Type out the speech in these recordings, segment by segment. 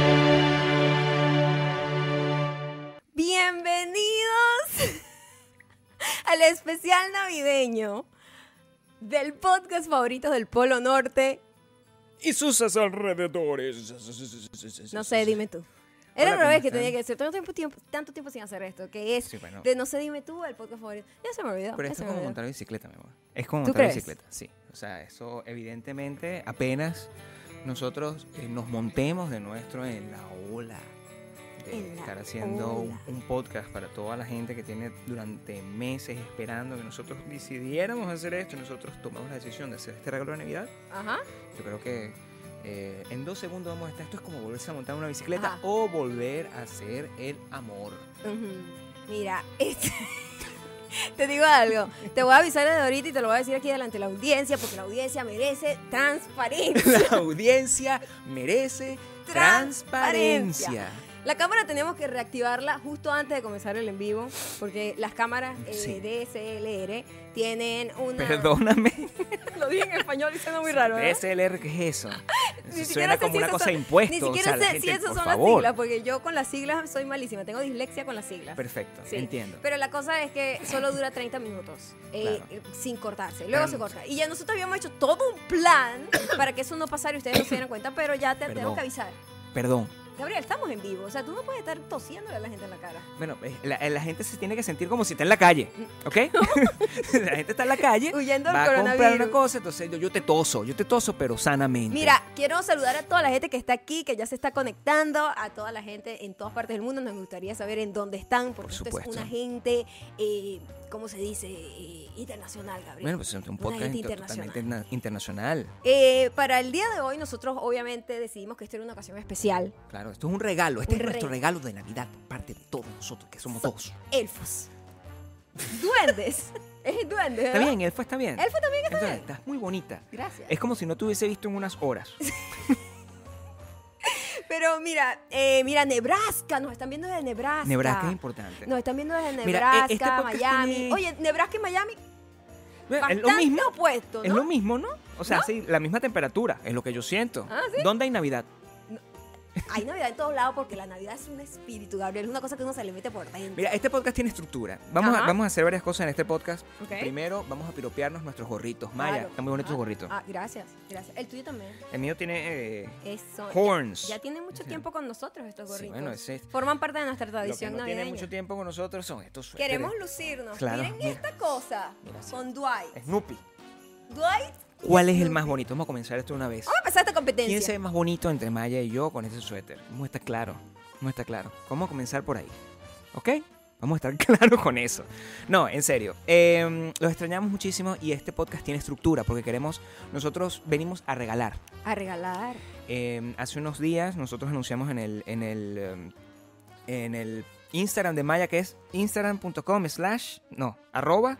al especial navideño del podcast favorito del Polo Norte. Y sus alrededores. No sé, dime tú. Era Hola, al revés ¿cómo que tenía están? que decir. Tanto tiempo, tiempo- tanto tiempo sin hacer esto, que es Sí, bueno. de no sé, dime tú al podcast favorito. Ya se me olvidó. Pero ya esto se me es como olvidó. montar bicicleta, mi amor. Es como ¿Tú montar crees? bicicleta, sí. O sea, eso evidentemente apenas nosotros eh, nos montemos de nuestro en la ola de En la estar haciendo un- ola. un podcast para toda la gente que tiene durante meses esperando que nosotros decidiéramos hacer esto y nosotros tomamos la decisión de hacer este regalo de Navidad. Ajá. Yo creo que eh, en dos segundos vamos a estar. Esto es como volverse a montar una bicicleta Ajá. o volver a hacer el amor. Ujú. Mira, este- te digo algo. Te voy a avisar desde ahorita y te lo voy a decir aquí delante de la audiencia porque la audiencia merece transparencia. La audiencia merece Transparencia. transparencia. La cámara teníamos que reactivarla justo antes de comenzar el en vivo porque las cámaras eh, Sí. DSLR tienen una. Perdóname. Lo dije en español y suena muy raro. ¿verdad? DSLR, ¿qué es eso? Eso Ni siquiera suena sé como si una esas cosa son- de impuestos. Ni o siquiera sea, la sé si gente, esas por son las favor. siglas, porque yo con las siglas soy malísima. Tengo dislexia con las siglas. Perfecto, Sí. entiendo. Pero la cosa es que solo dura 30 minutos eh, Claro. eh, sin cortarse. Luego Pero- se corta. Y ya nosotros habíamos hecho todo un plan para que eso no pasara y ustedes no se dieran cuenta, pero ya te Perdón. tengo que avisar. Perdón. Gabriel, estamos en vivo. O sea, tú no puedes estar tosiéndole a la gente en la cara. Bueno, eh, la, la gente se tiene que sentir como si está en la calle, ¿ok? la gente está en la calle, Huyendo del va a comprar coronavirus. una cosa, entonces yo, yo te toso, yo te toso, pero sanamente. Mira, quiero saludar a toda la gente que está aquí, que ya se está conectando, a toda la gente en todas partes del mundo. Nos gustaría saber en dónde están, porque Por esto supuesto. es una gente, eh, ¿cómo se dice? Eh, internacional, Gabriel. Bueno, pues es un Una podcast gente inter- internacional. totalmente na- internacional. Eh, para el día de hoy, nosotros obviamente decidimos que esto era una ocasión especial. Claro, esto es un regalo, este Un es nuestro re- regalo de Navidad por parte de todos nosotros, que somos So- dos. Elfos. Duendes. es duende, ¿verdad? Está bien, Elfo está bien. Elfo también está Entonces, bien. Estás muy bonita. Gracias. Es como si no te hubiese visto en unas horas. Pero mira, eh, mira, Nebraska. Nos están viendo desde Nebraska. Nebraska es importante. Nos están viendo desde Mira, Nebraska, eh, este podcast Miami. tiene- Oye, Nebraska y Miami, Bueno, bastante es lo mismo. opuesto, Es ¿no? lo mismo, ¿no? O sea, sí, la misma temperatura, es lo que yo siento. Ah, ¿Dónde hay Navidad? Hay Navidad en todos lados porque la Navidad es un espíritu, Gabriel. Es una cosa que uno se le mete por dentro. Mira, este podcast tiene estructura. Vamos, a, Ajá. vamos a hacer varias cosas en este podcast. Ok. Primero, vamos a piropearnos nuestros gorritos. Maya, Claro. están muy bonitos Ah, tus gorritos. Ah, gracias, gracias. El tuyo también. El mío tiene... eh, Eso. Horns. Ya, ya tiene mucho tiempo con nosotros estos Sí, gorritos. bueno, ese es- Forman parte de nuestra lo que tradición no navideña. tiene mucho tiempo con nosotros son estos suéteres. Queremos lucirnos. Claro, Miren mira. esta cosa Mira, sí. con Dwight. Snoopy. Dwight. y ¿Cuál es el Snoopy. más bonito? Vamos a comenzar esto una vez. Vamos a empezar esta ¿Quién se competencia. ve más bonito entre Maya y yo con ese suéter? Vamos a estar claro. Vamos a estar claro. Vamos a comenzar por ahí. ¿Ok? Vamos a estar claros con eso. No, en serio. eh, los extrañamos muchísimo y este podcast tiene estructura porque queremos. Nosotros venimos a regalar. A regalar. Eh, hace unos días nosotros anunciamos en el. En el, eh, en el Instagram de Maya, que es instagram.com slash, no, arroba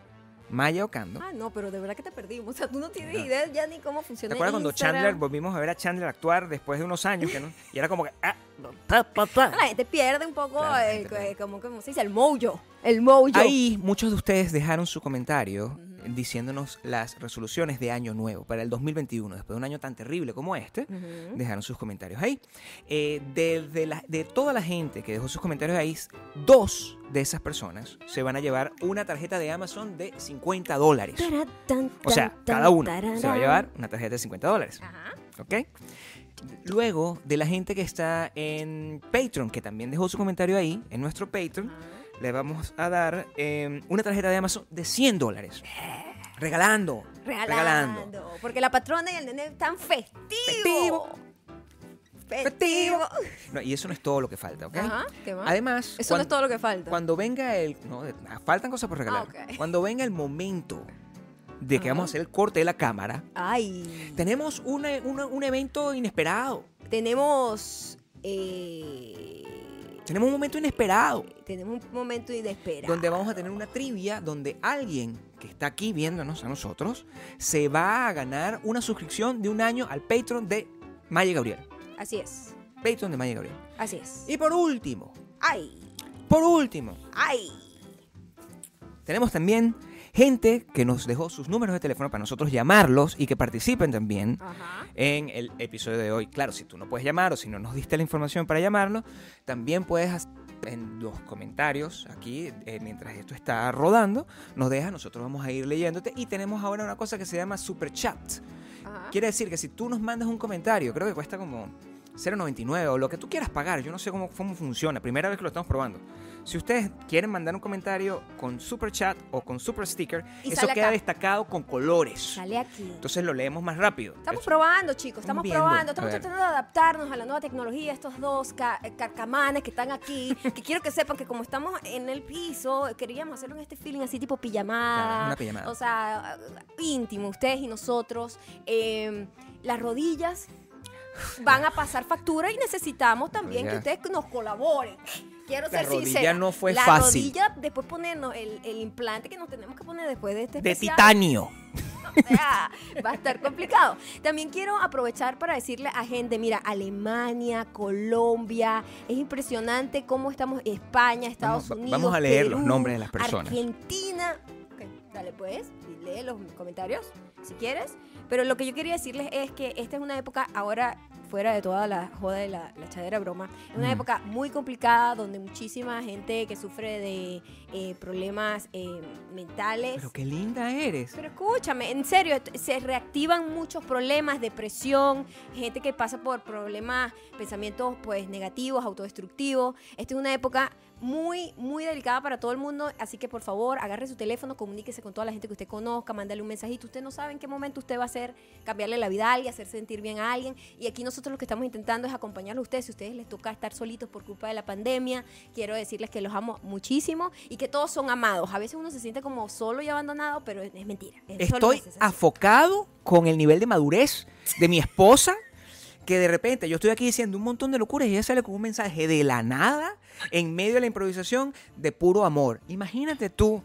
Maya Ocando. Ah, no, pero de verdad que te perdimos. O sea, tú no tienes No. idea ya ni cómo ¿Te funciona acuerdas cuando Instagram. Chandler, volvimos a ver a Chandler actuar después de unos años? que no- y era como que, ah, La gente pierde un poco, Claro, la el- gente pierde. eh, como, como se dice, el mojo. El mojo. Ahí muchos de ustedes dejaron su comentario diciéndonos las resoluciones de año nuevo para el 2021, después de un año tan terrible como este. Ujú. Dejaron sus comentarios ahí. Eh, de, de la- de toda la gente que dejó sus comentarios ahí, dos de esas personas se van a llevar una tarjeta de Amazon de 50 dólares. O sea, cada uno se va a llevar una tarjeta de 50 dólares. Ajá. ¿Ok? Luego, de la gente que está en Patreon, que también dejó su comentario ahí, en nuestro Patreon, le vamos a dar eh, una tarjeta de Amazon de 100 dólares. Regalando. Regalando. Porque la patrona y el nene están festivos. Festivo. Festivo. No, y eso no es todo lo que falta, ¿ok? Ajá, ¿qué más? Además, Eso no es todo lo que falta. Cuando venga el... No, de- ah, faltan cosas por regalar. Ah, ok. Cuando venga el momento de que Ajá. vamos a hacer el corte de la cámara, Ay. tenemos una- una- un evento inesperado. Tenemos. eh, Tenemos un momento inesperado. tenemos un momento inesperado. donde vamos a tener una trivia donde alguien que está aquí viéndonos a nosotros se va a ganar una suscripción de un año al Patreon de Maya Gabriel. Así es. Patreon de Maya Gabriel. Así es. Y por último, Ay. por último, Ay. tenemos también gente que nos dejó sus números de teléfono para nosotros llamarlos y que participen también Ajá. en el episodio de hoy. Claro, si tú no puedes llamar o si no nos diste la información para llamarlo, también puedes hacer en los comentarios aquí, eh, mientras esto está rodando, nos dejas, nosotros vamos a ir leyéndote. Y tenemos ahora una cosa que se llama Super Chat. Ajá. Quiere decir que si tú nos mandas un comentario, creo que cuesta como 0.99 o lo que tú quieras pagar, yo no sé cómo, cómo funciona, primera vez que lo estamos probando. Si ustedes quieren mandar un comentario con super chat o con super sticker, Y eso sale queda acá. destacado con colores. Sale aquí. Entonces lo leemos más rápido. Estamos Eso- probando, chicos, estamos viendo. probando, A estamos ver. tratando de adaptarnos a la nueva tecnología, estos dos ca- eh, carcamanes que están aquí, que quiero que sepan que como estamos en el piso, queríamos hacerlo en este feeling así tipo Claro, pijamada, una pijamada. o sea, ah, íntimo, ustedes y nosotros, Eh, las rodillas van a pasar factura y necesitamos también que Rodilla. ustedes nos colaboren. Quiero La ser rodilla sincera. no fue la fácil. rodilla, después ponernos el, el implante que nos tenemos que poner después de este de especial. titanio. O sea, va a estar complicado. También quiero aprovechar para decirle a gente, mira, Alemania, Colombia, es impresionante cómo estamos, España, Estados Vamos- Unidos. vamos a leer Perú, los nombres de las personas. Argentina. Ok, dale pues, y lee los comentarios si quieres. Pero lo que yo quería decirles es que esta es una época ahora fuera de toda la joda de la, la chadera broma, es una Mm. época muy complicada donde muchísima gente que sufre de eh, problemas eh, mentales Pero qué linda eres. pero escúchame, en serio, t- se reactivan muchos problemas, depresión, gente que pasa por problemas, pensamientos pues negativos, autodestructivos. Esta es una época muy, muy delicada para todo el mundo, así que por favor, agarre su teléfono, comuníquese con toda la gente que usted conozca, mándale un mensajito. Usted no sabe en qué momento usted va a hacer cambiarle la vida a alguien, hacer sentir bien a alguien. Y aquí nosotros lo que estamos intentando es acompañarlos a ustedes. Si a ustedes les toca estar solitos por culpa de la pandemia, quiero decirles que los amo muchísimo y que todos son amados. A veces uno se siente como solo y abandonado, pero es es mentira. Es solo Estoy una sensación. afocado con el nivel de madurez de mi esposa. Que de repente yo estoy aquí diciendo un montón de locuras y ella sale con un mensaje de la nada en medio de la improvisación de puro amor. Imagínate tú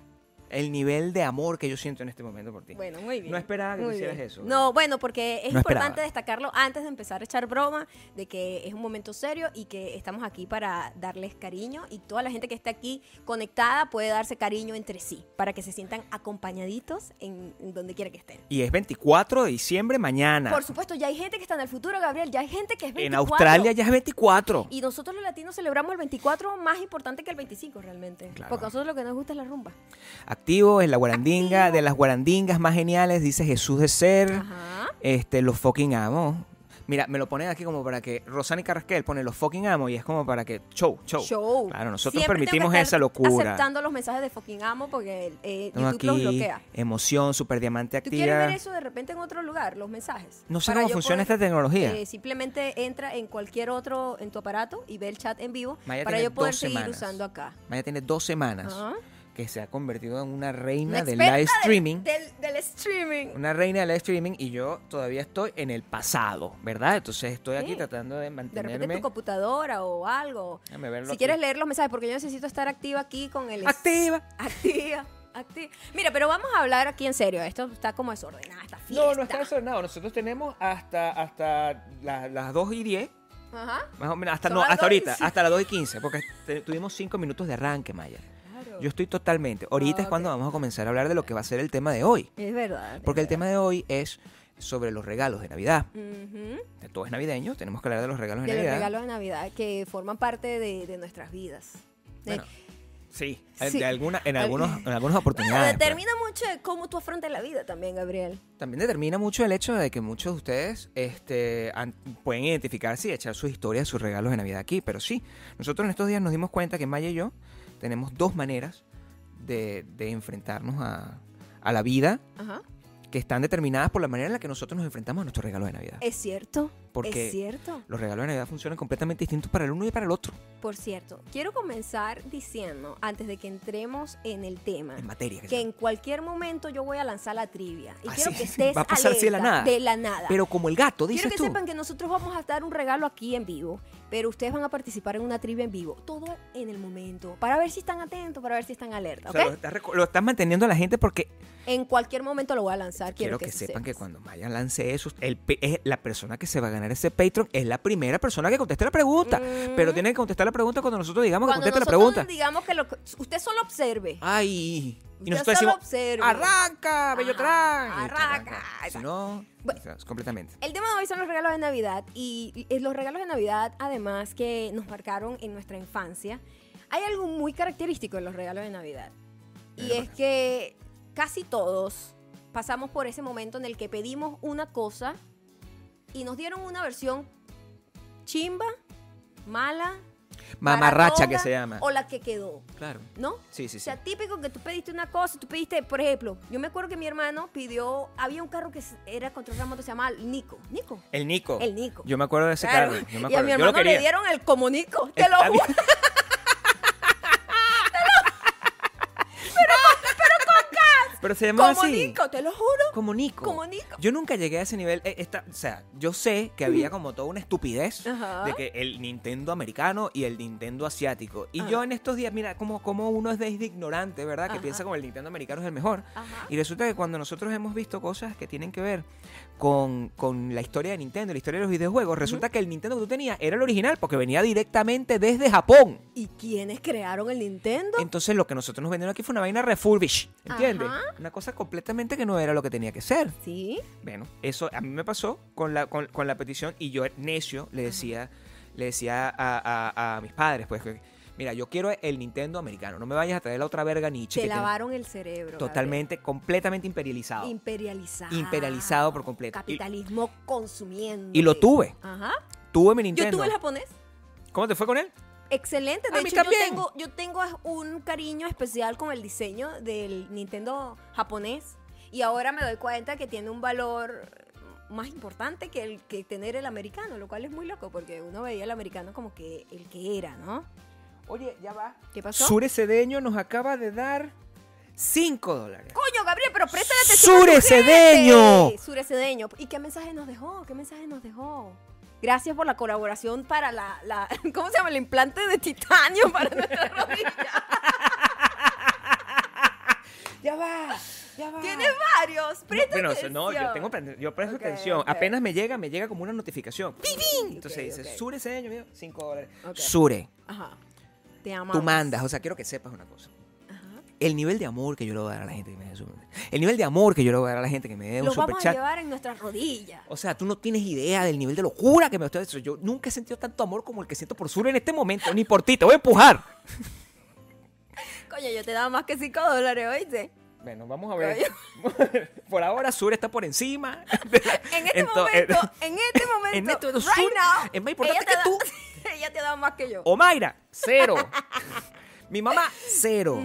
el nivel de amor que yo siento en este momento por ti. Bueno, muy bien. No esperaba que tú Muy hicieras bien. eso. No, bueno, porque es No importante esperaba. destacarlo antes de empezar a echar broma de que es un momento serio y que estamos aquí para darles cariño y toda la gente que está aquí conectada puede darse cariño entre sí para que se sientan acompañaditos en, en donde quiera que estén. Y es 24 de diciembre mañana. Por supuesto, ya hay gente que está en el futuro, Gabriel, ya hay gente que es 24. en Australia ya es 24. Y nosotros los latinos celebramos el 24 más importante que el 25 realmente. Claro. Porque a nosotros lo que nos gusta es la rumba. Activo en la guarandinga, Activo. de las guarandingas más geniales, dice Jesús de Ser. Ajá. Este, los fucking amo. Mira, me lo ponen aquí como para que Rosani Carrasquel pone los fucking amo y es como para que show, show. show. Claro, nosotros Siempre tengo permitimos que esa estar locura. Aceptando los mensajes de fucking amo porque eh, YouTube Estamos los aquí, bloquea. emoción, super diamante ¿Tú quieres activa. ver eso de repente en otro lugar, los mensajes? No sé Para cómo yo funciona poder- esta tecnología. eh, simplemente entra en cualquier otro, en tu aparato y ve el chat en vivo Maya para tiene yo poder dos seguir semanas. usando acá. Maya tiene dos semanas Ajá. que se ha convertido en una reina Una del experta live streaming. Del, del streaming. Una reina del live streaming y yo todavía estoy en el pasado, ¿verdad? Entonces estoy aquí Sí. tratando de De repente mantenerme. tu computadora o algo. Déjame verlo Si aquí. quieres leer los mensajes, porque yo necesito estar activa aquí con el... ¡Activa! Activa, activa. Mira, pero vamos a hablar aquí en serio. Esto está como desordenado, está fiesta. No, no está desordenado. Nosotros tenemos hasta, hasta la- las 2 y 10. Ajá. Más o menos, hasta, Son no, las dos hasta y ahorita, cinco. hasta las 2 y 15, porque te- tuvimos 5 minutos de arranque, Maya. Yo estoy totalmente. Ahorita Ah, es cuando vamos a comenzar a hablar de lo que va a ser el tema de hoy. Es verdad. Porque el tema de hoy es sobre los regalos de Navidad. Ujú. De todo es navideño, tenemos que hablar de los regalos de, De los Navidad. regalos de Navidad que forman parte de, de nuestras vidas. De- Bueno, sí, Sí. De alguna, en, Al- algunos, en algunas Bueno, oportunidades. pero determina mucho de cómo tú afrontas la vida también, Gabriel. también determina mucho el hecho de que muchos de ustedes este, han- pueden identificarse y echar sus historias, sus regalos de Navidad aquí. Pero sí, nosotros en estos días nos dimos cuenta que Maya y yo tenemos dos maneras de, de enfrentarnos a, a la vida Ajá. que están determinadas por la manera en la que nosotros nos enfrentamos a nuestros regalos de Navidad. Es cierto. Porque- Es cierto. Los regalos de Navidad funcionan completamente distintos para el uno y para el otro Por cierto, quiero comenzar diciendo, antes de que entremos en el tema, en materia. que Ah, que sea. en cualquier momento yo voy a lanzar la trivia. Y Ah, quiero sí, que sí, estés va a pasar así de la alerta nada. de la nada. Pero como el gato, Quiero dices que tú. sepan que nosotros vamos a dar un regalo aquí en vivo, pero ustedes van a participar en una trivia en vivo, todo en el momento, para ver si están atentos, para ver si están alerta, O ¿ok? sea, lo, estás, reco- lo estás manteniendo a la gente porque En cualquier momento lo voy a lanzar, quiero, Quiero que, sepan que sepas. cuando Maya lance eso, el pe- es la persona que se va a ganar ese Patreon es la primera persona que conteste la pregunta. Mm. Pero tiene que contestar la pregunta cuando nosotros digamos Cuando que conteste nosotros la pregunta. digamos que lo- usted solo observe. Ay. Y Usted nosotros solo decimos, observe. arranca, Bellotrán. Ajá, Y te arranca. Si no, Bueno. o sea, es completamente. El tema de hoy son los regalos de eh, Navidad y y los regalos de Navidad además que nos marcaron en nuestra infancia. Hay algo muy característico en los regalos de Navidad. Y Verga. es que casi todos pasamos por ese momento en el que pedimos una cosa y nos dieron una versión chimba, mala, Mamarracha que baratonga, se llama. O la que quedó, Claro. ¿no? Sí, sí, O sí. sea, típico que tú pediste una cosa, tú pediste, por ejemplo, yo me acuerdo que mi hermano pidió, había un carro que era contra un remoto, se llamaba Nico. Nico. El Nico. El Nico. Yo me acuerdo de ese Claro. carro. Yo me Y a acuerdo. mi Yo lo hermano quería. le dieron el comunico, te lo Está juro. bien. Pero se llamaba así. Comunico, te lo juro. Comunico. Comunico. Yo nunca llegué a ese nivel. eh, esta- o sea, yo sé que había como toda una estupidez Ajá. de que el Nintendo americano y el Nintendo asiático. Y yo Ajá. en estos días, mira, como, como uno es de de ignorante, ¿verdad? Que Ajá. piensa como el Nintendo americano es el mejor. Ajá. Y resulta que cuando nosotros hemos visto cosas que tienen que ver con, con la historia de Nintendo, la historia de los videojuegos, resulta que el Nintendo que tú tenías era el original porque venía directamente desde Japón. ¿Y quiénes crearon el Nintendo? Entonces lo que nosotros nos vendieron aquí fue una vaina refurbish, ¿entiendes? Ajá. Una cosa completamente que no era lo que tenía que ser. Sí. Bueno, eso a mí me pasó con la, con, con la petición y yo, necio, le decía, le decía a, a- a mis padres, pues, que, mira, yo quiero el Nintendo americano, no me vayas a traer la otra verga niche. Te que tiene- lavaron el cerebro. Totalmente, completamente imperializado. Gabriel. Imperializado. Imperializado por completo. Y- Capitalismo consumiendo. y lo tuve, Ajá. tuve mi Yo Nintendo. tuve el japonés. ¿Cómo te fue con él? Excelente. De A mí hecho, yo también. tengo, yo tengo un cariño especial con el diseño del Nintendo japonés. Y ahora me doy cuenta que tiene un valor más importante que el que tener el americano, lo cual es muy loco, porque uno veía el americano como que el que era, ¿no? Oye, ya va. ¿Qué pasó? Sure Cedeño nos acaba de dar 5 dólares. Coño, Gabriel, pero presta ¡Surecedeño! Surecedeño. ¿Y qué mensaje nos dejó? ¿Qué mensaje nos dejó? Gracias por la colaboración para la, la- ¿cómo se llama? El implante de titanio para nuestra rodilla. Ya va, ya va. Tienes varios. Presta bueno, atención. no, yo tengo pre- yo presto Ok, atención. ok. Apenas me llega, me llega como una notificación. ¡Ping, ping! Entonces Ok, dice, ok. Sure Cedeño, mío, 5 dólares. Ok. Sure, Ajá. Te amamos. tú mandas, o sea, quiero que sepas una cosa. Ajá. El nivel de amor que yo le voy a dar a la gente que me dé su El nivel de amor que yo le voy a dar a la gente que me dé un Los vamos a superchat. llevar en nuestras rodillas. O sea, tú no tienes idea del nivel de locura que me estoy Yo nunca he sentido tanto amor como el que siento por Sure en este momento, ni por ti. Te voy a empujar. Coño, yo te daba más que 5 dólares, ¿oíste? Bueno, vamos a ver. por ahora, Sur está por encima. En este Ento- eh, momento, en este momento, en este momento, right Sur now, es más ella importante te que da- tú. ella te da más que yo. O Mayra, cero. Mi mamá, cero.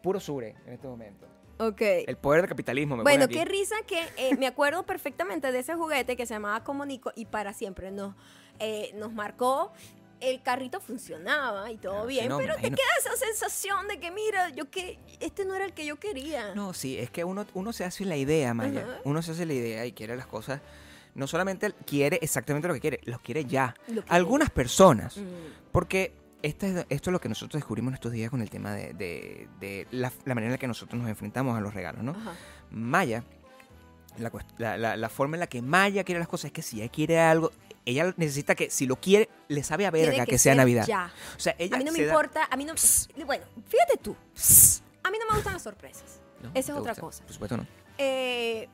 Puro Sure en este momento. Ok. El poder del capitalismo me Bueno, pone qué aquí. risa que eh, me acuerdo perfectamente de ese juguete que se llamaba Comunico y para siempre nos, eh, nos marcó. El carrito funcionaba y todo Claro, sí, bien, no, me pero te imagino. queda esa sensación de que, mira, yo que este no era el que yo quería. No, sí, es que uno, uno se hace la idea, Maya. Ajá. Uno se hace la idea y quiere las cosas. No solamente quiere exactamente lo que quiere, los quiere ya. Lo que Algunas personas, Mm, porque esta es- esto es lo que nosotros descubrimos en estos días con el tema de, de- de la, la manera en la que nosotros nos enfrentamos a los regalos, ¿no? ajá. Maya, la, cuest- la- la- la forma en la que Maya quiere las cosas es que si ella quiere algo, ella necesita que si lo quiere, le sabe a Tiene verga que, sea ser Navidad. ya. O sea, ella A mí no me se da- importa, a mí no. Bueno, fíjate tú, Psst. a mí no me gustan las sorpresas. No, Esa es te otra gusta. cosa. Por supuesto no. Eh,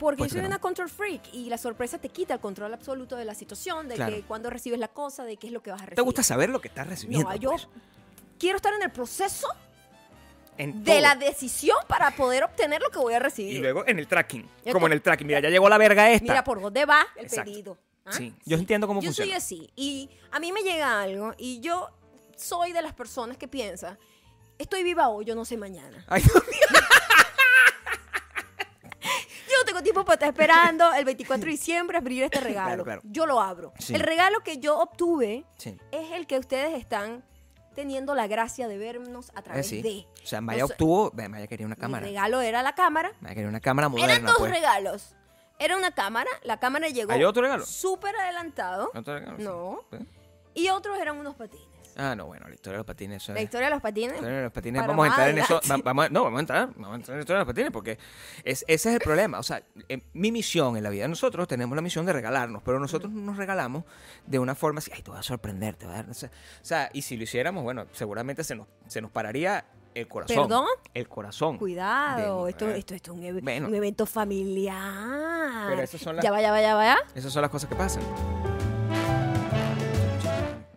porque Pues yo soy claro. una control freak y la sorpresa te quita el control absoluto de la situación, de Claro. que cuando recibes la cosa, de qué es lo que vas a recibir. ¿Te gusta saber lo que estás recibiendo? No, yo pues? quiero estar en el proceso En de todo. la decisión para poder obtener lo que voy a recibir. Y luego en el tracking. Ya está. Como en el tracking. Mira, ya llegó la verga esta. Mira por dónde va el Exacto. pedido. ¿ah? Sí, yo entiendo cómo yo funciona. soy así. Y a mí me llega algo y yo soy de las personas que piensa, estoy viva hoy, yo no sé mañana. Ay, no. Yo no tengo tiempo para estar esperando el 24 de diciembre abrir este regalo. claro. Yo lo abro. Sí. El regalo que yo obtuve Sí. es el que ustedes están teniendo la gracia de vernos a Eh, través sí. de. O sea, Maya O sea, obtuvo. ve, Maya quería una Mi cámara. regalo era la cámara. Maya quería una cámara moderna. Eran dos pues. regalos. Era una cámara, la cámara llegó ¿Hay otro regalo? súper adelantado ¿Otro regalo? Sí. No. ¿Eh? y otros eran unos patines. Ah, no, bueno, la historia de los patines. eso La es- historia de los patines. Historia de los patines, para vamos a más entrar en eso. adelante. va- vamos a- no, vamos a entrar. Vamos a entrar en la historia de los patines porque es, ese es el problema. O sea, en- mi misión en la vida, nosotros tenemos la misión de regalarnos, pero nosotros no nos regalamos de una forma así, ay, te voy a sorprender, te voy a dar. no sé". O sea, y si lo hiciéramos, bueno, seguramente se nos, se nos pararía el corazón. ¿Perdón? El corazón. Cuidado, De- esto, eh, esto, esto es un, ev- Bueno. un evento familiar. Pero esas son las- Ya va, ya va, ya va, ya. Esas son las cosas que pasan.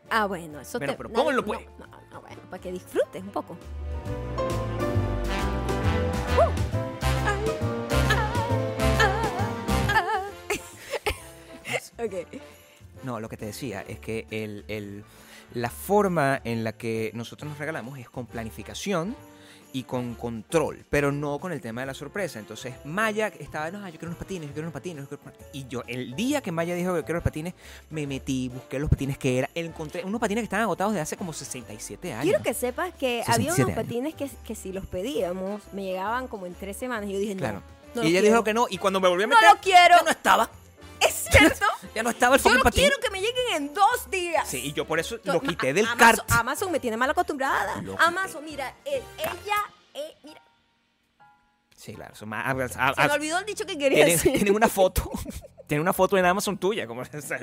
Ah, bueno, eso Bueno, te... pero nadie- pónganlo, no, pues. no, no, bueno, para que disfrutes un poco. Uh. Ok. No, lo que te decía es que el, el- la forma en la que nosotros nos regalamos es con planificación y con control, pero no con el tema de la sorpresa. Entonces, Maya estaba, no, yo quiero unos patines, yo quiero unos patines, yo quiero unos patines". Y yo, el día que Maya dijo que quiero los patines, me metí, busqué los patines que era, encontré unos patines que estaban agotados de hace como 67 años. Quiero que sepas que había 67 unos años. patines que, que si los pedíamos, me llegaban como en tres semanas. Y yo dije, no, Claro. no los y ella quiero. dijo que no, y cuando me volví a ¡No meter, lo quiero! ya no estaba, ¿Es cierto? ya no estaba el yo fucking no patín. quiero que me lleguen en dos días. Sí, y yo por eso Yo- lo ma- quité del Amazon, cart. Amazon me tiene mal acostumbrada. Lo quité. Amazon, mira, eh, ella, eh, mira, Sí, claro. eso ma- a- a- se a- me olvidó el dicho que quería tienen, decir. tienen ah, una foto. Tienen una foto en Amazon tuya. Como, o sea,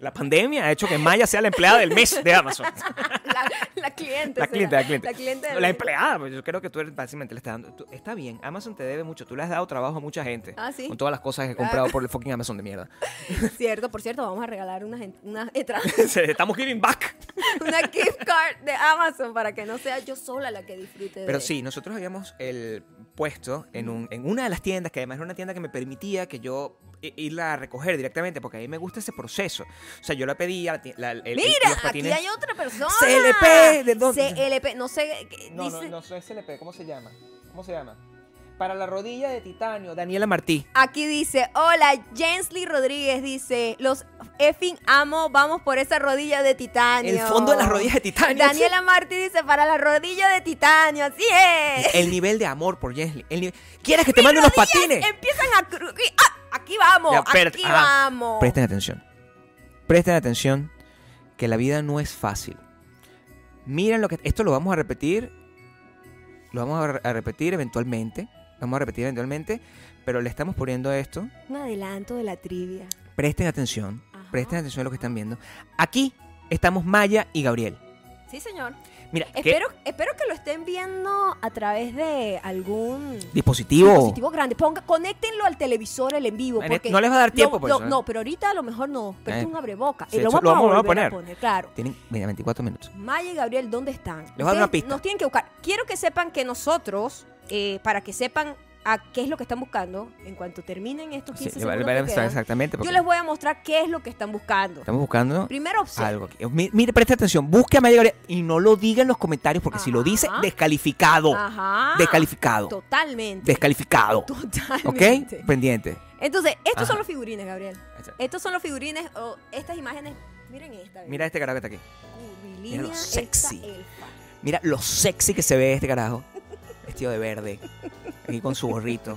la pandemia ha hecho que Maya sea la empleada del mes de Amazon. la, la cliente. La será. cliente, la cliente. La cliente. del- La empleada. pues, Yo creo que tú eres, básicamente le estás dando. tú- está bien, Amazon te debe mucho. Tú le has dado trabajo a mucha gente. Ah, ¿sí? Con todas las cosas que he Claro. comprado por el fucking Amazon de mierda. Cierto, por cierto, vamos a regalar unas, en- unas entradas, Estamos giving back. una gift card de Amazon para que no sea yo sola la que disfrute de Pero sí, nosotros habíamos el puesto en, un- en una de las tiendas, que además era una tienda que me permitía que yo i- irla a recoger directamente, porque a mí me gusta ese proceso. O sea, yo la pedía, la ti- la- el- el- Mira, los aquí patines- hay otra persona. CLP, ¿de dónde? CLP, no sé, ¿qué No, dice. no, no, es CLP, ¿cómo se llama? ¿Cómo se llama? Para la rodilla de titanio, Daniela Martí. Aquí dice, hola, Jensly Rodríguez dice, los effing amo, vamos por esa rodilla de titanio. El fondo de las rodillas de titanio. Daniela Martí dice, para la rodilla de titanio, así es. El nivel de amor por Jesly. El nivel- ¿Quieres que te mande unos patines? Empiezan a... cru- ¡Ah! Aquí vamos, Ya, espérate, aquí ajá. vamos. Presten atención. Presten atención que la vida no es fácil. Miren lo que... Esto lo vamos a repetir. Lo vamos a, re- a repetir eventualmente. Vamos a repetir eventualmente. Pero le estamos poniendo esto. Un adelanto de la trivia. Presten atención. Ajá. Presten atención a lo que están viendo. Aquí estamos Maya y Gabriel. Sí, señor. Mira, ¿qué Espero, espero que lo estén viendo a través de algún... dispositivo? dispositivo grande. Ponga, conéctenlo al televisor el en vivo. Ay, Porque no les va a dar tiempo, lo- por lo- eso, ¿eh? No, pero ahorita a lo mejor no. Pero Eh, es un abreboca. sí, y lo eso vamos, lo a, vamos a volver a poner. poner, claro. Tienen mira, 24 minutos. Maya y Gabriel, ¿dónde están? Les voy a dar una Ustedes pista. Nos tienen que buscar. Quiero que sepan que nosotros, eh, para que sepan a qué es lo que están buscando, en cuanto terminen estos 15 Sí, segundos vale, vale, que quedan, exactamente. porque yo les voy a mostrar qué es lo que están buscando. Estamos buscando Primera opción. algo. aquí. Mi- Mire, preste atención. Busque a Maya y Gabriel y no lo diga en los comentarios porque si lo dice, Ajá. descalificado. Ajá. Descalificado. Totalmente. Descalificado. Totalmente. Eh, ¿Ok? Pendiente. Entonces, estos Ajá. son los figurines, Gabriel. Estos son los figurines o estas imágenes. Miren esta. Mira este carajo que está aquí. Curvilínea, Mira lo esta sexy. elfa. Mira lo sexy que se ve este carajo. Vestido de verde. Aquí con su gorrito.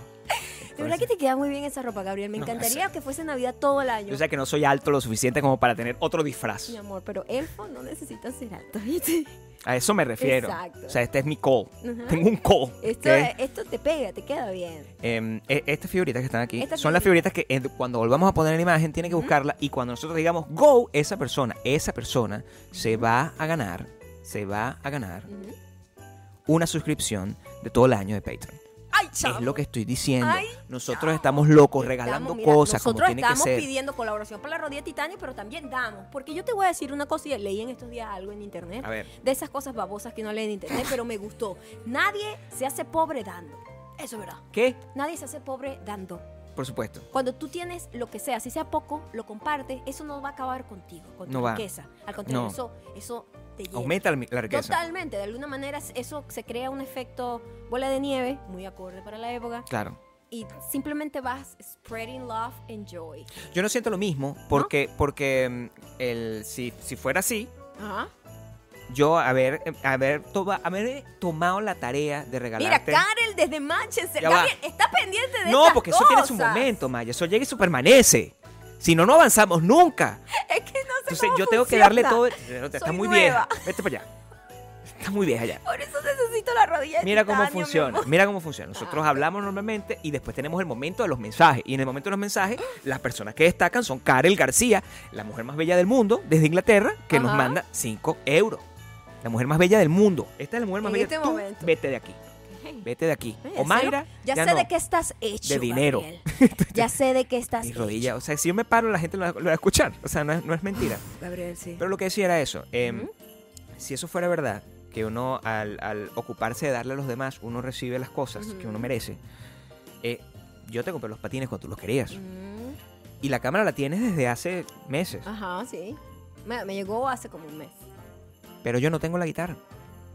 De verdad que te queda muy bien esa ropa, Gabriel. Me No, encantaría que fuese Navidad todo el año. Yo sé que no soy alto lo suficiente como para tener otro disfraz. Mi amor, pero elfo no necesita ser alto, ¿viste? A eso me refiero. Exacto. O sea, este es mi call. Ajá. Tengo un call. Esto, ¿ok? esto te pega, te queda bien. Em, e- estas figuritas que están aquí Estas son las figuritas que eh, cuando volvamos a poner la imagen tiene que buscarla y cuando nosotros digamos go, esa persona, esa persona se va a ganar, se va a ganar Ujú. una suscripción de todo el año de Patreon. ¡Ay, chavo! Es lo que estoy diciendo. Ay, nosotros estamos locos regalando Estamos, mira, cosas como nosotros tiene que estamos ser. pidiendo colaboración para la rodilla de titanio, pero también damos. Porque yo te voy a decir una cosa y leí en estos días algo en internet. A ver, De esas cosas babosas que no leen en internet, pero me gustó. Nadie se hace pobre dando. Eso es verdad. ¿qué? Nadie se hace pobre dando. Por supuesto. Cuando tú tienes lo que sea, si sea poco, lo compartes, eso no va a acabar contigo, con tu No va. riqueza. Al contrario, No. eso, eso te llena. Aumenta la, la riqueza. Totalmente, de alguna manera eso se crea un efecto bola de nieve, muy acorde para la época, Claro. y simplemente vas spreading love and joy. Yo no siento lo mismo porque, porque mm, el, si, si fuera así, Ajá. yo haber, haber, toba- haber eh, tomado la tarea Mira, de regalarte... Karel desde Manchester. Ya va. Gabriel, está pendiente de No, estas porque eso tiene su cosas. momento, Maya. Eso llega y se permanece. Si no, no avanzamos nunca. Es que no sé Entonces cómo yo tengo que funciona. darle todo. Está Soy muy nueva. vieja. Vete para allá. Está muy vieja ya. Por eso necesito la rodilla de Mira cómo titanio, mi funciona. amor. Mira cómo funciona. Nosotros hablamos normalmente y después tenemos el momento de los mensajes. Y en el momento de los mensajes, las personas que destacan son Karel García, la mujer más bella del mundo, desde Inglaterra, que nos Ajá. manda 5 euros. La mujer más bella del mundo. Esta es la mujer más En bella. este Tú momento. vete de aquí. Hey. Vete de aquí. Oye, O Mayra. ¿en serio? ya, ya sé no. de qué estás hecho. De dinero. Gabriel. ya sé de qué estás Mi hecho. rodilla. O sea, si yo me paro, la gente lo, va- lo va a escuchar. O sea, no es, no es mentira. Gabriel, sí. Pero lo que decía era eso. em, Ujú. Si eso fuera verdad, que que uno al, al ocuparse de darle a los demás, uno recibe las cosas que uno Ujú. merece. Eh, yo te compré los patines cuando tú los querías. Mm, Y la cámara la tienes desde hace meses. Ajá, sí. Me, me llegó hace como un mes. Pero yo no tengo la guitarra.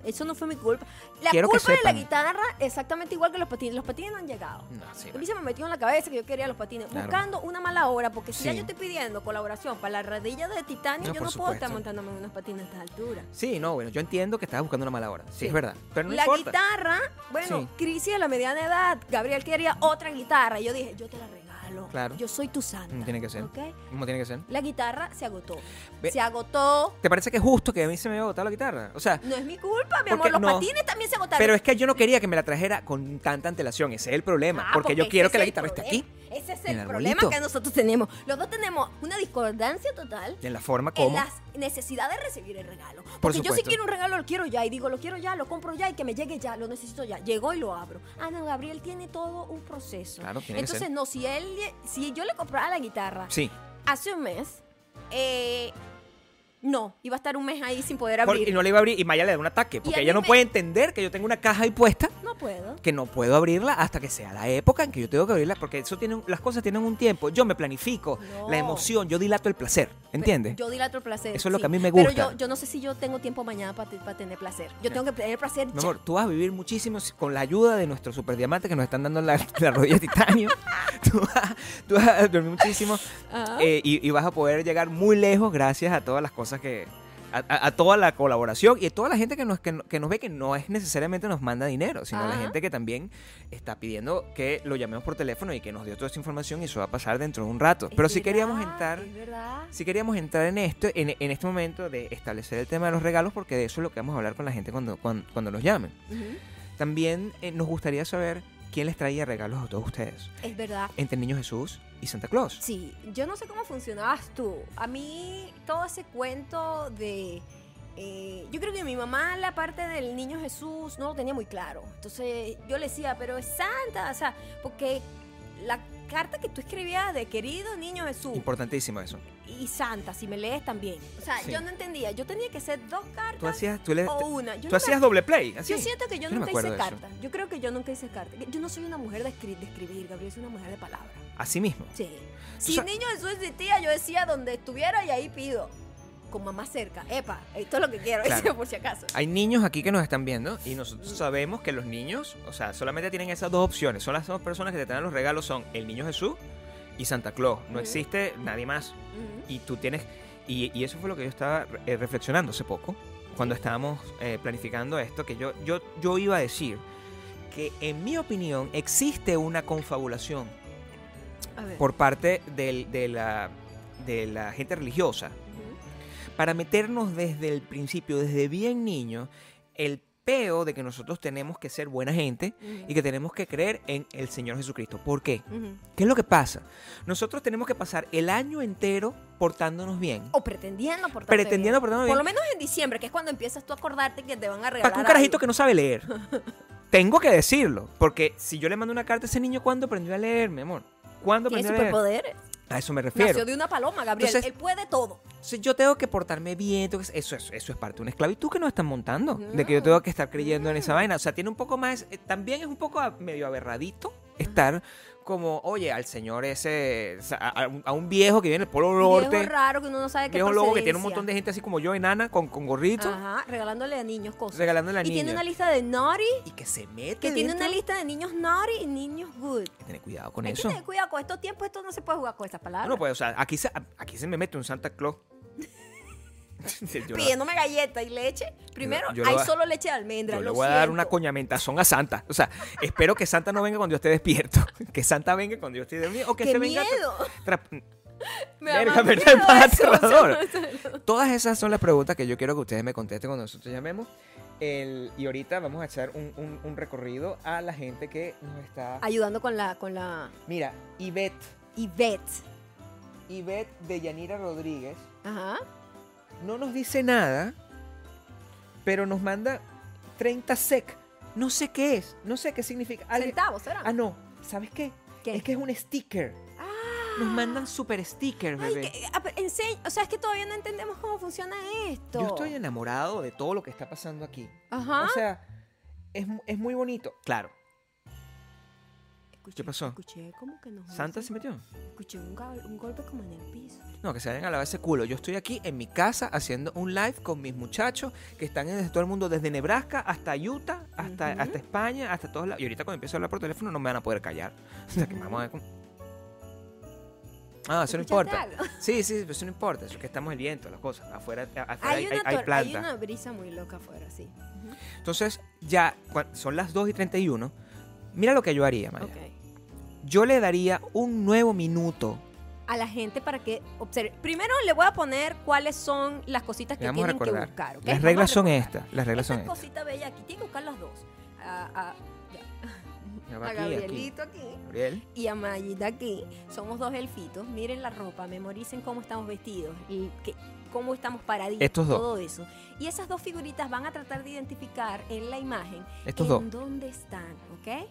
Eso no fue mi culpa. La Quiero que culpa de la sepan. guitarra, exactamente igual que los patines. Los patines no han llegado. No, sí, A mí se me metió en la cabeza que yo quería los patines. Claro. Buscando una mala hora, porque si ya Sí. yo estoy pidiendo colaboración para la radilla de titanio, No, yo por no puedo estar supuesto. montándome en unos patines a estas alturas. Sí, no, bueno, yo entiendo que estabas buscando una mala hora. Sí, Sí. es verdad. Pero no la importa. guitarra, bueno, Sí. crisis de la mediana edad. Gabriel quería otra guitarra. Y yo dije, yo te la regalo. Claro. Yo soy tu santa. Como tiene que ser. ¿Ok? ¿Cómo tiene que ser? La guitarra se agotó. Ve- Se agotó. ¿Te parece que es justo que a mí se me haya botado la guitarra? O sea, No es mi culpa, mi Porque amor. Los no. patines también se agotaron. pero es que yo no quería que me la trajera con tanta antelación. Ese es el problema. Ah, porque, yo ese quiero es que la el guitarra esté aquí. problema. Ese es en el, el problema arbolito. que nosotros tenemos. Los dos tenemos una discordancia total En la forma en como. las necesidades de recibir el regalo. Porque yo si supuesto. quiero un regalo, lo quiero ya. Y digo, lo quiero ya, lo compro ya y que me llegue ya, lo necesito ya. Llegó y lo abro. Ah, no, Gabriel tiene todo un proceso. Claro, tiene que Entonces, ser. no, si él si yo le comprara la guitarra Sí. hace un mes, eh, no, iba a estar un mes ahí sin poder Porque- abrir. y no le iba a abrir. Y Maya le da un ataque. Porque a ella mí no me- puede entender que yo tengo una caja ahí puesta. No puedo. que no puedo abrirla hasta que sea la época en que yo tengo que abrirla, porque eso tiene, un- las cosas tienen un tiempo. Yo me planifico, No. la emoción, yo dilato el placer, ¿entiendes? Yo dilato el placer. Eso es lo sí. que a mí me gusta. Pero yo, yo no sé si yo tengo tiempo mañana para tener placer. Yo Ya. tengo que tener placer Mi ya. amor, tú vas a vivir muchísimo si- con la ayuda de nuestros superdiamantes que nos están dando en la, la rodilla de titanio. tú, vas, tú vas a dormir muchísimo Ajá. eh, y, y vas a poder llegar muy lejos gracias a todas las cosas que... A, a- a toda la colaboración y a toda la gente que nos, que, no- que nos ve que no es necesariamente nos manda dinero, sino la Ajá. gente que también está pidiendo que lo llamemos por teléfono y que nos dio toda esa información y eso va a pasar dentro de un rato. Es Pero si verdad, queríamos entrar... es verdad. Si queríamos entrar en esto, en, en este momento de establecer el tema de los regalos, porque de eso es lo que vamos a hablar con la gente cuando, cuando, cuando nos llamen. Ujú. También eh, nos gustaría saber quién les traía regalos a todos ustedes, Es verdad. entre Niño Jesús y Santa Claus. Sí, yo no sé cómo funcionabas tú. A mí todo ese cuento de... eh, yo creo que mi mamá la parte del niño Jesús no lo tenía muy claro. Entonces yo le decía, pero es santa, o sea, porque la carta que tú escribías de querido niño Jesús Importantísimo eso. y santa, si me lees también. O sea, Sí. yo no entendía, yo tenía que hacer dos Tú cartas hacías, tú le- o tú una. oh, Yo, nunca- hacías doble play. así. yo siento que yo, Yo no me nunca acuerdo hice de eso. carta. Yo creo que yo nunca hice carta. Yo no soy una mujer de, escri- de escribir, Gabriel, soy una mujer de palabras. Así mismo. Sí. Si sabes- Niño Jesús existía, yo decía donde estuviera y ahí pido. Con mamá cerca. Epa, esto es lo que quiero, Claro. dice, por si acaso. Hay niños aquí que nos están viendo y nosotros sabemos que los niños, o sea, solamente tienen esas dos opciones. Son las dos personas que te traen los regalos, son el Niño Jesús y Santa Claus. No Ujú. existe nadie más. Ujú. y tú tienes y, y eso fue lo que yo estaba eh, reflexionando hace poco cuando estábamos eh, planificando esto que yo yo yo iba a decir que en mi opinión existe una confabulación A ver. por parte del- de la de la gente religiosa Ujú. para meternos desde el principio desde bien niño el peo de que nosotros tenemos que ser buena gente Ujú. y que tenemos que creer en el Señor Jesucristo ¿por qué? Ujú. ¿Qué es lo que pasa? Nosotros tenemos que pasar el año entero portándonos bien. O pretendiendo por pretendiendo portarnos Por bien lo menos en diciembre, que es cuando empiezas tú a acordarte que te van a regalar. Para un carajito algo. que no sabe leer. Tengo que decirlo. Porque si yo le mando una carta a ese niño, ¿cuándo aprendió a leer, mi amor? ¿Cuándo tiene aprendió a leer? superpoderes. A eso me refiero. Nació de una paloma, Gabriel. Entonces- Él puede todo. Si yo tengo que portarme bien. tengo que- Eso, es- eso es parte de una esclavitud que nos están montando. De que yo Mm. tengo que estar creyendo en esa vaina. O sea, tiene un poco más. eh, también es un poco a- medio aberradito estar como, oye, al señor ese. o sea, A, a un- a un viejo que viene del Polo Norte. Viejo raro que uno no sabe qué viejo lobo que tiene un montón de gente así como yo, enana, con, con gorrito. Ajá, regalándole a niños cosas. Regalándole a y tiene niños. una lista de naughty, Y que se mete. que tiene una dentro. lista de niños naughty y niños good. Hay que tener cuidado con Hay eso. que tener cuidado con estos tiempos, esto no se puede jugar con esas palabras. Bueno, pues, o sea, aquí se, aquí se me mete un Santa Claus. Yo le- Pidiéndome galleta y leche. Primero, yo le hay voy a- solo leche de almendra. yo le lo voy a dar siento. una coñamentazón a Santa. O sea, espero que Santa no venga cuando yo esté despierto. Que Santa venga cuando yo esté dormido. O que ¡Qué se venga. miedo! tra- tra- Me da Verga, más ¿verdad? Es miedo más eso, o sea, aterrador. o sea, Todas esas son las preguntas que yo quiero que ustedes me contesten cuando nosotros llamemos. El- y ahorita vamos a echar un, un- un recorrido a la gente que nos está. Ayudando con la, con la Mira, Ivette. Ivette. Ivette de Yanira Rodríguez. Ajá. no nos dice nada, pero nos manda 30 sec. No sé qué es, no sé qué significa. Alguien- Centavos, ¿será? Ah, no, ¿sabes qué? ¿Qué? Ah. Es que es un sticker. Nos mandan super stickers, Ay, bebé. que- a- pero ense- o sea, es que todavía no entendemos cómo funciona esto. Yo estoy enamorado de todo lo que está pasando aquí. Ajá. O sea, es, mu- es muy bonito. Claro. Escuché- ¿qué pasó? Escuché como que nos ¿Santa se hacen- metió? Escuché un, gol- un golpe como en el piso. No, que se vayan a lavar ese culo. Yo estoy aquí en mi casa haciendo un live con mis muchachos que están en todo el mundo, desde Nebraska hasta Utah, hasta, Ujú. hasta España, hasta todos lados. Y ahorita cuando empiezo a hablar por teléfono no me van a poder callar. O sea, que Ujú. vamos a ver cómo- Ah, eso ¿Escuchaste no importa. algo? Sí, sí, pero eso no importa. Eso es que estamos el viento, las cosas. Afuera, afuera hay, Hay, hay- una hay tor- hay planta. una brisa muy loca afuera, sí. Entonces, ya cua- son las 2 y 31. Mira lo que yo haría, Maya. Ok. Yo le daría un nuevo minuto. a la gente para que observe. Primero le voy a poner cuáles son las cositas que Le vamos a tienen que recordar. buscar. ¿ok? Las Vamos reglas a son recordar. estas. Las reglas Esta son estas. cosita bella aquí, tiene que buscar las dos. A, a- ya. Ya va A aquí, aquí. Gabrielito aquí. Gabriel. y a Mayita aquí. Somos dos elfitos. Miren la ropa, memoricen cómo estamos vestidos y que- cómo estamos paraditos. Estos dos. Todo eso. Y esas dos figuritas van a tratar de identificar en la imagen Estos en dos. dónde están, ¿ok?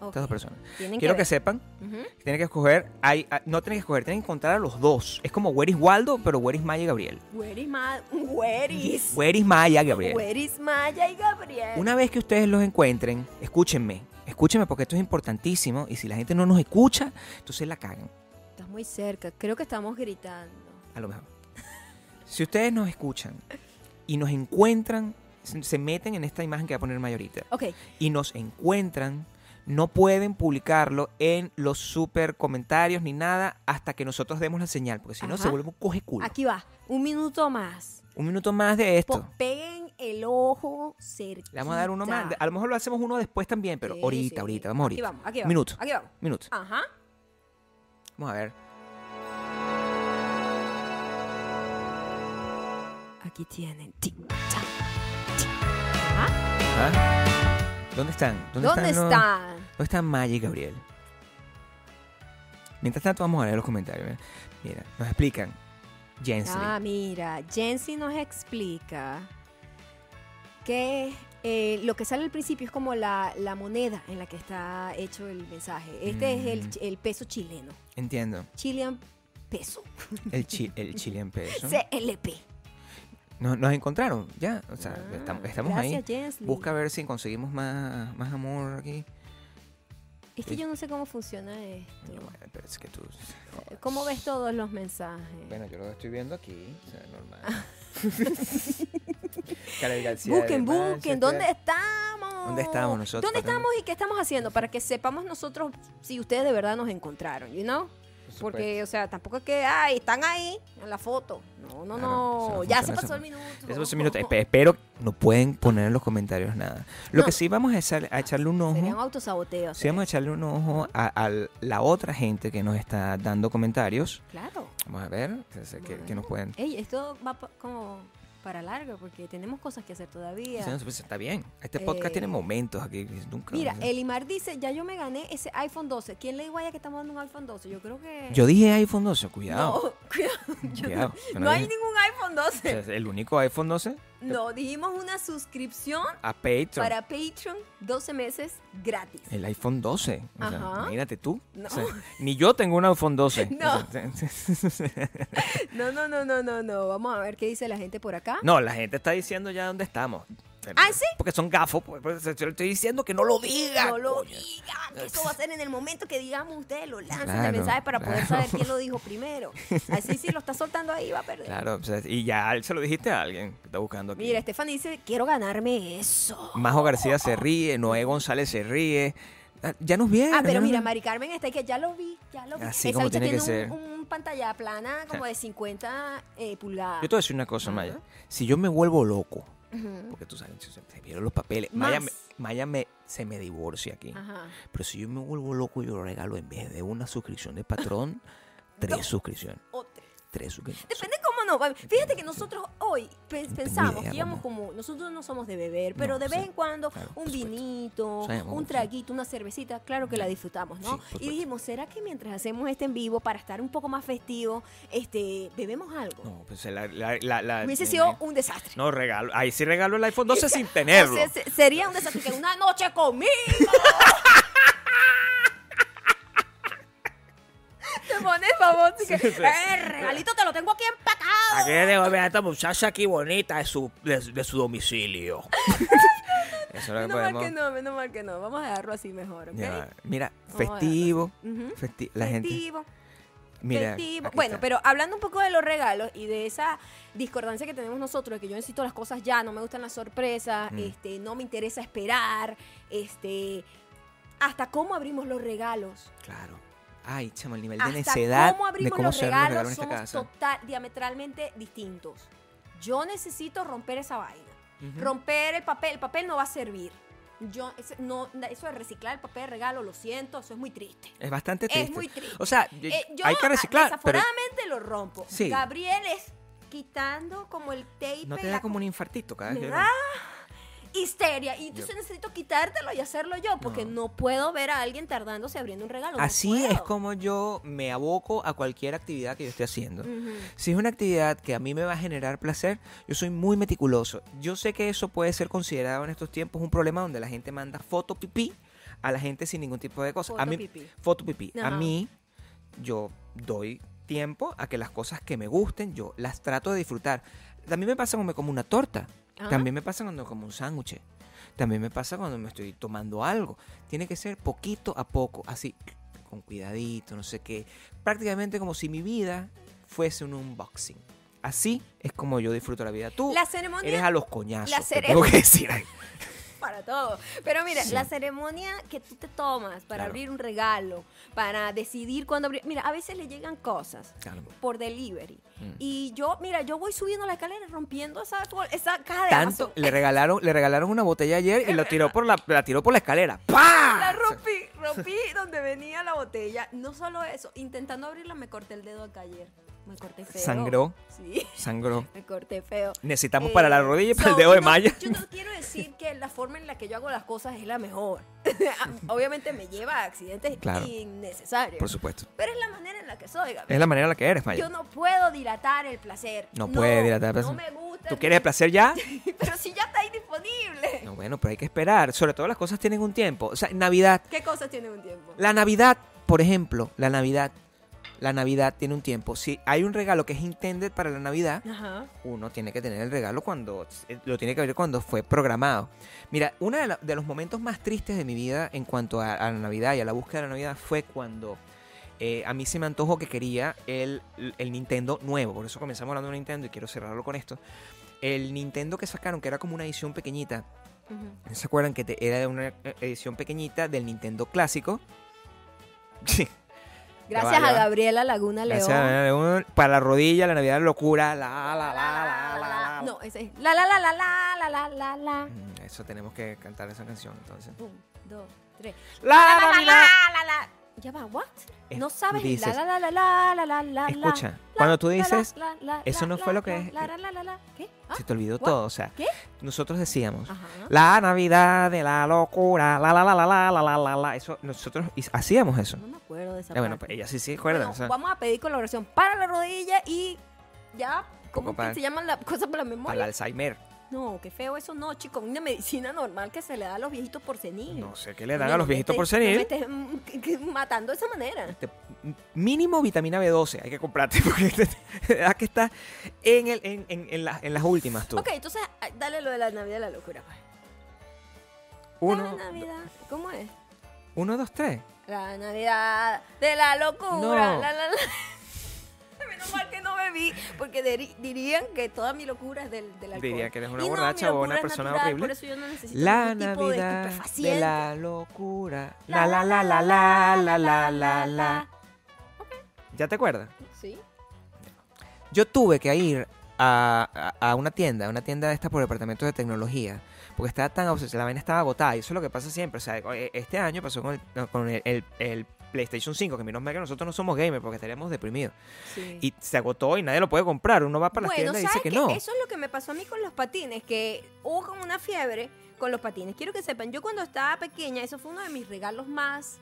Ok, Estas dos personas. tienen Quiero que ver. sepan Ujú. que tienen que escoger. Hay, ah, no tienen que escoger, tienen que encontrar a los dos. Es como Where is Waldo, pero Where is Maya y Gabriel. Where is Ma- Where is- Where is Maya y Gabriel. Where is Maya y Gabriel? Una vez que ustedes los encuentren, escúchenme. Escúchenme porque esto es importantísimo. Y si la gente no nos escucha, entonces la cagan. Estás muy cerca, creo que estamos gritando. A lo mejor. Si ustedes nos escuchan y nos encuentran, se se meten en esta imagen que va a poner Mayorita Ok, y nos encuentran, no pueden publicarlo en los super comentarios ni nada hasta que nosotros demos la señal, porque si no se Ajá. vuelve un coge culo. aquí va, un minuto más. Un minuto más de esto. Po- peguen el ojo cerca. Le vamos a dar uno más. A lo mejor lo hacemos uno después también, pero ahorita, ahorita, vamos ahorita. Aquí vamos, aquí vamos. Minuto, Aquí vamos. minuto. Ajá. Vamos a ver. Aquí tienen. Tic, tac. ¿Ah? ¿Dónde están? ¿Dónde, los- están? ¿Dónde están Maya y Gabriel? Mientras tanto, vamos a leer los comentarios. ¿eh? Mira, nos explican. Jensley. Ah, mira, Jensi nos explica que eh, lo que sale al principio es como la, la moneda en la que está hecho el mensaje. Este es el, Mm. ch- el peso chileno. Entiendo. Chilean peso. El, chi- el chile en peso. CLP. Nos, nos encontraron, ya. O sea, Ah, estamos, estamos gracias, ahí. Jensley. Busca ver si conseguimos más, más amor aquí. Es que yo no sé cómo funciona esto. Coño, madre, pero es que tú. ¿Cómo ves todos los mensajes? Bueno, yo lo estoy viendo aquí. O sea, normal. Karel García de busquen, Manchester. busquen. ¿Dónde estamos? ¿Dónde estamos nosotros? ¿Dónde Para- estamos y qué estamos haciendo? Para que sepamos nosotros si ustedes de verdad nos encontraron, you know? Por Porque, o sea, tampoco es que, ay, están ahí en la foto. No, no, Claro, no. eso no ya funciona, se eso pasó no- el minuto. Eso fue un minuto. Espe- Espero no pueden poner en los comentarios nada. Lo No. que sí vamos a, echar- a echarle un ojo. Sería un autosaboteo. Sí, vamos a echarle un ojo a, a la otra gente que nos está dando comentarios. Claro. Vamos a ver o sea, qué, qué nos pueden. Ey, esto va pa- como para largo porque tenemos cosas que hacer todavía. O sea, pues, está bien. Este podcast Eh, tiene momentos aquí. que Nunca, Mira, Elimar dice, ya yo me gané ese iPhone 12. ¿Quién le dijo a ella que estamos dando un iPhone 12? Yo creo que... Yo dije iPhone 12, cuidado. No, cuidado. yo Cuidado, no- yo no, no hay dije. ningún iPhone 12. O sea, el único iPhone 12 no, dijimos una suscripción a Patreon. para Patreon 12 meses gratis. El iPhone 12. O sea, Ajá. imagínate tú. No. O sea, ni yo tengo un iPhone 12. No. O sea, No, no, no, no, no, no. Vamos a ver qué dice la gente por acá. no, la gente está diciendo ya dónde estamos. ¿Ah, sí? Porque son gafos. pues, pues, Yo le estoy diciendo que no lo diga. No lo coño. digan, que eso va a ser en el momento que digamos ustedes lo lanzan Claro, el mensaje para poder claro. saber quién lo dijo primero. Así si lo está soltando ahí va a perder. Claro, o sea, y ya se lo dijiste a alguien que está buscando aquí. Mira, este Estefan dice, quiero ganarme eso. Majo García se ríe, Noé González se ríe. Ah, Ya nos vieron. Ah, pero ya nos mira, vieron. Mari Carmen está ahí que ya lo vi, ya lo vi. Esa Así Ah, como bicha tiene que tiene ser. un, un pantalla plana como de 50 eh, pulgadas. Yo te voy a decir una cosa, Maya. Ajá. Si yo me vuelvo loco, Ujú. porque tú sabes, se se vieron los papeles. Maya, me- Más. Maya me- se me divorcia aquí. Ajá. Pero si yo me vuelvo loco, yo regalo en vez de una suscripción de patrón, tres suscripciones. O tres. Tres suscripciones. Depende cómo no. Fíjate que nosotros hoy pe- pensamos idea, que íbamos Roma. como. Nosotros no somos de beber, pero No, de vez sí, en cuando claro, por un supuesto. vinito, Sabemos, un sí. traguito, una cervecita, claro que la disfrutamos, Sí, ¿no? por supuesto. y dijimos, ¿será que mientras hacemos este en vivo, para estar un poco más festivo, este, bebemos algo? No, pues la. la, la, la- Hubiese sido un desastre. No, regalo. Ahí sí regalo el iPhone 12 sin O tenerlo. sea, se- sería un desastre que una noche conmigo. Te pones famoso. y que, Sí, sí. "Eh, regalito te lo tengo aquí empacado. Aquí le devolver a esta muchacha aquí bonita de su, de, de su domicilio. Eso es lo que Menos mal podemos. que no, menos mal que no. Vamos a dejarlo así mejor, ¿ok? Ya, Mira, Vamos a dejarlo. festivo. Ujú. festi- la gente. Festivo, Mira, festivo. aquí Bueno, está. pero hablando un poco de los regalos y de esa discordancia que tenemos nosotros, de que yo necesito las cosas ya, no me gustan las sorpresas, Mm. este, no me interesa esperar, este, hasta cómo abrimos los regalos. Claro. Ay, chamo, el nivel de hasta necedad cómo de abrimos cómo los se abren regalos, los regalos en esta somos casa. total, diametralmente distintos. Yo necesito romper esa vaina. Ujú. Romper el papel, el papel no va a servir. Yo, ese- no, eso de reciclar el papel de regalo, lo siento, eso es muy triste. Es bastante Es triste. muy triste. O sea, Eh, yo hay que ah, reciclar, pero Desaforadamente lo rompo. Sí. Gabriel es quitando como el tape. no te y da la como un infartito cada vez que me lo- da histeria. Y entonces necesito quitártelo y hacerlo yo, porque no, puedo ver a alguien tardándose abriendo un regalo. no Así es puedo. como yo me aboco a cualquier actividad que yo esté haciendo. Ujú. Si es una actividad que a mí me va a generar placer, yo soy muy meticuloso. Yo sé que eso puede ser considerado en estos tiempos un problema donde la gente manda foto pipí a la gente sin ningún tipo de cosa. a Foto mí, pipí. Foto pipí. A Ajá. mí, yo doy tiempo a que las cosas que me gusten, yo las trato de disfrutar. También me pasa cuando me como una torta. Ajá. También me pasa cuando como un sándwich. También me pasa cuando me estoy tomando algo. Tiene que ser poquito a poco, así, con cuidadito, no sé qué. Prácticamente como si mi vida fuese un unboxing. Así es como yo disfruto la vida. Tú La ceremonia- eres a los coñazos. la te cere- tengo que decir. Ay, para todo. Pero mira, Sí. la ceremonia que tú te tomas para Claro. abrir un regalo, para decidir cuándo abrir. Mira, a veces le llegan cosas Claro. por delivery. Mm. Y yo, mira, yo voy subiendo la escalera rompiendo esa, esa caja de Tanto Amazon. le regalaron, le regalaron una botella ayer y la tiró por la, la tiró por la escalera. ¡Pah! La rompí, rompí donde venía la botella. No solo eso, intentando abrirla me corté el dedo acá ayer. Me corté feo. Sangró. Sí, Sangró. me corté feo. Necesitamos Eh, para la rodilla y para el so, dedo de no, Maya. Yo no quiero decir que la forma en la que yo hago las cosas es la mejor. Ah, Obviamente me lleva a accidentes Claro. innecesarios. Por supuesto. Pero es la manera en la que soy, Gabriel. Es la manera en la que eres, Maya. Yo no puedo dilatar el placer. No puede dilatar el placer. No me gusta. ¿Tú quieres el placer ya? Pero si ya está ahí disponible. No, bueno, pero hay que esperar. Sobre todo las cosas tienen un tiempo. O sea, Navidad. ¿Qué cosas tienen un tiempo? La Navidad, por ejemplo, la Navidad. La Navidad tiene un tiempo. Si hay un regalo que es intended para la Navidad, Ajá. uno tiene que tener el regalo cuando eh, lo tiene que ver cuando fue programado. Mira, uno de, la- de los momentos más tristes de mi vida en cuanto a, a la Navidad y a la búsqueda de la Navidad fue cuando eh, a mí se me antojó que quería el, el Nintendo nuevo. Por eso comenzamos hablando de Nintendo y quiero cerrarlo con esto. El Nintendo que sacaron, que era como una edición pequeñita. Ujú. ¿No se acuerdan que te- era de una eh, edición pequeñita del Nintendo clásico? Sí. Gracias va, a ya va. Gabriela Laguna León. Gracias a Daniela León. Para la rodilla, la Navidad locura. La, la, la, la, la, la. No, ese es. La la la la la la la la la. Mm, Eso tenemos que cantar esa canción entonces. Un, dos, tres. La La la la Navidad. la la. Ya va, what? Es- No sabes el Eh, dices- la la la la la la la. Escucha, la, cuando tú la, la, dices, la, la, eso no la, fue lo la, que- eh, La la la la la. ¿Qué? ¿Ah? Se te olvidó what? todo. O sea, ¿Qué? nosotros decíamos. Ajá. La Navidad de la locura. La, la, la, la, la, la, la, la, la. Eso, nosotros hi- hacíamos eso. No me acuerdo de esa Ah, bueno, parte. pues ella sí se acuerda. Mm, Bueno, o sea, Vamos a pedir colaboración para la rodilla y ya. ¿Cómo para- que se llaman las cosas para la memoria? para el Alzheimer. No, qué feo eso, no, chico. Una medicina normal que se le da a los viejitos por senil. No sé qué le dan a los viejitos por Me senil. estés mm, que- que matando de esa manera. te- m- mínimo vitamina B12 hay que comprarte porque te- de verdad que está en, el, en, en- en la- en las últimas tú. Ok, entonces ah, dale lo de la Navidad a la locura. pues. Uno, La Navidad, ¿cómo es? uno, dos, tres. La Navidad de la locura. No. La, la, la. Menos mal que no bebí, porque deri- dirían que toda mi locura es del, del alcohol. Diría que eres una Y no, mi borracha o locura una es persona natural, horrible. Por eso yo no necesito La ningún tipo de Navidad de estupefaciente. la locura. La la la la la la la la la. ¿Ya te acuerdas? Sí. Yo tuve que ir a, a- a una tienda, a una tienda de esta por departamento de tecnología, porque estaba tan obsesionada, la vaina estaba agotada, y eso es lo que pasa siempre. O sea, e- este año pasó con el, no, con el- el- el PlayStation 5, que menos mal que nosotros no somos gamers porque estaríamos deprimidos. Sí. Y se agotó y nadie lo puede comprar. Uno va para las bueno, tiendas y dice ¿sabes que qué? no. Eso es lo que me pasó a mí con los patines, que hubo como una fiebre con los patines. Quiero que sepan, yo cuando estaba pequeña, eso fue uno de mis regalos más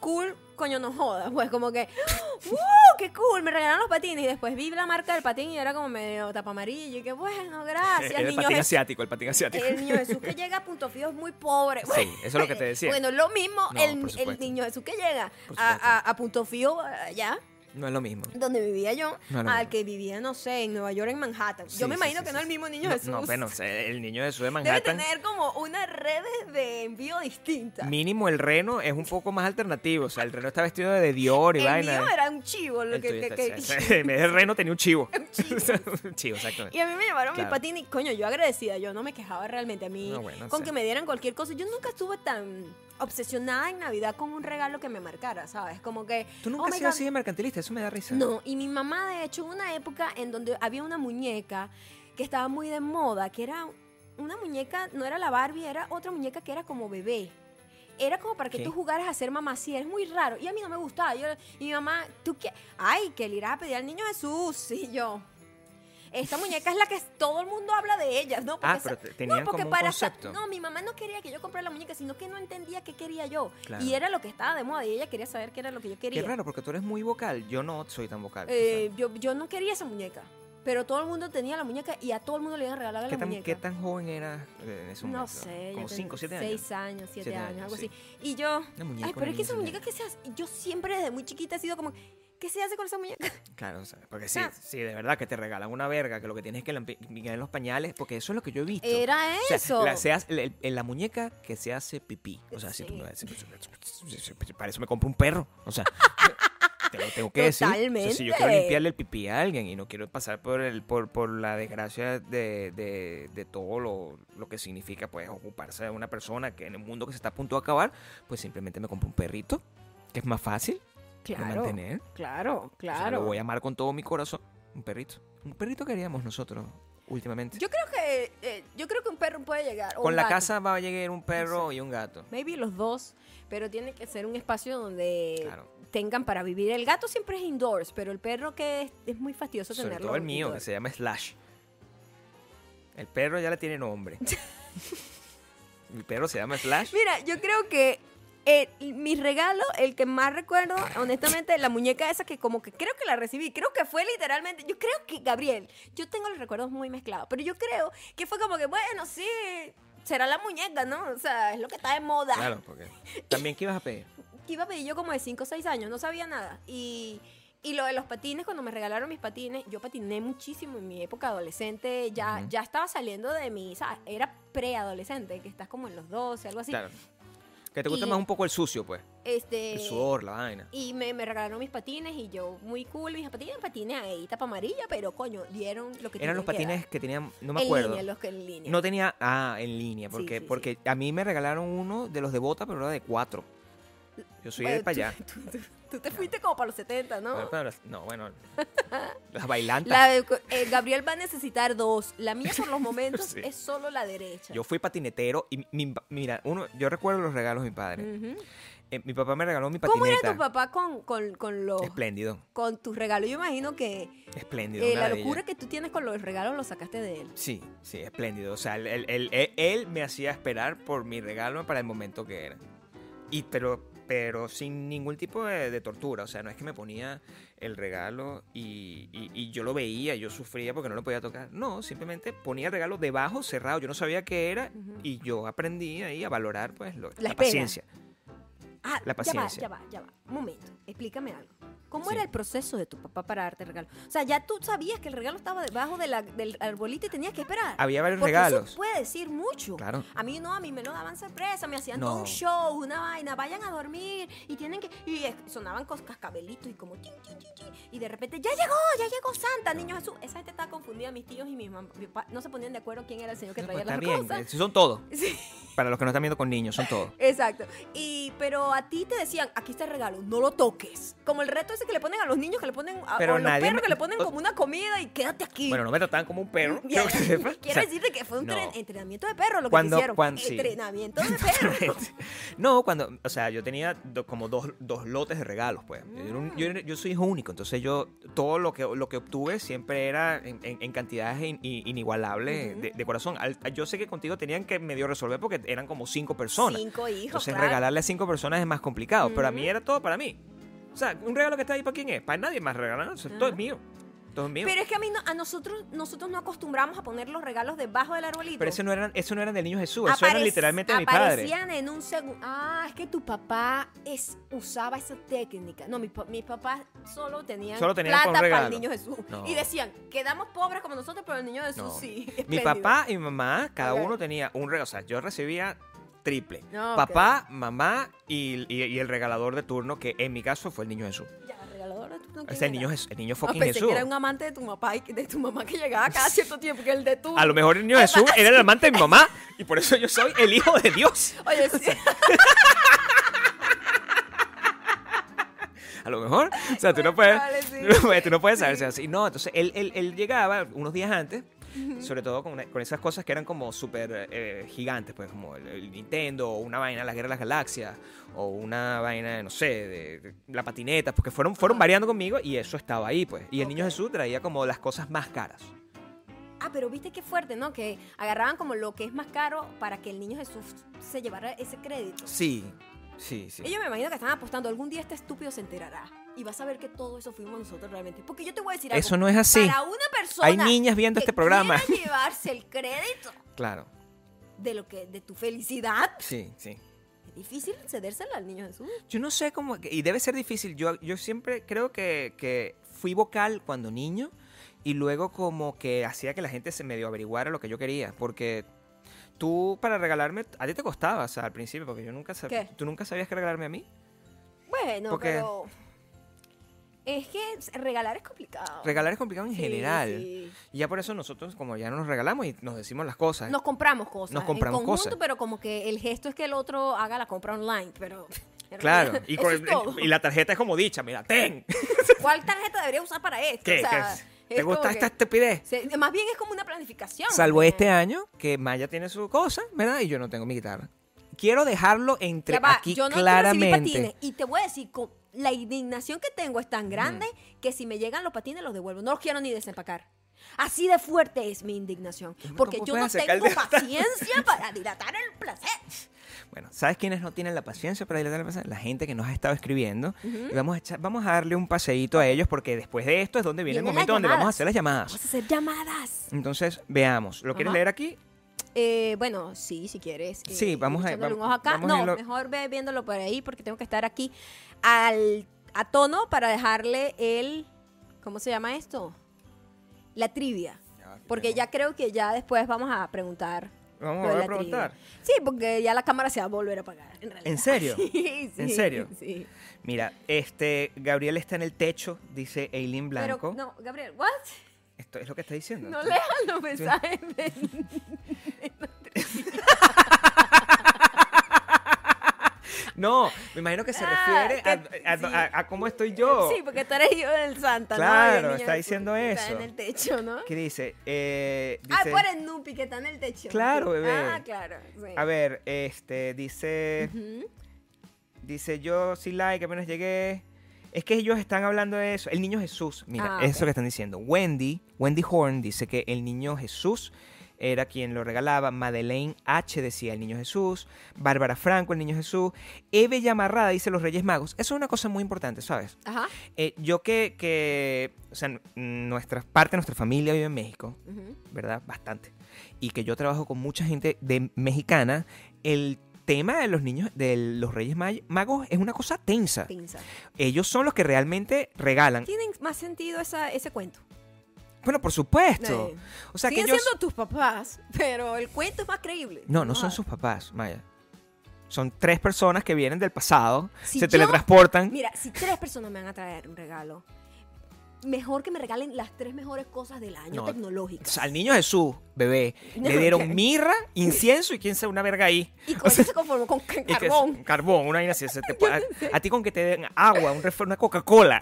cool, coño, no jodas. Pues como que, ¡uh! ¡Qué cool! Me regalaron los patines y después vi la marca del patín y era como medio tapa amarillo. Y que bueno, gracias, Eh, el niño patín Jesús. asiático, el patín asiático. El niño Jesús que llega a Punto Fijo es muy pobre. Sí, eso es lo que te decía. Bueno, lo mismo, No, el, por el supuesto. niño Jesús que llega Por a, supuesto. a- a Punto Fijo eh, allá No es lo mismo. donde vivía yo, No, no, al no. que vivía, no sé, en Nueva York, en Manhattan. Sí, yo me sí, imagino sí, que sí, no es el sí. mismo niño No, Jesús. No, bueno, o sea, el niño Jesús de Debe Manhattan. tener como unas redes de envío distintas. Mínimo el reno es un poco más alternativo. O sea, el reno está vestido de Dior y el vaina. mío era un chivo. Lo El que, tuyo que- está- que- o sea, En vez de reno tenía un chivo. Un chivo. un chivo, exactamente. y a mí me llevaron Claro. mi patín y, coño, yo agradecida, yo no me quejaba realmente. A mí, No, bueno, con sí. que me dieran cualquier cosa, yo nunca estuve tan obsesionada en Navidad con un regalo que me marcara, ¿sabes? Como que... Tú nunca oh has my sido God, así de mercantilista, eso me da risa. No, y mi mamá, de hecho, hubo una época en donde había una muñeca que estaba muy de moda, que era una muñeca, no era la Barbie, era otra muñeca que era como bebé. Era como para que ¿Qué? tú jugaras a ser mamá, sí, es muy raro. Y a mí no me gustaba. Yo, y mi mamá, ¿tú qué? Ay, que le irás a pedir al niño Jesús. Y yo, esta muñeca es la que todo el mundo habla de ella, ¿no? Ah, esa- pero te- tenían no, porque como un para concepto. No, mi mamá no quería que yo comprara la muñeca, sino que no entendía qué quería yo. Claro. Y era lo que estaba de moda y ella quería saber qué era lo que yo quería. Qué raro, porque tú eres muy vocal. Yo no soy tan vocal. o sea, Eh, yo, yo no quería esa muñeca, pero todo el mundo tenía la muñeca y a todo el mundo le iban a regalar ¿qué, la tan, muñeca. ¿Qué tan joven eras eh, en ese momento? no sé, Como yo 5, 7 años. 6 años, 7 Siete años, años, algo sí. así. Y yo, Una muñeca, ay, pero una es que niña esa de muñeca que se hace, yo siempre desde muy chiquita he sido como, ¿qué se hace con esa muñeca? Claro, o sea, porque sí, O sea- sí, de verdad que te regalan una verga, que lo que tienes es que limpiar los pañales, porque eso es lo que yo he visto. Era O sea, eso. la, se hace- el- el- la, muñeca que se hace pipí. O sea, si tú Sí. me haces- para eso me compro un perro. O sea, te lo tengo que decir. O sea, si yo Totalmente. quiero limpiarle el pipí a alguien y no quiero pasar por el por, por la desgracia de, de- de todo lo, lo que significa pues ocuparse de una persona que en el mundo que se está a punto de acabar, pues simplemente me compro un perrito, que es más fácil de claro, mantener. claro, O sea, claro. lo voy a amar con todo mi corazón. Un perrito. Un perrito que haríamos nosotros últimamente. Yo creo que, eh, yo creo que un perro puede llegar. o Con un la gato. casa va a llegar un perro y un gato. Maybe los dos, pero tiene que ser un espacio donde Claro. tengan para vivir. El gato siempre es indoors, pero el perro que es, es muy fastidioso Sobre tenerlo. todo el mío, indoor. que se llama Slash. El perro ya le tiene nombre. mi perro se llama Slash. Mira, yo creo que eh, mi regalo, el que más recuerdo, honestamente, la muñeca esa que como que creo que la recibí, creo que fue literalmente, yo creo que, Gabriel, yo tengo los recuerdos muy mezclados, pero yo creo que fue como que, bueno, sí, será la muñeca, ¿no? O sea, es lo que está de moda. Claro, porque. También, ¿qué ibas a pedir? Que iba a pedir yo como de 5 o 6 años, no sabía nada. Y, y lo de los patines, cuando me regalaron mis patines, yo patiné muchísimo en mi época adolescente, ya, Ujú. ya estaba saliendo de mi, ¿sabes? Era preadolescente, que estás como en los 12, algo así. Claro. Que te gusta Y- más un poco el sucio, pues. Este, El sudor, la vaina. Y me, me regalaron mis patines y yo, muy cool, mis patines, patines ahí, tapa amarilla, pero coño, dieron lo que Eran tenían que los patines dar. que tenían. No me en acuerdo. línea, los que en línea. No tenía. Ah, en línea. Porque, sí, sí. porque a mí me regalaron uno de los de bota, pero era de cuatro. Yo soy Bueno, de para allá. Ah, tú- Tú, tú- tú te fuiste como para los 70, ¿no? Bueno, pero las- No, bueno. Las bailantas. La de- eh, Gabriel va a necesitar dos. La mía por los momentos Sí. es solo la derecha. Yo fui patinetero y mi- mira, uno, yo recuerdo los regalos de mi padre. Ujú. Eh, mi papá me regaló mi patineta. ¿Cómo era tu papá con, con, con los Espléndido, con tus regalos? Yo imagino que espléndido. eh, una la maravilla. locura que tú tienes con los regalos lo sacaste de él. Sí, sí, espléndido. O sea, él, él- él- él- e, él me hacía esperar por mi regalo para el momento que era. Y pero, pero sin ningún tipo de, de tortura. O sea, no es que me ponía el regalo y, y- y yo lo veía, yo sufría porque no lo podía tocar. No, simplemente ponía el regalo debajo, cerrado. Yo no sabía qué era Ujú. y yo aprendí ahí a valorar pues lo- La la espera. paciencia. Ah, La paciencia. Ya va, ya va, ya va. Un momento, explícame algo. ¿Cómo Sí. era el proceso de tu papá para darte el regalo? O sea, ya tú sabías que el regalo estaba debajo de la- del arbolito y tenías que esperar. Había varios Porque regalos. Eso puede decir mucho. Claro. A mí no, a mí me lo daban sorpresa, me hacían todo No. un show, una vaina, vayan a dormir y tienen que. Y es- sonaban con cascabelitos y como. chin, chin, chin, chin, y de repente, ya llegó, ya llegó Santa, niño Jesús. Esa gente estaba confundida, mis tíos y mis mamás. mi papá, No se ponían de acuerdo quién era el señor que No, traía pues, las está bien, cosas. eh, son todos. Sí. Para los que no están viendo con niños, son todos. Exacto. Y pero a ti te decían, aquí está el regalo, no lo toques. Como el reto ese que le ponen a los niños, que le ponen a, Pero o a los nadie perros me- que le ponen o- como una comida y quédate aquí. Bueno, no me trataban como un perro. Y- quiero que sepa. O Quiero sea, decirte que fue un no. tren- entrenamiento de perro lo que Cuando- te hicieron. cuan- sí. entrenamiento de perro. No, cuando, o sea, yo tenía do- como dos, dos lotes de regalos, pues. Yo, era Mm. un- yo era- yo soy hijo único, entonces yo todo lo que, lo que obtuve siempre era en, en- en cantidades in- in- inigualables de, de corazón. Al- yo sé que contigo tenían que medio resolver porque eran como cinco personas. Cinco hijos. Entonces claro. regalarle a cinco personas es más complicado, pero a mí era todo para mí. O sea, un regalo que está ahí para quién es, para nadie más regalar, todo es mío. todo en vivo. Pero es que a mí no- a nosotros nosotros no acostumbramos a poner los regalos debajo del arbolito. Pero eso no eran, eso no eran del niño Jesús, eso Aparec- eran Pues literalmente de mi padre. aparecían en un segundo. Ah, es que tu papá es, usaba esa técnica. No, mi pa- mis papás solo tenían, Solo tenían para un plata para el regalo. niño Jesús. No. Y decían, quedamos pobres como nosotros, pero el niño Jesús No. sí. Mi espléndido". papá y mi mamá, cada Ok. uno tenía un regalo. O sea, yo recibía triple. No, ok. Papá, mamá y, y- y el regalador de turno, que en mi caso fue el niño Jesús. Ya, regaladora, tú no O tienes sea, el niño, nada. Jesús, el niño Ah, fucking pensé Jesús. que era un amante de tu mamá y que- de tu mamá que llegaba cada cierto tiempo, que el de tu. A lo mejor el Oh, niño Jesús era el amante de mi mamá y por eso yo soy el hijo de Dios. Oye, sí. A lo mejor. O sea, tú no puedes, Vale, sí. tú no puedes, tú no puedes saber. o sea, sí, no, entonces él, él- él llegaba unos días antes, sobre todo con, una- con esas cosas que eran como súper eh, gigantes, pues como el, el Nintendo, o una vaina de las guerras de las galaxias, o una vaina, no sé, de, de la patineta, porque fueron, fueron variando conmigo y eso estaba ahí, pues. Y el niño Ah. Ok. Jesús traía como las cosas más caras. Ah, pero viste qué fuerte, ¿no? Que agarraban como lo que es más caro para que el niño Jesús se llevara ese crédito. Sí, sí, sí. Ellos me imagino que están apostando, algún día este estúpido se enterará y vas a ver que todo eso fuimos nosotros realmente. Porque yo te voy a decir algo. Eso no es así. Para una persona Hay niñas viendo que este programa. quiera llevarse el crédito Claro, de lo que de tu felicidad, sí, sí. es difícil cedérsela al niño Jesús. Yo no sé cómo, y debe ser difícil, yo, yo siempre creo que, que fui vocal cuando niño y luego como que hacía que la gente se medio averiguara lo que yo quería, porque tú para regalarme, a ti te costaba, o sea, al principio, porque yo nunca sabía, ¿Qué? tú nunca sabías que regalarme a mí. Bueno, ¿Por qué? pero es que regalar es complicado. Regalar es complicado en Oh. Sí, general. sí. Y ya por eso nosotros como ya no nos regalamos y nos decimos las cosas. Nos compramos cosas. Nos compramos en conjunto, cosas. pero como que el gesto es que el otro haga la compra online, pero. pero Claro, y, eso con es el- todo. y la tarjeta es como dicha, mira, ten. ¿Cuál tarjeta debería usar para esto? ¿Qué? O sea, ¿Qué? es ¿Te como gusta que- esta estupidez? se- más bien es como una planificación. Salvo Eh, este año, que Maya tiene su cosa, ¿verdad? Y yo no tengo mi guitarra. Quiero dejarlo entre ya va, aquí yo no claramente. recibí patines. Y te voy a decir, con- la indignación que tengo es tan grande que si me llegan los patines los devuelvo. No los quiero ni desempacar. Así de fuerte es mi indignación. Hombre, Porque ¿cómo yo no puedes sacar tengo de- paciencia para dilatar el placer. Bueno, ¿sabes quiénes no tienen la paciencia para dilatar la paciencia? La gente que nos ha estado escribiendo. Y vamos a, echar- vamos a darle un paseíto a ellos porque después de esto es donde viene el Vienen las momento donde vamos a llamadas. hacer las llamadas. Vamos a hacer llamadas. Entonces, veamos. ¿Lo quieres Ajá. leer aquí? Eh, bueno, sí, si quieres. eh, Sí, vamos a- echándole un va- ojo acá. vamos a no, irlo- mejor ve viéndolo por ahí porque tengo que estar aquí al, a tono para dejarle el. ¿Cómo se llama esto? La trivia. Porque ya creo que ya después vamos a preguntar. Vamos lo de a volver a la trivia. preguntar. Sí, porque ya la cámara se va a volver a apagar. ¿En, realidad. ¿En serio? Sí, sí, ¿En serio? Sí. Mira, este, Gabriel está en el techo, dice Eileen Pero, Blanco. no, Gabriel, ¿what? Esto es lo que está diciendo. No leas los mensajes. No, me imagino que se Ah, refiere que- a, a- sí. a- a cómo estoy yo. Sí, porque tú eres yo del Santa, ¿no? Y el Claro, niño está de- diciendo Está eso. en el techo, ¿no? ¿Qué dice? Eh, Ah, dice- por el Nupi que está en el techo. Claro, bebé. Ah, claro. sí. A ver, este, dice. Dice yo, sí, like, apenas llegué. Es que ellos están hablando de eso. El niño Jesús, mira, Ah, eso es lo ok. que están diciendo. Wendy, Wendy Horn dice que el niño Jesús era quien lo regalaba. Madeleine H decía el niño Jesús. Bárbara Franco, el niño Jesús. Eve Yamarrada dice los Reyes Magos. Eso es una cosa muy importante, ¿sabes? Ajá. Eh, yo que, que, o sea, n- nuestra parte de nuestra familia vive en México. ujú. ¿verdad? Bastante. Y que yo trabajo con mucha gente de mexicana, el tema de los niños, de los Reyes Ma- Magos, es una cosa tensa. Pinza. Ellos son los que realmente regalan. Tienen más sentido esa, ese cuento. Bueno, por supuesto. Eh, O sea, que Siguen ellos... siendo Ah. tus papás, pero el cuento es más creíble. No, no son jodas. sus papás, Maya. Son tres personas que vienen del pasado, Si se yo- teletransportan. Mira, si tres personas me van a traer un regalo, mejor que me regalen las tres mejores cosas del año No, tecnológicas. O sea, al niño Jesús, bebé, le No, dieron ok. mirra, incienso y quién sabe una verga ahí. y con O sea, eso se conformó con Y que es- carbón. carbón, una vaina así, se te puede- a, a ti con que te den agua, un refresco, una Coca-Cola.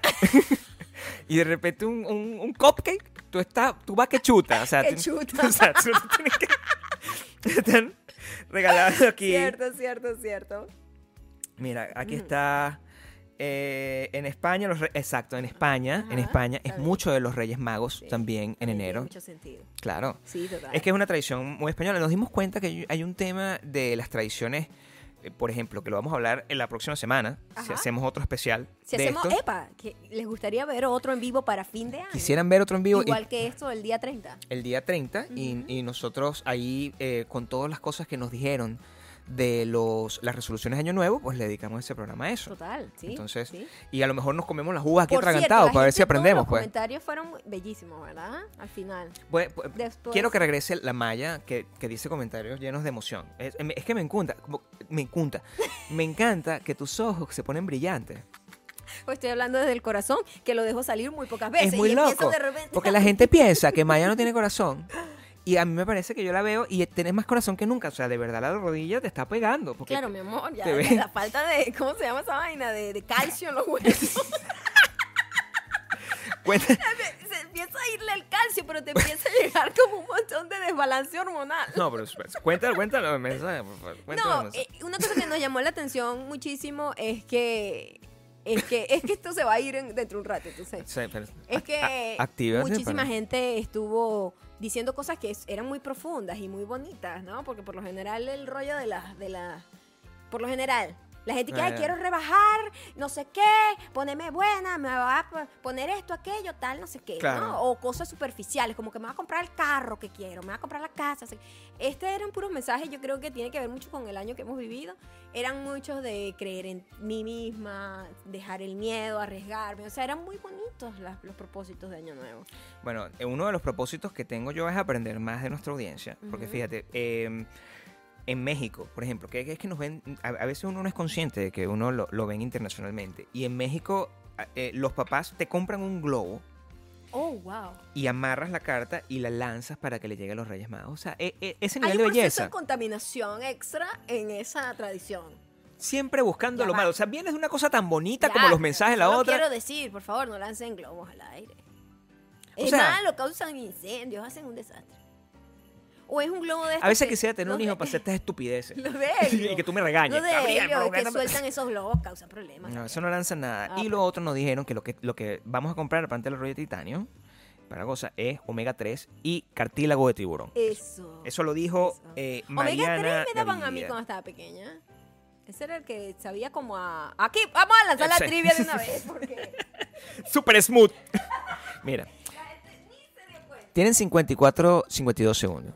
y de repente un, un- un cupcake, tú estás, tú vas que chuta. O sea, Que tú- chuta. O sea, tú tienes que. te Están regalando aquí. Cierto, Mm. cierto, cierto. Mira, aquí está. eh, en España, los re- exacto, en España, en Ajá, España es está bien. mucho de los Reyes Magos también en Tiene enero. mucho sentido. Claro. Sí, total. Es que es una tradición muy española. Nos dimos cuenta que hay- hay un tema de las tradiciones eh, por ejemplo, que lo vamos a hablar en la próxima semana, si Ajá. hacemos otro especial Si de hacemos, esto. epa, que les gustaría ver otro en vivo para fin de año. Quisieran ver otro en vivo y- Igual que esto el día 30. el día 30 y- y, nosotros ahí eh, con todas las cosas que nos dijeron de los, las resoluciones de Año Nuevo, pues le dedicamos ese programa a eso. Total, sí. Entonces, sí. Y a lo mejor nos comemos las uvas aquí Por cierto, atragantados la para ver gente, si aprendemos, todos Los pues. comentarios fueron bellísimos, ¿verdad? Al final. Bueno, pues, Después- quiero que regrese la Maya que, que dice comentarios llenos de emoción. Es, em, es que me encanta, como- me encanta, me encanta que tus ojos se ponen brillantes. Pues estoy hablando desde el corazón, que lo dejo salir muy pocas veces. es muy Pues y empiezo loco. de repente- Porque la gente piensa que Maya no tiene corazón. Y a mí me parece que yo la veo y tenés más corazón que nunca. O sea, de verdad la rodilla te está pegando. Porque Claro, mi amor, ya te de ve. la falta de, ¿cómo se llama esa vaina? De, de calcio en los huesos. cuenta- Se empieza a irle el calcio, pero te empieza a llegar como un montón de desbalance hormonal. No, pero espera, cuéntalo, cuéntalo, mensaje, por favor. Cuéntalo, No, mensaje. eh, una cosa que nos llamó la atención muchísimo es que es que es que esto se va a ir en- dentro de un rato, entonces. Sí, pero- Es que a- actívate muchísima para- gente estuvo diciendo cosas que es- eran muy profundas y muy bonitas, ¿no? Porque por lo general el rollo de las de la por lo general la gente que Ah, "Ay, ya. quiero rebajar, no sé qué, ponerme buena, me va a po- poner esto, aquello, tal, no sé qué, Claro. ¿no? O cosas superficiales, como que me va a comprar el carro que quiero, me va a comprar la casa. o sea, Este eran puros mensajes, yo creo que tiene que ver mucho con el año que hemos vivido. Eran muchos de creer en mí misma, dejar el miedo, arriesgarme. O sea, eran muy bonitos las- los propósitos de Año Nuevo. Bueno, eh, uno de los propósitos que tengo yo es aprender más de nuestra audiencia. Porque Ujú. fíjate, eh, en México, por ejemplo, que que es que nos ven, a, a veces uno no es consciente de que uno lo, lo ven internacionalmente. Y en México, a- eh, los papás te compran un globo Oh, wow. y amarras la carta y la lanzas para que le llegue a los Reyes Magos. O sea, e- e- ese Hay nivel un proceso de belleza. de contaminación extra en esa tradición. Siempre buscando Ya lo va. malo. O sea, vienes de una cosa tan bonita Ya, como los mensajes de la solo otra. quiero decir, por favor, no lancen globos al aire. O Es sea- malo, causan incendios, hacen un desastre. O es un globo de A veces que quisiera tener un hijo para hacer estas estupideces. Los de y que tú me regañes. Los de Gabriel, ellos, pero que gáname- sueltan esos globos causan problemas. No, también. eso no lanza nada. Ah, y pues. lo otro nos dijeron que lo que, lo que vamos a comprar aparte del rollo de titanio para goza es omega 3 y cartílago de tiburón. Eso. Eso lo dijo Eso. eh, Omega 3 Mariana me daban a mí Gaviria. cuando estaba pequeña. Ese era el que sabía como a... Aquí, vamos a lanzar la Sí. trivia de una vez, porque... Super smooth. Mira, tienen 54, 52 segundos.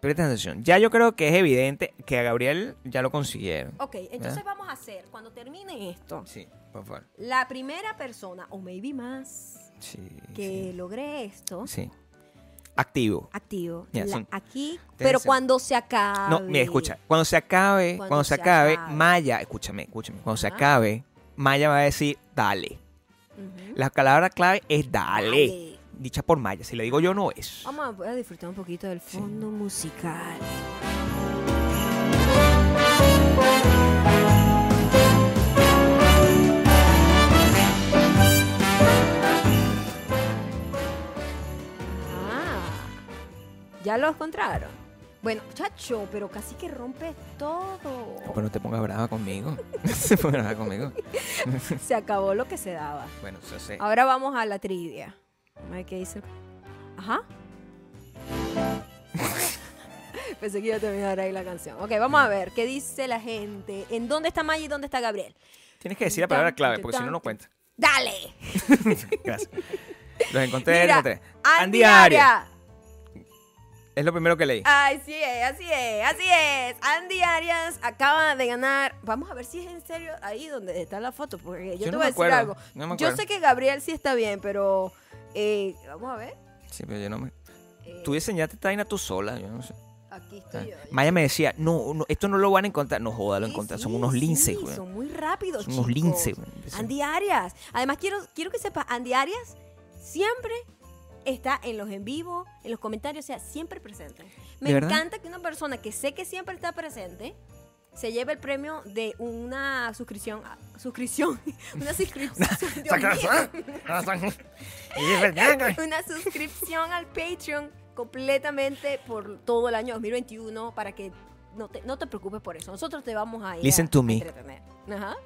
Presta atención. Ya yo creo que es evidente que a Gabriel ya lo consiguieron. Ok, entonces ¿Eh? vamos a hacer, cuando termine esto, Sí, por favor. la primera persona, o maybe más, Sí. que logre esto, sí. Sí. Activo. activo, Ya, la- son- aquí, que pero ser- cuando se acabe... No, mira, escucha. Cuando se acabe, Cuando cuando, se se, acabe, acabe. Maya, escúchame, escúchame. Cuando se Ajá. acabe, Maya va a decir, dale. Ujú. La palabra clave es dale, Dale. dicha por Maya. Si le digo yo, no es. Vamos a- voy a disfrutar un poquito del fondo musical. Ah, ya lo encontraron. Bueno, chacho, pero casi que rompes todo. Pero no te pongas brava conmigo. No te pongas brava conmigo. Se acabó lo que se daba. Bueno, yo sé. Ahora vamos a la trivia. A ver qué dice. Ajá. Pensé que iba a terminar ahí la canción. Ok, vamos a ver qué dice la gente. ¿En dónde está Maya y dónde está Gabriel? Tienes que decir la palabra clave, porque si no, no cuenta. ¡Dale! Gracias. Los encontré, los Mira, encontré. Andy Andy Arias. Arias. Es lo primero que leí. Ay, sí es, así es, así es. Andy Arias acaba de ganar. Vamos a ver si es en serio ahí donde está la foto, porque yo, Yo te no voy a me decir acuerdo, algo. no me yo acuerdo. sé que Gabriel sí está bien, pero eh, vamos a ver. Sí, pero yo no me. Eh, Tú Ah, diseñaste esta vaina tú sola, yo no sé. aquí estoy yo. ya. Maya me decía, no, no, esto no lo van a encontrar. No joda, lo Sí, encontré. sí, Son unos sí, linces, güey. Son muy rápidos. Son unos chicos. linces, güey. Andy Arias. Además, quiero, quiero que sepas, Andy Arias siempre está en los en vivo, en los comentarios, o sea, siempre presente. Me ¿De verdad? encanta que una persona que sé que siempre está presente se lleve el premio de una suscripción. a- suscripción. Una suscripción. Dios ¿eh? mío. una suscripción al Patreon completamente por todo el año 2021 para que no te, no te preocupes por eso. Nosotros te vamos a ir Listen a to me. entretener. Ajá.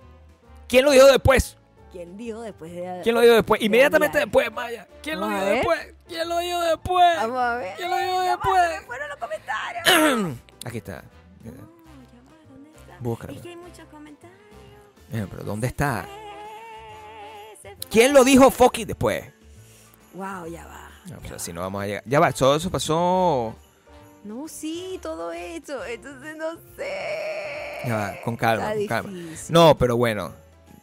¿Quién lo dijo después? ¿Quién dijo después de.? ¿Quién lo dijo después? de Inmediatamente hablar? después, Maya. ¿Quién lo Eh, Vamos a dijo ver. después? ¿Quién lo dijo después? Vamos a ver. ¿Quién lo dijo Ya va, después? se me fueron los comentarios. Aquí está. No, ya va, ¿dónde está? Búscalo. pues. Es que hay muchos comentarios. Bueno, pero ¿dónde está? ¿Quién lo dijo Foki después? Eh, Wow, ya va. No, pues así no vamos a llegar. Ya va, todo eso pasó. No, sí, todo eso. Entonces no sé. Ya va, con calma, Está con calma. difícil. No, pero bueno.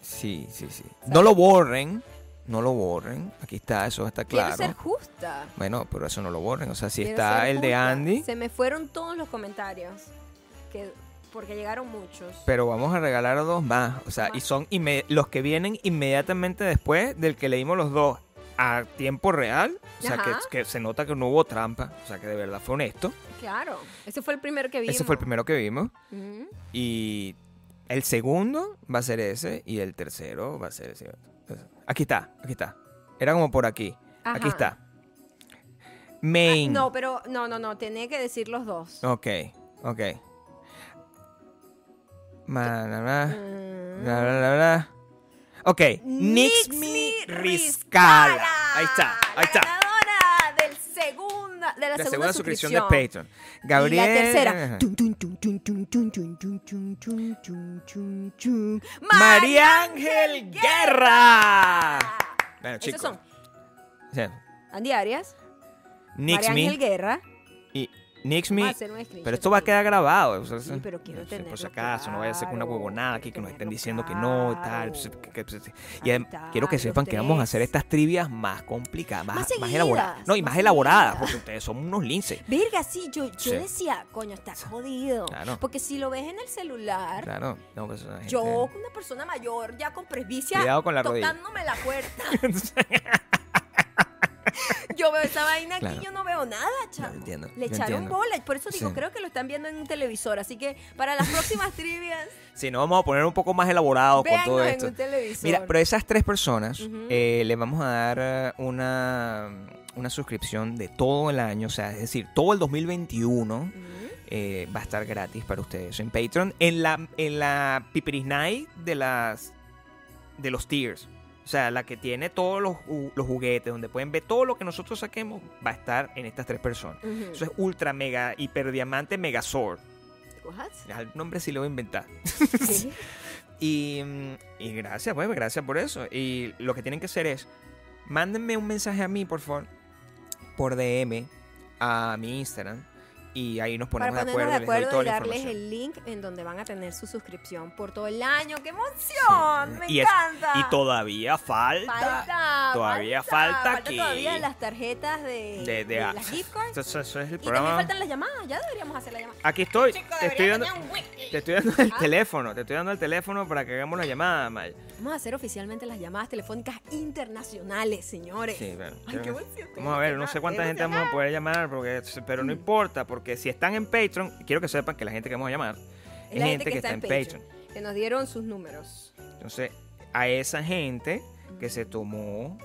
Sí, sí, sí. No lo borren. No lo borren. Aquí está, eso está Quiero claro. ser justa. Bueno, pero eso no lo borren. O sea, si Quiero está ser el de justa. Andy, Se me fueron todos los comentarios. Que, porque llegaron muchos. pero vamos a regalar dos más. O sea, y son inme- los que vienen inmediatamente después del que leímos los dos a tiempo real. O sea, que, Ajá. que se nota que no hubo trampa. O sea, que de verdad fue honesto. Claro. Ese fue el primero que vimos. Ese fue el primero que vimos. Ujú. Y el segundo va a ser ese. Y el tercero va a ser ese. Aquí está, aquí está. Era como por aquí. Aquí Ajá. está. Ah, Main. no, pero no, no, no. Tenía que decir los dos. Ok, ok. Ma, na, na, Mm. na, na, na, na. Ok, Nix Nixmi Mi Riscala. Riscala, Ahí está, ahí está. La ganadora del segunda, de la, La segunda, segunda suscripción suscripción de Patreon. Gabriel. Y la tercera. Ajá. Tun, tun, tun, tun, tun, tun, tun, tun, tun, tun, tun, tun, tun. María Ángel Guerra. Bueno, Esos chicos. son sí. Andy Arias, María Ángel Nixmi Guerra. y Nixmi. Vamos a hacer un screenshot Pero esto va a aquí. quedar grabado. o sea, Sí, pero quiero sí, tenerlo Por si acaso, no vaya a ser una claro, huevonada aquí quiero que nos estén tenerlo diciendo que no y tal. claro. pues, que- que- pues, Ahí Y adem- está, quiero que los sepan que vamos a hacer tres. estas trivias más complicadas, más, Más seguidas, elaboradas. No, y más, más elaboradas, seguidas. porque ustedes son unos linces. Verga, sí, yo, yo Sí. decía, coño, está jodido. Claro. Porque si lo ves en el celular, Claro, no, pues, la gente- yo, una persona mayor, ya con presbicia, Cuidado con la rodilla. tocándome la puerta. Yo veo esa vaina aquí, Claro. yo no veo nada, chaval. entiendo, Le yo echaron entiendo. bola. Por eso digo, Sí. creo que lo están viendo en un televisor. Así que para las próximas trivias, Si no, vamos a poner un poco más elaborado con todo véannos en esto. un televisor. Mira, pero esas tres personas Ujú. eh, le vamos a dar eh, una, una suscripción de todo el año, o sea, es decir, todo el 2021 Mm, eh, va a estar gratis para ustedes en Patreon, en la, en la Pipiris Night de, las, de los tiers. O sea, la que tiene todos los, ju- los juguetes, donde pueden ver todo lo que nosotros saquemos, va a estar en estas tres personas. Ujú. Eso es ultra mega, hiper diamante, megazord. What? Al nombre sí lo voy a inventar. ¿Qué? Y, mm, y gracias, pues, gracias por eso. Y lo que tienen que hacer es, mándenme un mensaje a mí, por favor, por DM, a mi Instagram, y ahí nos Para ponemos de ponernos acuerdo. de acuerdo les doy toda y la darles información. el link en donde van a tener su suscripción por todo el año. ¡Qué emoción! ¡Me Y es- encanta! Y todavía falta. Falta, todavía falta que- todavía las tarjetas de, De, de- de ah, las gift cards. Eso, eso- eso es el Y también programa. faltan las llamadas. Ya deberíamos hacer la llamada. Aquí estoy. te, estoy dando, te estoy dando el Ah. teléfono. Te estoy dando el teléfono para que hagamos la llamada, May. Vamos a hacer oficialmente las llamadas telefónicas internacionales, señores. Sí, bueno, Ay, yo- qué emoción, estoy Vamos a ver, no emocionada, sé cuánta estoy gente vamos a emocionada. poder llamar, porque, pero Mm. no importa, porque si están en Patreon, quiero que sepan que la gente que vamos a llamar es Es la gente que, está, en Patreon. Que nos dieron sus números. Entonces, a esa gente que se tomó,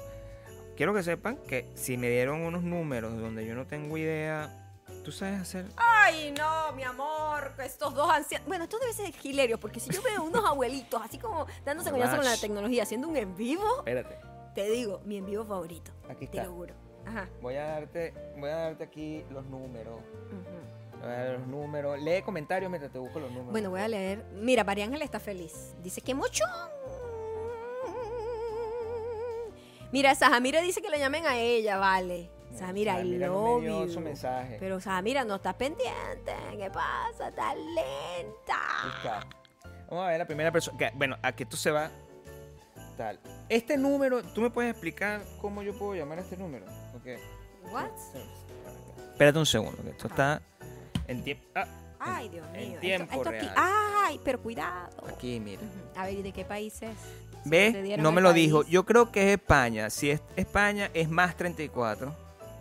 quiero que sepan que si me dieron unos números donde yo no tengo idea, tú sabes hacer. Ay, no, mi amor, que estos dos ancianos. Bueno, esto debe ser Gilerio, porque si yo veo unos abuelitos así como dándose coñazo con la Relax. tecnología, haciendo un en vivo, Espérate, te digo, mi en vivo favorito. aquí Te está. lo juro. Ajá. Voy a darte, voy a darte aquí los números. ujú. Voy a dar los números. Lee comentarios mientras te busco los números. Bueno, voy a leer. Mira, María Ángela está feliz. Dice que mucho. Mira, Sajamira dice que le llamen a ella, vale. Sajamira, I mira, Eh, no love me dio you. su mensaje. Pero, o sea, mira, no estás pendiente. ¿Qué pasa? Estás lenta. Busca. Vamos a ver la primera persona. que- Bueno, a que tú se va. Tal. Este número, ¿tú me puedes explicar cómo yo puedo llamar a este número? Porque. ¿What? Espérate un segundo, que esto está en tiempo. Ah, Ay, Dios En mío. tiempo esto, esto aquí. real. Ay, pero cuidado. aquí, mira. Ujú. A ver, ¿y de qué país es? Si te ¿Ves? dieron No el me lo dijo. país. Yo creo que es España. Si es España, es más 34.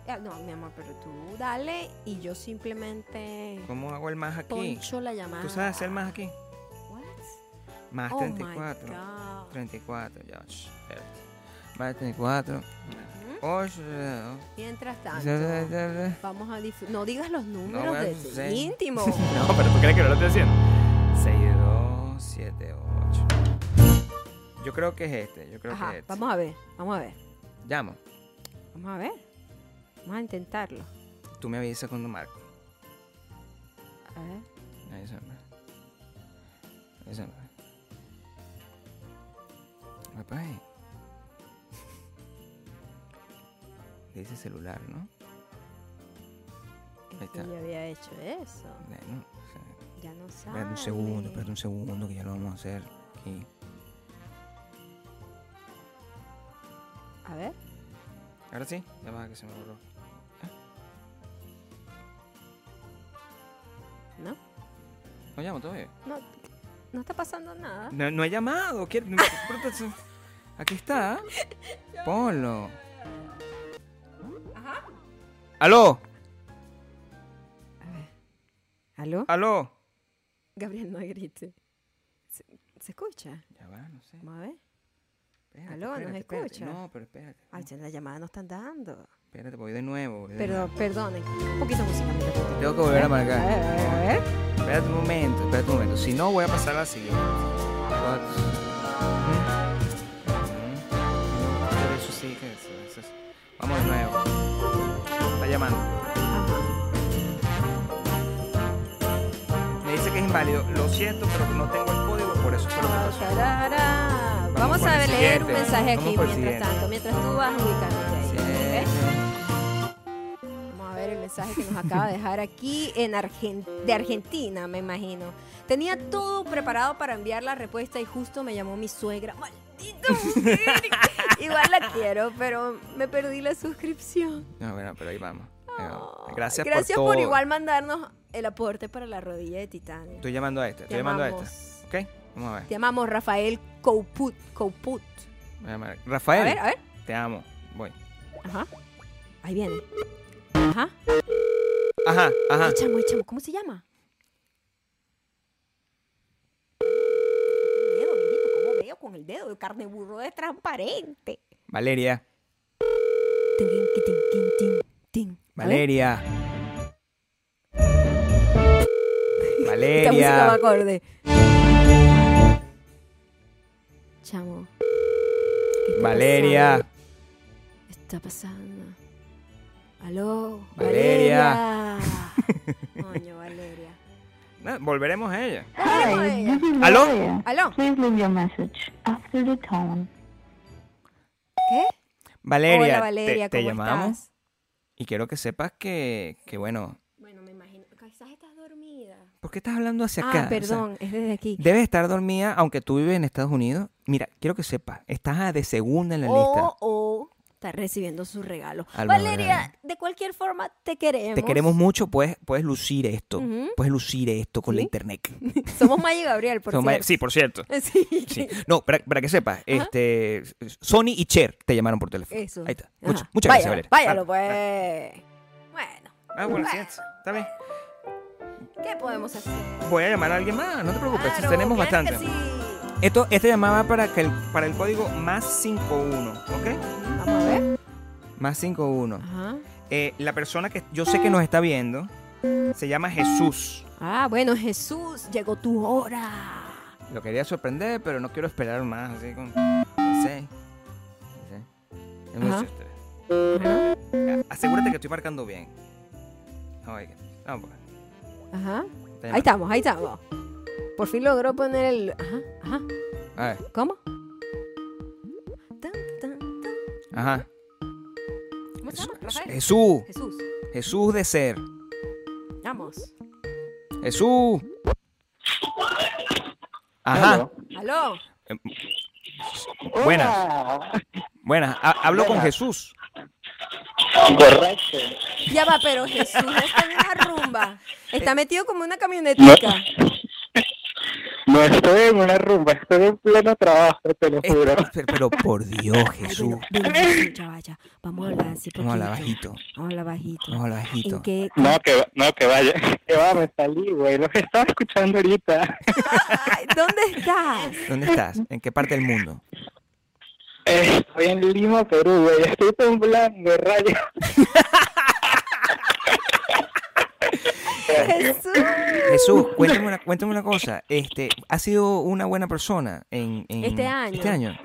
Ah, No, mi amor, pero tú dale y yo simplemente ¿Cómo hago el más aquí? poncho la llamada. ¿Tú sabes hacer más aquí? What? Más Oh, my 34. God. 34, ya. shh, espérate. Más 34. Ocho, eh, Mientras oh. tanto, vamos a disfrutar. No digas los números bueno, de sí. íntimo. No, pero tú crees que no lo estoy haciendo. 6, 2, 7, 8. Yo creo que es este. Yo creo Ajá, que es este. vamos a ver, vamos a ver, Llamo. vamos a ver. Vamos a intentarlo. Tú me avisas cuando marco. A ver. Me avisas, me- Eso. Papá. eh. Le dice celular, ¿no? Es Ahí que está. yo había hecho eso. Bueno, o sea, Ya no sabes. espérate un segundo, espérate un segundo que ya lo vamos a hacer aquí. A ver. Ahora sí, ya va que se me borró. No. No llamo todavía. No, no está pasando nada. No, no he llamado. ¿quiere- Aquí está. Ponlo. Ajá. ¡Aló! A ver. ¿Aló? ¡Aló! Gabriel, no grite. ¿Se, se escucha? Ya va, no sé. Vamos a ver. Espérate, Aló, ¿nos espérate, espérate. escucha? Ah, No, pero espérate. Ay, ya la llamada no están dando. Espérate, voy de nuevo. voy de Pero, nuevo. perdonen. Un poquito de música. mira, poquito. Tengo que volver a A ver, marcar. a ver, a ver. Espérate un momento, espérate un momento. Si no, voy a pasar a la siguiente. Pero eso sí que es- eso es- Vamos de nuevo. Está llamando. Me dice que es inválido. Lo siento, pero no tengo el código, por eso fue lo que pasó. Tarara. Vamos Vamos por a el leer un siguiente. mensaje Vamos aquí por el mientras siguiente. tanto, mientras tú vas ubicándote ahí. ¿ok? Sí. Vamos a ver el mensaje que nos acaba de dejar aquí en Argen- de Argentina, me imagino. Tenía todo preparado para enviar la respuesta y justo me llamó mi suegra. ¡Maldita mujer! Igual la quiero, pero me perdí la suscripción. No, bueno, pero ahí vamos. Ahí vamos. Oh, Gracias, Gracias por, todo. igual mandarnos el aporte para la rodilla de titanio. Estoy llamando a esta, Te estoy llamando a esta. amamos. ¿Ok? Vamos a ver. Te amamos, Rafael Couput. Couput. Voy a llamar. A Rafael, ver, a ver. te amo. Voy. Ajá. Ahí viene. Ajá. Ajá, ajá. Ay, chamo, ay, chamo, ¿Cómo se llama? Miedo, mijito, ¿cómo veo con el dedo de carne burro de transparente? Valeria. Tin, tin, tin, tin, tin, tin. A ver, Valeria. Esta música va Valeria. acorde. Chamo. ¿qué está Valeria. pasando? Está pasando. Aló. Valeria. Valeria. Coño, Valeria. No, volveremos a ella. Hi, this is Aló. Gloria. Aló. Please leave your message after the tone. ¿Qué? Valeria, Hola, te- Valeria, te, ¿cómo llamamos estás? y quiero que sepas que, que, bueno, Bueno, me imagino. Quizás estás dormida. ¿por qué estás hablando hacia acá? Ah, O sea, perdón, es desde aquí. debes estar dormida, aunque tú vives en Estados Unidos. Mira, quiero que sepas, estás a de segunda en la O, lista. o está recibiendo su regalo. Alma Valeria, dorada. de cualquier forma, te queremos. Te queremos mucho, puedes, puedes lucir esto, Ujú. puedes lucir esto con la Sí. internet. Somos Maya y Gabriel, por Toma- cierto. sí, por cierto. Sí. Sí. No, para, para que sepas, este, Sony y Cher te llamaron por teléfono. Eso. Ahí está. Ajá. Muchas- muchas Váyalo, gracias, Valeria. Váyalo, Vale, pues. Bueno, Ah, bueno, sí, está bien. ¿qué podemos hacer? Voy a llamar a alguien más, no te preocupes, Claro, Uh, tenemos claro que bastante. sí. Esto, esta llamada para, que el, para el código más 51, ¿ok? Vamos a ver. Más 51. Ajá. Eh, la persona que yo sé que nos está viendo se llama Jesús. Ah, bueno, Jesús, llegó tu hora. Lo quería sorprender, pero no quiero esperar más, así con... No sé. No sé. Es muy Ajá. chiste. Ajá. A- Asegúrate que estoy marcando bien. Oiga, no, pues, Ajá. está Ahí estamos, ahí estamos. Por fin logró poner el. Ajá, ajá. llamando. A ver, ¿Cómo? Tan, tan, tan. ajá. ¿Cómo se llama? Jesús, Rafael. Jesús, Jesús. Jesús de ser. Vamos. Jesús. Ajá. Aló. Buenas, buenas. Ha- Hablo con Buenas. Jesús. Correcto. Ya va, pero Jesús está en una rumba. Eh. Está metido como una camionetica. No estoy en una rumba, estoy en pleno trabajo, te lo Eh, juro. pero, pero por Dios, Ay, Jesús. bueno, bueno, Jesús, ya va, ya. Vamos a hablar así Vamos a hablar poquito. bajito. Vamos a hablar bajito. Vamos a hablar bajito. ¿En qué? No, que va- no, que vaya, que va, me salí, güey, lo que estaba escuchando ahorita. Ay, ¿Dónde estás? ¿Dónde estás? ¿En qué parte del mundo? Eh, Estoy en Lima, Perú, güey, estoy temblando, rayo. Jesús. Jesús, cuéntame una, cuéntame una cosa. Este, ¿Has sido una buena persona en, en- Este año. Este año.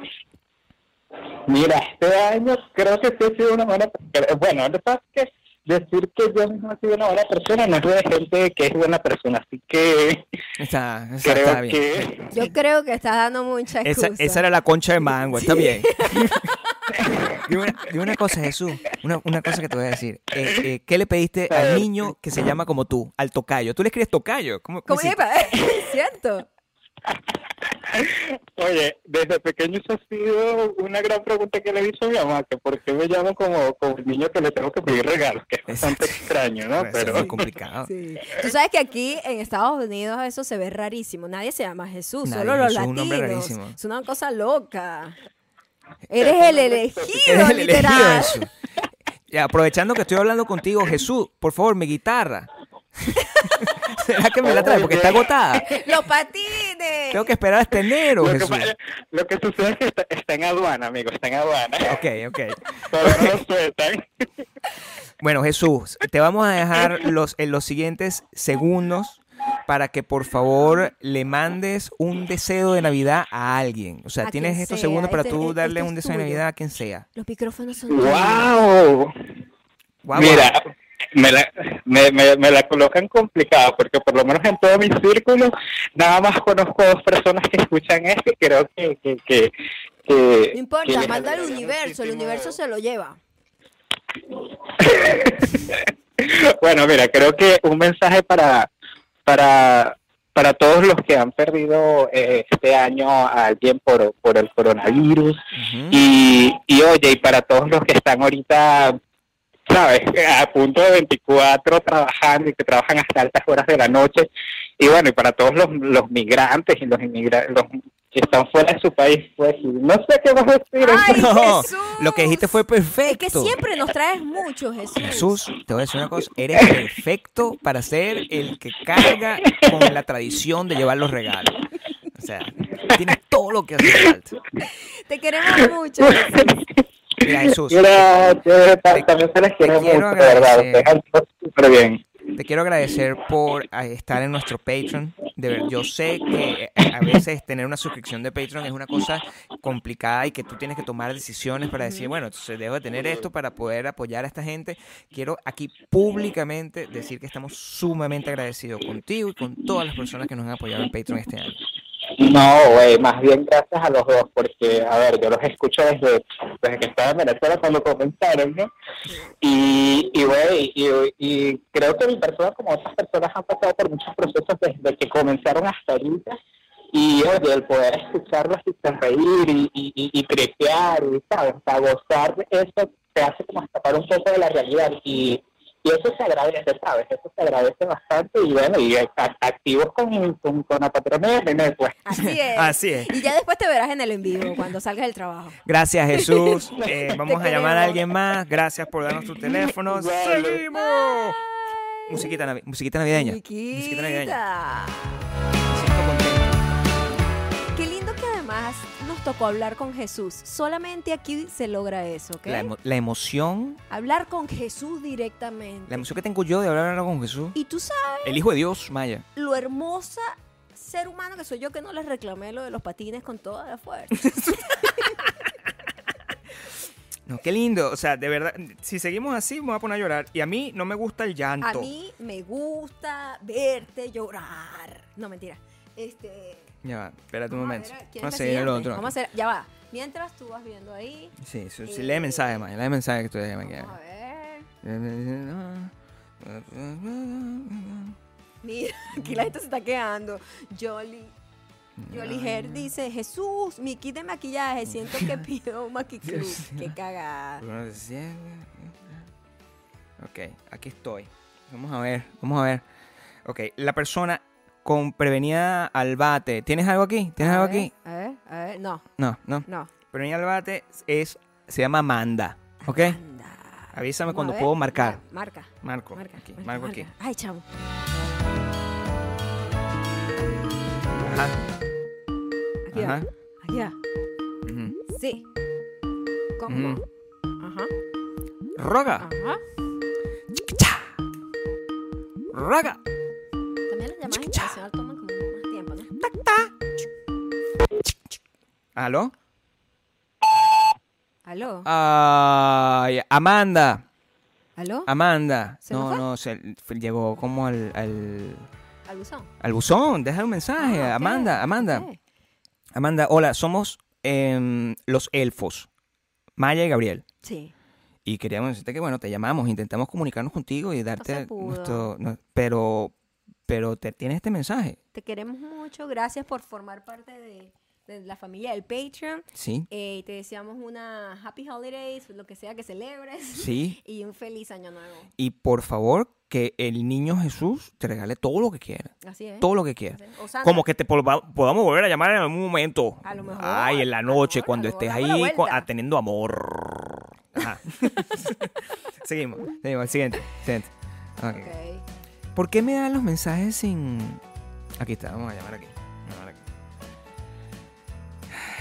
Mira, este año creo que sí he sido una buena... Bueno, lo que pasa es que decir que yo mismo soy una buena persona no es de gente que es buena persona, así que Está, está- creo está bien. que Yo creo que estás dando mucha Esa, excusa. esa era la concha de mango, está bien. Dime una, dime una cosa, Jesús, una, una cosa que te voy a decir. Eh, eh, ¿Qué le pediste al niño que se llama como tú, al tocayo? ¿Tú le escribes tocayo? ¿Cómo, cómo ¿Cómo hiciste? epa, es cierto. Oye, desde pequeño eso ha sido una gran pregunta que le hizo a mi mamá, que por qué me llamo como, como el niño que le tengo que pedir regalos, que es bastante extraño, ¿no? Eso Ah, Pero es muy complicado. Sí. Tú sabes que aquí en Estados Unidos eso se ve rarísimo. Nadie se llama Jesús, Nadie, solo los Jesús es un latinos. nombre rarísimo. Es una cosa loca. Eres el elegido, Eres el elegido, literal. Jesús. Y aprovechando que estoy hablando contigo, Jesús, por favor, mi guitarra. ¿Será que me la traes? Porque está agotada. Los patines. Tengo que esperar hasta enero, lo que, Jesús. pasa- lo que sucede es que está, está en aduana, amigo, está en aduana. Ok, ok. Todavía no lo sueltan. Bueno, Jesús, te vamos a dejar los, en los siguientes segundos para que por favor le mandes un deseo de Navidad a alguien. O sea, A tienes quien estos sea, segundos para este- tú este darle es un deseo de tuyo. Navidad a quien sea. Los micrófonos son tuyos. ¡Wow! Guau, guau. Mira, me la, me, me, me la colocan complicada porque por lo menos en todo mi círculo nada más conozco dos personas que escuchan esto y creo que... que, que, que- No que importa, les manda al alegrará universo, el muchísimo. universo se lo lleva. Bueno, mira, creo que un mensaje para, para, para todos los que han perdido eh, este año a alguien por, por el coronavirus Ujú. y, y oye, y para todos los que están ahorita, sabes, a punto de 24 trabajando y que trabajan hasta altas horas de la noche, y bueno, y para todos los, los migrantes y los inmigrantes, los que están fuera de su país, pues y no sé qué vas a decir. ¡Ay, No, Jesús! lo que dijiste fue perfecto. Es que siempre nos traes mucho, Jesús. Jesús, te voy a decir una cosa, eres perfecto para ser el que carga con la tradición de llevar los regalos. O sea, tienes todo lo que hace falta. Te queremos mucho. Jesús. Mira, Jesús, Gracias, ta- también se les quiere quiero mucho, de verdad, agradecer. ustedes han estado súper bien. Te quiero agradecer por ah, estar en nuestro Patreon. De ver, yo sé que eh, a veces tener una suscripción de Patreon es una cosa complicada y que tú tienes que tomar decisiones para decir, bueno, entonces debo de tener esto para poder apoyar a esta gente. Quiero aquí públicamente decir que estamos sumamente agradecidos contigo y con todas las personas que nos han apoyado en Patreon este año. No, güey, más bien gracias a los dos, porque, a ver, yo los escucho desde, desde que estaba en Venezuela cuando comenzaron, ¿no? Y, y güey, y, y creo que mi persona, como otras personas, han pasado por muchos procesos desde que comenzaron hasta ahorita. Y, oye, el poder escucharlos y sonreír y, y, y, y tripear, y, ¿sabes? O sea, gozar de eso te hace como escapar un poco de la realidad. Y, y eso se agradece, ¿sabes? Eso se agradece bastante. Y, bueno, y a- activos con, con, con la Pues, patrona de Netflix. Así es. Así es. Y ya después te verás en el en vivo cuando salgas del trabajo. Gracias, Jesús. Eh, Te vamos a llamar queremos. a alguien más. Gracias por darnos tu teléfono. Vale. ¡Seguimos! Musiquita, navi- musiquita navideña. Musiquita Chiquita. navideña. Me siento contento. Qué lindo que además nos tocó hablar con Jesús. Solamente aquí se logra eso, ¿ok? La, emo- la emoción, hablar con Jesús directamente. la emoción que tengo yo de hablar ahora con Jesús, y tú sabes el Hijo de Dios, Maya. lo hermosa ser humano que soy yo que no les reclamé lo de los patines con toda la fuerza. No, qué lindo. O sea, de verdad, si seguimos así, me voy a poner a llorar. Y a mí no me gusta el llanto. A mí me gusta verte llorar. No, mentira. Este, Ya va, espérate un vamos a momento. ver a- ¿quién es Vamos a la seguir el siguiente? otro. Vamos a hacer, ya va. Mientras tú vas viendo ahí, Sí, sí, sí, Eh, lee mensaje, Maya. Lee mensaje que tú dejas, Maya. vamos a ver. Mira, aquí Mm. la gente se está quedando. Jolly. Ah. Jolly Hair dice, Jesús, mi kit de maquillaje, siento que pido un maquiclub. Dios mío. Qué cagada. eh, Ok, aquí estoy. Vamos a ver, vamos a ver. Ok, la persona con prevenida al bate. ¿Tienes algo aquí? ¿Tienes A algo ver, aquí? A ver, a ver, no, No, no. no. Prevenida al bate es, se llama Amanda. ¿Ok? Anda. Avísame Ah, Vamos cuando a ver. puedo marcar. Ya, Marca. Marco. Marca, aquí, marca, marco marca. aquí. Ay, chavo. Ajá. Aquí va. Ajá. Aquí va. ujú. Sí. ¿Cómo? Ujú. Ajá. Roga, Ajá. roga. También las llamadas internacionales toman como más tiempo, ¿no? ¿Aló? ¿Aló? Ay, Amanda. ¿Aló? Amanda. ¿Se nos no, fue? no, se fue- llegó como al, al, Al buzón. al buzón. Deja un mensaje. Ah, ok, Amanda, Amanda. ok. Amanda, hola, somos em, los elfos. Maya y Gabriel. Sí. Y queríamos decirte que, bueno, te llamamos, intentamos comunicarnos contigo y darte pudo. nuestro... no- pero, pero te tienes este mensaje, Te queremos mucho. Gracias por formar parte de, de la familia del Patreon. ¿sí? Eh, te deseamos una happy holidays, lo que sea que celebres. Sí. Y un feliz año nuevo. Y por favor, que el niño Jesús te regale todo lo que quiera. Así es. Todo lo que quiera. O Santa. Como que te polva- podamos volver a llamar en algún momento. A lo mejor, Ay, en la a lo noche, mejor, cuando a lo estés mejor damos la ahí cu- vuelta. ah, teniendo amor. Ajá. seguimos, seguimos. al Siguiente, siguiente. Ok. Ok. ¿Por qué me dan los mensajes sin...? Aquí está, vamos a llamar aquí. Vamos a llamar aquí.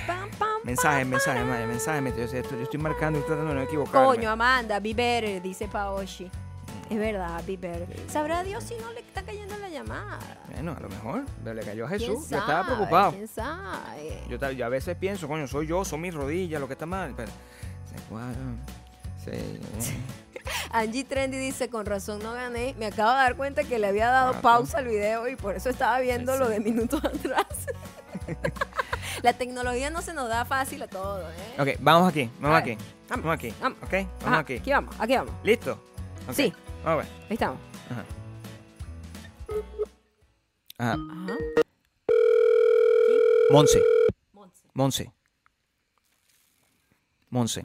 Pam, pam, Mensaje, pam, mensaje, pam. Maya, mensaje. Yo estoy, yo estoy marcando y tratando de no equivocarme. Coño, Amanda, be better, dice Paoshi. Es verdad, be better. Sabrá Dios si no le está cayendo la llamada. Bueno, a lo mejor pero le cayó a ¿Quién Jesús. Yo sabe? estaba preocupado. ¿Quién sabe? Yo, ta- yo a veces pienso, coño, soy yo, son mis rodillas, lo que está mal. Pero, se cuadran, se- Angie Trendy dice, con razón no gané. Me acabo de dar cuenta que le había dado Rato. pausa al video y por eso estaba viendo Sí, lo sí. de minutos atrás. la tecnología no se nos da fácil a todo, ¿eh? Ok, vamos aquí, A vamos ver, aquí. Vamos aquí. vamos. Ok, vamos Ajá, aquí. Aquí vamos, aquí vamos. ¿Listo? Ok, Sí. Vamos a ver. Ahí estamos. Ajá. Ajá. Ah. Ajá. Ah. Monse. Monse. Monse.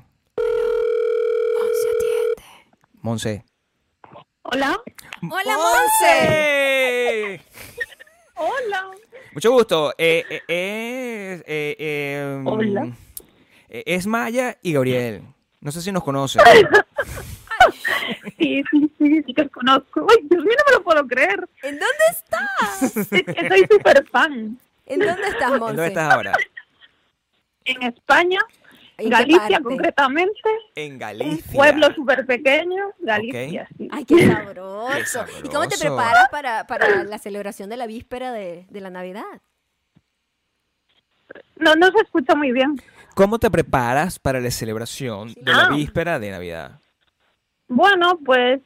Monse, atiende. Monse. Hola. Hola, Monse. Hola. Mucho gusto. Eh, eh, eh, eh, eh, mm, Hola. eh, Es Maya y Gabriel. No sé si nos conocen. Sí, sí, sí, sí, te conozco. Ay, Dios mío, no me lo puedo creer. ¿En dónde estás? Es que soy súper fan. ¿En dónde estás, Monse? ¿Dónde estás ahora? En España, ¿En qué Galicia parte? concretamente, En un Galicia. pueblo súper pequeño, Galicia. sí. Ay, qué sabroso. Qué ¿Y cómo te sabroso. preparas para, para la celebración de la víspera de, de la Navidad? No, no se escucha muy bien. ¿Cómo te preparas para la celebración de la Ah. víspera de Navidad? Bueno, pues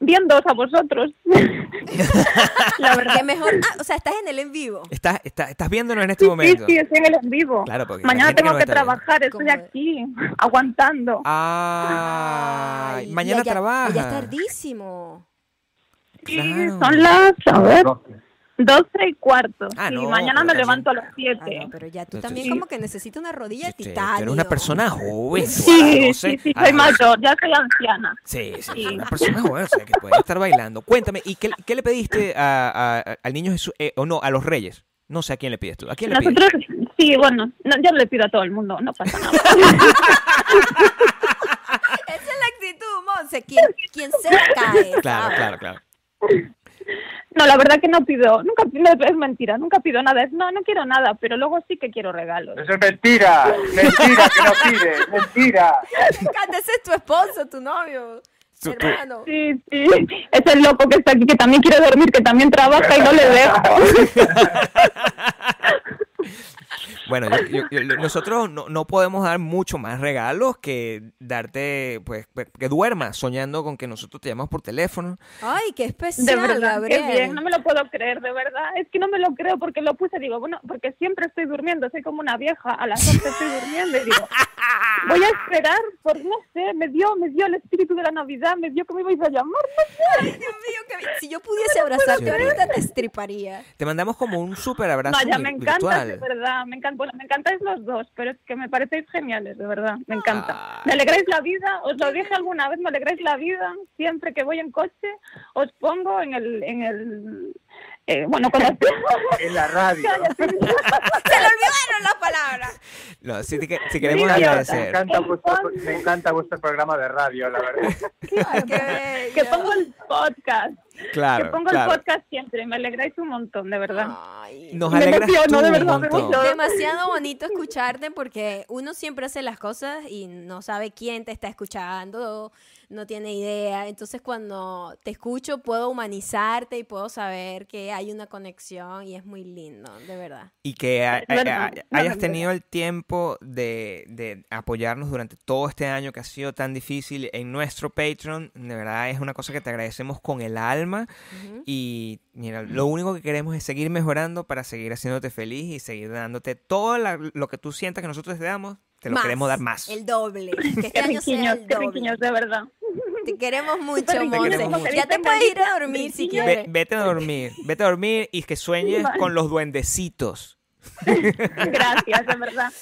viéndoos a vosotros. La Porque verdad. mejor, ah, o sea, estás en el en vivo. ¿Estás, estás, estás viéndonos en este Sí, sí, momento? sí, estoy en el en vivo. Claro, porque la Mañana gente que tengo nos que está viendo. trabajar, estoy Como- aquí, aguantando. Ah, Ay, mañana y allá- trabaja. Allá es tardísimo. Sí, claro. son las, a ver, 12 y cuarto. Ah, Sí, no, mañana me pero levanto a las Ah, no, 7. pero ya tú Entonces- también Sí. como que necesitas una rodilla de Usted- usted titanio. Este, Eres una persona joven. tú, a las Sí, 12, sí, sí, a soy las 12. mayor, ya soy anciana. Sí, sí, Sí. sí, una persona joven, o sea, que puede estar bailando. Cuéntame, ¿y qué, qué le pediste a- a- a- al niño Jesús, eh, o no, a los reyes? No sé a quién le pides tú. ¿A quién le pides? Nosotros, sí, bueno, no, yo le pido a todo el mundo, no pasa nada. Esa es la actitud, Monse. Quien, quien se la cae. Claro, ¿sabes? claro, claro. No, la verdad que no pido, nunca pido, es mentira, nunca pido nada. Es, no, no quiero nada, pero luego sí que quiero regalos. Eso es mentira, mentira que no pide, mentira. Me encanta, ese es tu esposo, tu novio, Su- tu- hermano. Sí, sí, es el loco que está aquí, que también quiere dormir, que también trabaja y no le dejo. Bueno, yo- yo- yo- nosotros no, no podemos dar mucho más regalos que darte, pues, pues, que duermas soñando con que nosotros te llamamos por teléfono. Ay, qué especial, De verdad, qué Gabriel. bien, no me lo puedo creer, de verdad. Es que no me lo creo porque lo puse, digo, bueno, porque siempre estoy durmiendo, soy como una vieja, a las 11 estoy durmiendo y digo, voy a esperar, por no sé, me dio, me dio el espíritu de la Navidad, me dio que me ibais a llamar, no sé. Ay, Dios mío, qué bien. Si yo pudiese abrazarte Sí. ahorita, te estriparía. Te mandamos como un super abrazo Vaya, vir- me encanta, de virtual. verdad, me encanta, bueno, me encantáis los dos, pero es que me parecéis geniales, de verdad, me encanta. Ay. Me alegráis la vida, os lo dije alguna vez, me alegráis la vida, siempre que voy en coche, os pongo en el, en el, eh, bueno, cuando En la radio. Se le olvidaron las palabras. No, si, te que- si queremos Idiota. Me agradecer. encanta, vuestro, me encanta vuestro programa de radio, la verdad. Ay, qué que bello. pongo el podcast. Claro, que pongo claro. el podcast siempre, me alegráis un montón, de verdad. Ah. Ay, Nos Me alegras emociono, tú de un verdad, me montón. emociono. Demasiado bonito escucharte porque uno siempre hace las cosas y no sabe quién te está escuchando, no tiene idea. Entonces cuando te escucho puedo humanizarte y puedo saber que hay una conexión y es muy lindo, de verdad. Y que ha- eh, No, ha- no, ha- no, no, hayas no. tenido el tiempo de, de apoyarnos durante todo este año que ha sido tan difícil en nuestro Patreon, de verdad es una cosa que te agradecemos con el alma Ujú. y mira, lo único que queremos es seguir mejorando para seguir haciéndote feliz y seguir dándote todo la- lo que tú sientas que nosotros te damos, te lo Más, queremos dar más. El doble. Que este Qué año sea riquiños, el qué doble. riquiños, de verdad. Te queremos Súper mucho, riquiños, Te queremos Monse. como mucho. Ya te dicen, puedes ir a gallitas, dormir si riquiños. Ve- quieres. vete a dormir, vete a dormir y que sueñes Vale. con los duendecitos. Gracias, de verdad.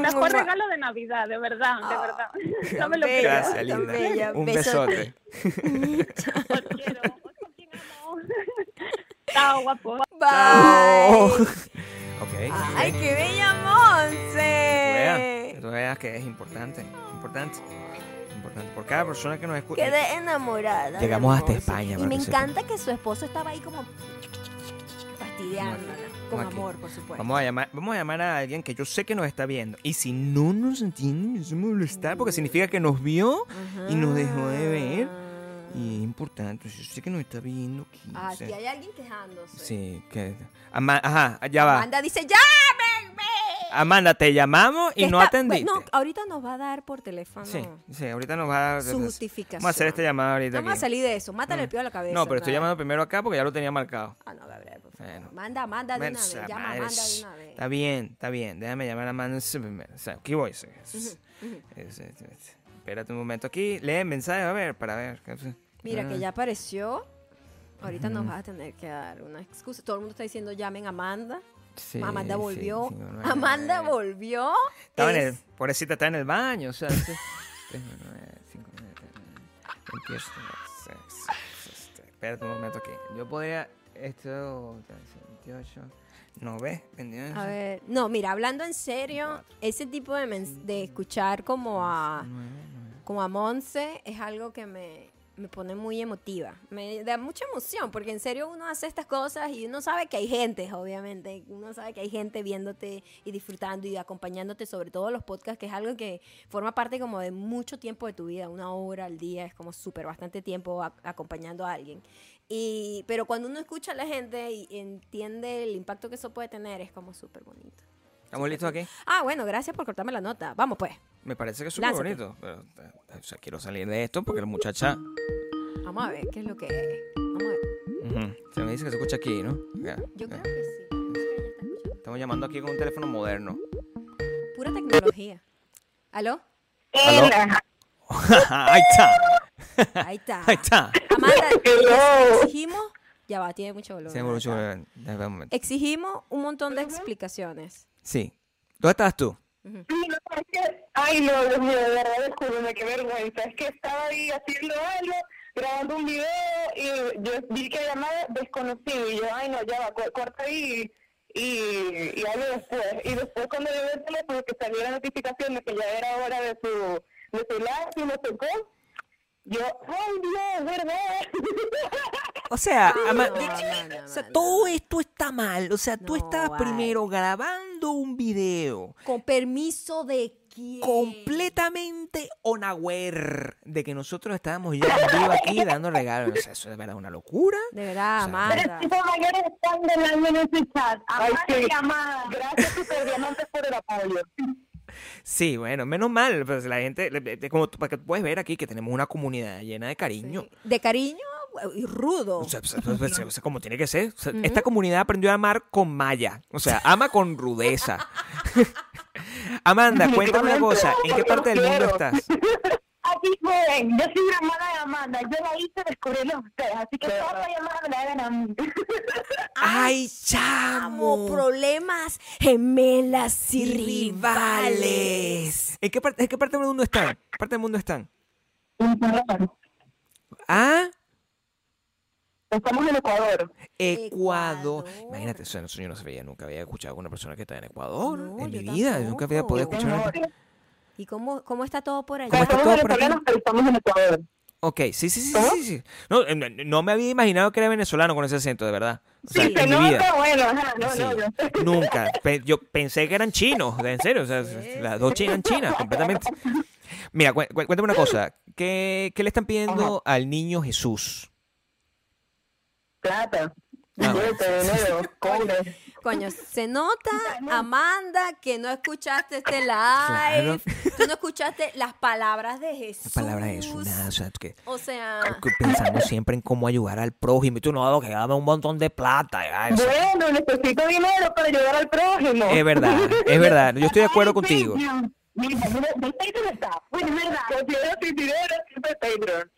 Mejor Mua. regalo de Navidad, de verdad, Ah. de verdad. No tan me lo creo. bella, Gracias, tan linda. bella. Un Besote. besote. Os quiero. Os amo. Chao, guapo. Bye. Oh. ok. Ay, qué bella Vea, que Monse. tú veas que es importante, importante, importante. Por cada persona que nos escucha. Quedé enamorada. de Pues, eh, Llegamos hasta Monse. España, Y para me que sepa. encanta que su esposo estaba ahí como fastidiándola. Con aquí. amor, por supuesto. Vamos a, llamar, vamos a llamar a alguien que yo sé que nos está viendo. Y si no nos entiende, nos molestar porque significa que nos vio y nos dejó de ver. Y es importante, yo sé que nos está viendo. aquí, Ah, o sea, aquí hay alguien quejándose. sí, que... Ama- Ajá, ya va. Amanda dice, ¡llámenme! Amanda, te llamamos Ah, y Que no está- pues, atendiste. No, ahorita nos va a dar por teléfono Sí, sí, ahorita nos va a dar... su justificación. Vamos a hacer esta llamada ahorita. Vamos a aquí. Mm. salir de eso. Mátale el pío a la cabeza. No, pero estoy Gabriel. llamando primero acá porque ya lo tenía marcado. Ah, no, Gabriel, por favor. Bueno. Manda, manda de una vez. Mensa, Llama, madre, manda de s- una vez. Está bien, está bien. Déjame llamar a Amanda s- primero. O sea, aquí voy. sí. Es- es- es- es- Espérate un momento aquí. Lee el mensaje, a ver, para ver. Mira, que Ah, ya apareció. Ahorita nos vas a tener que dar una excusa. Todo el mundo está diciendo llamen a Amanda. sí, Amanda sí, volvió. sí, bueno, Amanda eh, volvió. Estaba en Es- el, pobrecita, está en el baño. O sea, sí. Tres, nueve, cinco, nueve, tres, nueve. Empiezo, seis, seis, seis. Espérate un momento aquí. Yo podría. Esto. 28. No ves. A ver, no, mira, hablando en serio, ese tipo de, mens- de escuchar como a, como a Monse es algo que me, me pone muy emotiva. Me da mucha emoción, porque en serio uno hace estas cosas y uno sabe que hay gente, obviamente. Uno sabe que hay gente viéndote y disfrutando y acompañándote, sobre todo los podcasts, que es algo que forma parte como de mucho tiempo de tu vida, una hora al día, es como súper bastante tiempo a- acompañando a alguien. Y, pero cuando uno escucha a la gente y entiende el impacto que eso puede tener, es como súper bonito. ¿Estamos listos aquí? Ah, bueno, gracias por cortarme la nota. Vamos pues, Me parece que es súper Lánzate. bonito. Pero, eh, o sea, quiero salir de esto porque la muchacha. vamos a ver qué es lo que es. Vamos a ver. Ujú. Se me dice que se escucha aquí, ¿no? Acá, Yo acá. creo que sí. Creo que ella está escuchando. Estamos llamando aquí con un teléfono moderno. Pura tecnología. ¿Aló? ¿Aló? Ahí está. Ahí está. Ahí está. Amanda, Hello. exigimos. Ya va, tiene mucho volumen. Se me volvió- déjame ver eh, un momento. Exigimos un montón de explicaciones. Sí. ¿Dónde estabas tú? Ay, no, es que- Ay, no, Dios mío, de verdad, discúlpeme, qué vergüenza. Es que estaba ahí haciendo algo, grabando un video y yo vi que llamaba desconocido y yo, ay, no, ya va, cu- corta ahí y, y, y hablo después. Y después cuando yo vi el teléfono que salió la notificación de que ya era hora de su, de su live y me tocó, yo, ay, Dios, ¿verdad? O sea, Ama- Ah, no, Amanda, o sea, Amanda. todo esto está mal. O sea, No, tú estabas vale. primero grabando un video ¿Con permiso de quién? completamente unaware de que nosotros estábamos ya en vivo aquí dando regalos. O sea, eso es verdad una locura. De verdad, O sea, Amanda. mayores están delando en ese chat. Amada y amada. Gracias, super diamantes, por el apoyo. Sí, bueno, menos mal, pues la gente, le- le- como tú- para que puedes ver aquí que tenemos una comunidad llena de cariño. Sí. De cariño y rudo. O sea, pues, pues, pues, o sea, como tiene que ser. O sea, Esta comunidad aprendió a amar con malla. O sea, ama con rudeza. Amanda, cuéntame una cosa. ¿En qué parte del mundo estás? Aquí joven, yo soy una amada de Amanda. Yo la hice descubrirlo a ustedes, así que todas las llamadas me la deben a mí. ¡Ay, Amo chamo! problemas gemelas y, rivales. Rivales. ¿En qué parte, en qué parte del mundo están? ¿Qué parte del mundo están? Un perro. Ah, Estamos en Ecuador. Ecuador. Ecuador. Imagínate, eso, eso yo no sabía, nunca había escuchado a una persona que está en Ecuador No, en mi yo vida. Nunca había tampoco. podido escuchar a una ¿Y cómo, cómo está todo por allá? ¿Cómo está Somos todo por allá? venezolanos, pero estamos en Ecuador. Ok, sí, sí, sí, sí, sí. No, eh, no- no me había imaginado que era venezolano con ese acento, de verdad. O sea, Sí, en se mi vida. nota, bueno, ajá, no, Sí, no, no. Nunca. Pe- Yo pensé que eran chinos, de- en serio. o sea, las dos chinas eran chinas, completamente. Mira, cué- cué- cuéntame una cosa. ¿Qué, qué le están pidiendo al niño Jesús? Ah, Plata, bueno. billete, dinero, cobre. Coño, se nota, Amanda, que no escuchaste este live. Tú no escuchaste las palabras de Jesús. La palabra de Jesús, nada, o sea, que... O sea, que pensando siempre en cómo ayudar al prójimo y tú no, que dame un montón de plata. ya, eso. Bueno, necesito dinero para ayudar al prójimo. Es verdad, es verdad. Yo estoy de acuerdo contigo. Mira, mira, mira, Pedro está. Bueno, es verdad. Considero sin dinero siempre Pedro.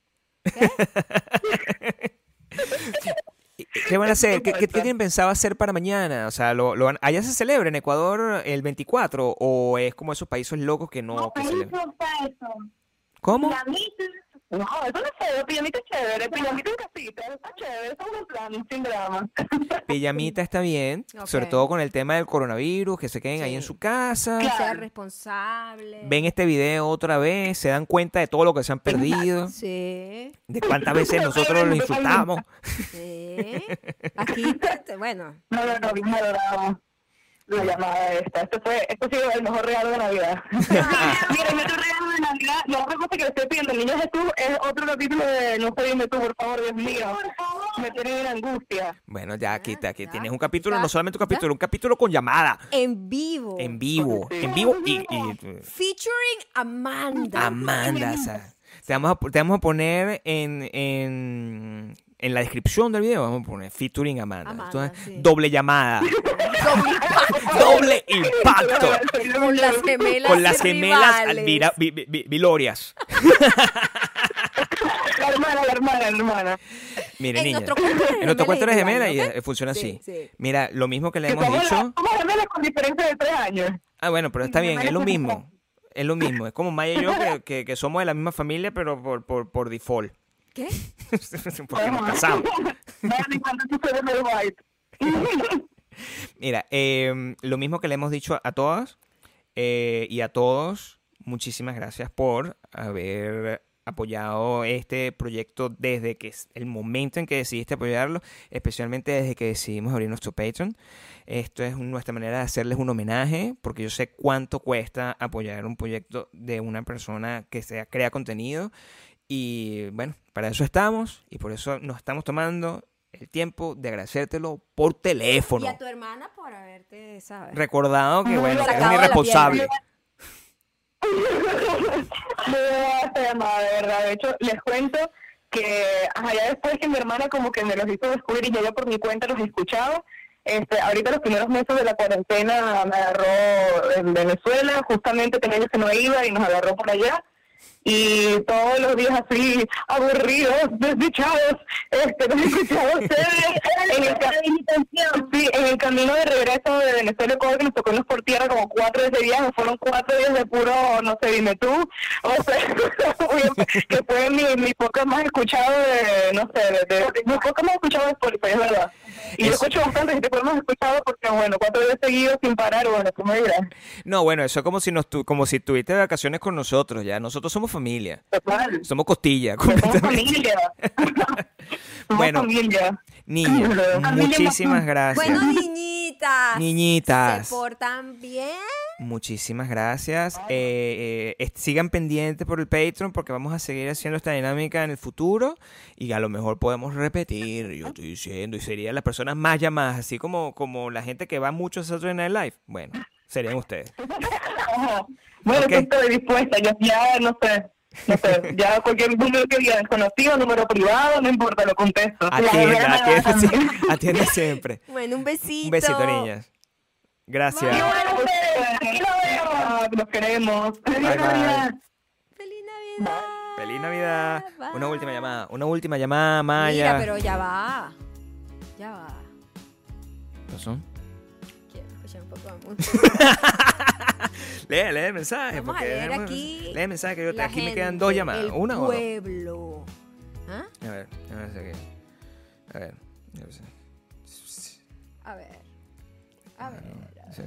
eh, ¿Qué van a hacer? ¿Qué, qué- qué tienen pensado hacer para mañana? O sea, lo, lo van- ¿allá se celebra en Ecuador el 24 o es como esos países locos que no pues que Pedro celebran? está eso. ¿Cómo? La misa. No, eso no es chévere, pijamita es chévere, pijamita en casita, está chévere, eso es un plan, sin drama. Pijamita está bien, sobre Ok. todo con el tema del coronavirus, que se queden ahí en Sí. su casa, Claro. sea responsable. ven este video otra vez, se dan cuenta de todo lo que se han perdido, Sí, de cuántas veces nosotros los insultamos. sí. Aquí, te- bueno, No, no, no, bien adorado la llamada esta. Esto fue, esto ha sido el mejor regalo de Navidad. Mira, mi otro regalo de Navidad, la otra cosa que le estoy pidiendo al niño Jesús es otro capítulo de No soy un tú, por favor, Dios mío. Me tiene una angustia. Bueno, ya aquí, te- aquí ya, tienes un capítulo, ya, no solamente un ya. capítulo, un capítulo con llamada, en vivo. en vivo, en vivo y... y- Featuring Amanda. Amanda, o sea, te vamos a, po- te vamos a poner en, en, en la descripción del video, vamos a poner featuring Amanda. Amanda, Entonces, sí. doble llamada, doble impacto. Con las gemelas. Con las gemelas rivales. Alvira- Vi- Vi- Vi- Vilorias. La hermana, la hermana, la hermana. Mire, En niña. nuestro cuento de en nuestro gemelas cuento de gemelas individuales, y ¿ok? eh, funciona Sí, así. sí. Mira, lo mismo que le Que hemos somos la- dicho. somos gemelas con diferencia de tres años. Ah, bueno, pero está Mi bien, hermana es lo es mismo. Venezuela. Es lo mismo. Es como Maya y yo que, que- que somos de la misma familia, pero por, por, por default. ¿Qué? Porque Então, nos casamos. Vean en cuanto tú eres el white. Mira, em, lo mismo que le hemos dicho a, a todas eh, y a todos, muchísimas gracias por haber apoyado este proyecto desde que es- el momento en que decidiste apoyarlo, especialmente desde que decidimos abrir nuestro Patreon. Esto es un- nuestra manera de hacerles un homenaje, porque yo sé cuánto cuesta apoyar un proyecto de una persona que sea, crea contenido. Y bueno, para eso estamos y por eso nos estamos tomando el tiempo de agradecértelo por teléfono Y a tu hermana por haberte, ¿sabes? recordado que Muy bueno, que es un sacado de la irresponsable. Muy buena tema, de verdad. De hecho, les cuento que ajá, ya después que mi hermana como que me los hizo descubrir y yo ya por mi cuenta los escuchaba, este, ahorita los primeros meses de la cuarentena me agarró en Venezuela, justamente tenía años que no iba y nos agarró por allá. Y todos los días así, aburridos, desdichados, este, los escuchaba a ustedes en el, cam- sí, en el camino de regreso de Venezuela a Ecuador, que nos tocó irnos por tierra como cuatro días de viaje, fueron cuatro días de puro, no sé, dime tú, o sea, que fue mi, mi podcast más escuchado de, no sé, de, de- mi podcast más escuchado de Spotify, es verdad. Y yo Es- escucho bastante, si te podemos escuchado, porque bueno, cuatro días seguidos sin parar, bueno, tú me dirás. No, bueno, eso es como si nos tu- como si estuviste de vacaciones con nosotros, ya. Nosotros somos familia. Total. Somos costilla, Somos completamente. familia. Somos Bueno, familia. Niña, Familia muchísimas Mazón. gracias. Bueno, niñitas. Niñitas. Se portan bien. Muchísimas gracias. Eh, eh, est- sigan pendientes por el Patreon porque vamos a seguir haciendo esta dinámica en el futuro y a lo mejor podemos repetir, yo estoy diciendo, y serían las personas más llamadas, así como, como la gente que va mucho a Saturday Night Live. Bueno, serían ustedes. Ajá. Bueno, Ok. yo estoy dispuesta, yo ya no sé. No sé, ya cualquier número que diga desconocido, número privado, no importa, lo contesto. La Atienda, verdad me atienda, bajan. sie- atienda siempre. Bueno, un besito. Un besito, niñas. Gracias. Y bueno, ustedes, aquí lo veo. Los queremos. bye. Navidad. Feliz Navidad. Feliz Navidad. Bye. Una última llamada. Una última llamada, Maya. Mira, pero ya va. Ya va. ¿Qué pasó? Quiero escuchar un poco de música. Lee, lee el mensaje. Vamos a porque leer déjame- aquí. Lee el mensaje que yo te, La Aquí me quedan gente, dos llamadas. el Una o dos. pueblo. ¿Ah? A ver, a ver, si aquí- a ver. A ver. si- A ver. A ver. si-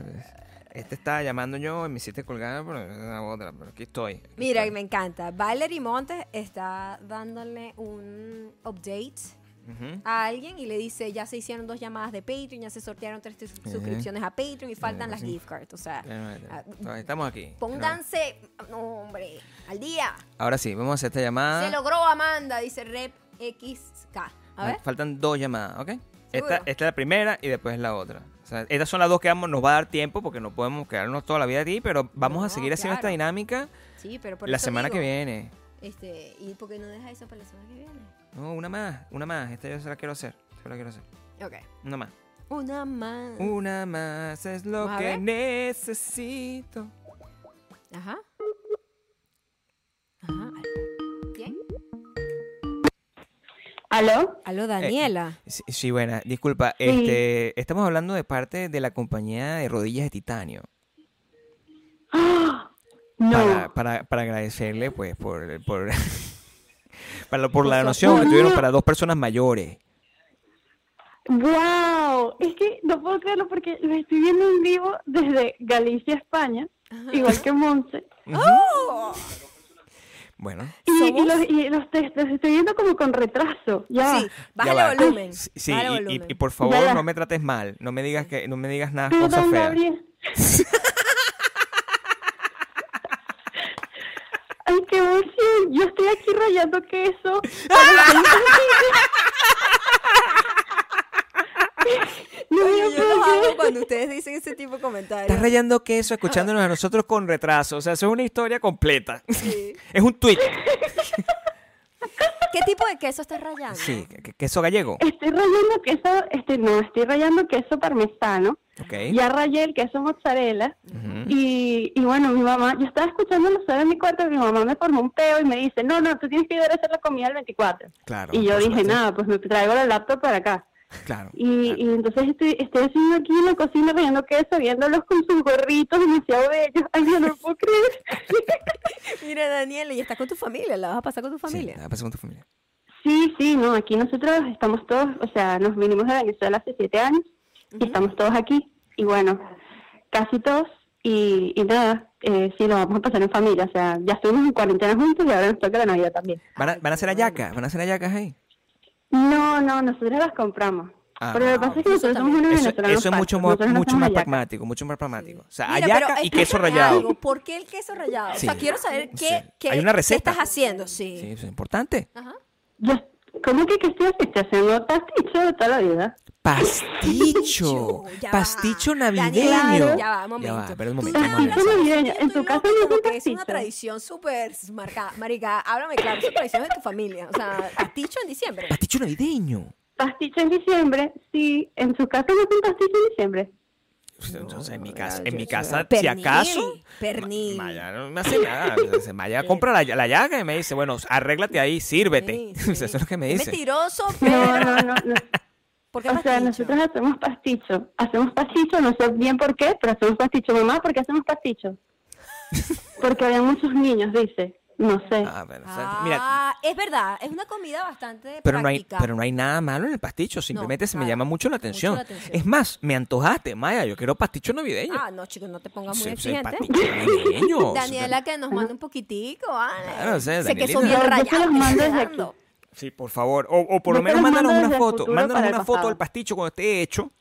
Este estaba llamando yo y me hiciste colgar por la otra, pero aquí estoy. aquí Mira, estoy. me encanta. Valerie Montes está dándole un update Ujú. a alguien y le dice, ya se hicieron dos llamadas de Patreon, ya se sortearon tres sus- suscripciones a Patreon y faltan Ujú. las gift cards. O sea, Ya, ya, ah, ya. Estamos aquí. pónganse, no, hombre, al día. Ahora sí, vamos a hacer esta llamada. Se logró Amanda, dice Rep XK. Ah. A ver. Faltan dos llamadas, ¿ok? Esta, Seguro. esta es la primera y después la otra. O sea, estas son las dos que vamos, nos va a dar tiempo porque no podemos quedarnos toda la vida aquí, pero vamos No, a seguir haciendo esta claro. dinámica Sí, pero por la eso semana digo, que viene. Este, ¿Y por qué no deja eso para la semana que viene? No, una más, una más. Esta yo se la quiero hacer. Se la quiero hacer. Ok. Una más. Una más. Una más es Mm. lo Vamos a que ver. necesito. Ajá. Ajá. ¿Quién? ¿Aló? Eh, Aló, Daniela. Sí, sí, buena. Disculpa, este, estamos hablando de parte de la compañía de rodillas de titanio. No. Para, para, para agradecerle, pues, por, por, para, por la su donación que apoyo. tuvieron para dos personas mayores. ¡Wow! Es que no puedo creerlo porque lo estoy viendo en vivo desde Galicia, España, igual que Monse. Bueno, Y, y ¡Oh! ¿Somos? los, y los textos los estoy viendo como con retraso. Ya. Sí, Ah. ya va. bájale volumen. Sí, sí, bájale y- y, volumen. y por Ya favor va. no me trates mal, no me digas que no me digas nada cosas Perdón, feas. Gabriel. Ay, qué emoción. Yo estoy aquí rayando queso. no voy a Yo los amo poder. cuando ustedes dicen ese tipo de comentarios. Estás rayando queso escuchándonos a nosotros con retraso, o sea, eso es una historia completa. Sí. es un tweet. ¿Qué tipo de queso estás rayando? Sí, que- que- queso gallego. Estoy rayando queso, este, no, estoy rayando queso parmesano. Ok. Ya rayé el queso mozzarella. Ujú. Y, y bueno, mi mamá, yo estaba escuchando la sala en mi cuarto, mi mamá me formó un peo y me dice, no, no, tú tienes que ir a hacer la comida el 24. Claro, Y yo por dije, supuesto. nada, pues me traigo la laptop para acá. Claro. Ah, Y, y entonces estoy, estoy haciendo aquí en la cocina rayando queso, viéndolos con sus gorritos demasiado bellos. Ay, yo no lo puedo creer. Mira, Daniela, y estás con tu familia, la vas a pasar con tu familia. Sí, la pasé con tu familia. Sí, sí, no, aquí nosotros estamos todos, o sea, nos vinimos de Venezuela hace siete años y estamos todos aquí. Y bueno, casi todos. Y, y nada, eh, sí, lo vamos a pasar en familia. O sea, ya estuvimos en cuarentena juntos y ahora nos toca la Navidad también. ¿Van a, Ay, van a qué hacer ayacas? ¿Van a hacer ayacas ahí? No, no, nosotros las compramos. Ah. Pero lo que pasa es que Eso nosotros somos también. unos Eso, venezolanos eso es mucho, falsos, mo- nosotros no mucho somos más hallacas. pragmático, mucho más pragmático. O sea, Mira, hallaca pero y queso explícame rallado. algo, ¿Por qué el queso rallado? O sea, Sí. quiero saber No qué, sé. qué- Hay una qué receta. estás haciendo. Sí. Sí, eso es importante. Ajá. Yo- ¿Cómo que que estoy haciendo? haciendo pasticho de toda la vida. Pasticho. Ya va. pasticho navideño. Daniela, ya va, un momento. pero un Tú momento. no un ya momento. hablas Pasticho así, navideño. yo En estoy tu casa loca, no como hacen que Es una pasticho. tradición súper marcada. Marica, háblame claro, esa tradición es de tu familia. O sea, pasticho en diciembre. Pasticho navideño. Pasticho en diciembre, sí. En su casa no hacen pasticho en diciembre. Entonces, Pues, en mi casa, ya, en mi ya, casa ya. si acaso. Pernil, pernil. Ma- Maya no me hace nada. O sea, Maya compra la, la llaga y me dice, bueno, arréglate ahí, sírvete. Sí, O sea, sí. Eso es lo que me Es dice. mentiroso, No, pero. no, no. no. ¿Por qué O sea, pasticho? nosotros hacemos pasticho. Hacemos pasticho, no sé bien por qué, pero hacemos pasticho. Mamá, ¿por qué hacemos pasticho? Porque había muchos niños, dice. No sé. Ah, bueno, o sea, mira, Ah, es verdad, es una comida bastante pero no, hay, práctica. pero no hay nada malo en el pasticho, simplemente se me nada. llama mucho la, Mucho la atención. atención. Es más, me antojaste, Maya, yo quiero pasticho navideño. Ah, no, chicos, no te pongas muy Sí, sí, exigente. pasticho navideño. Daniela, que nos manda un poquitico. vale. Claro, o sea, sé que son Danielita. bien Yo- yo te los rayados. te mando estoy desde aquí. dando. Sí, por favor. O, o por lo Yo te menos los mando mándanos desde una el foto. futuro Mándanos para el una foto pasado. del pasticho cuando esté hecho.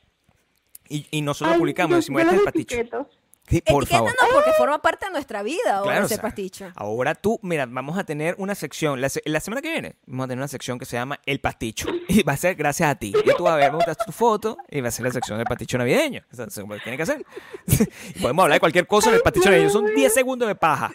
Y, y nosotros Ay, publicamos. yo- decimos, yo este es el los pasticho. etiqueto. Sí, por favor. Etiquétanos porque forma parte de nuestra vida ahora Claro, o ese sea, pasticho. Ahora tú, mira, vamos a tener una sección. La, se- la semana que viene vamos a tener una sección que se llama El Pasticho. Y va a ser gracias a ti. Y tú vas a ver, vamos a mostrar tu foto y va a ser la sección del pasticho navideño. O sea, eso es lo que tiene que hacer. Y podemos hablar de cualquier cosa del pasticho navideño. Son 10 segundos de paja.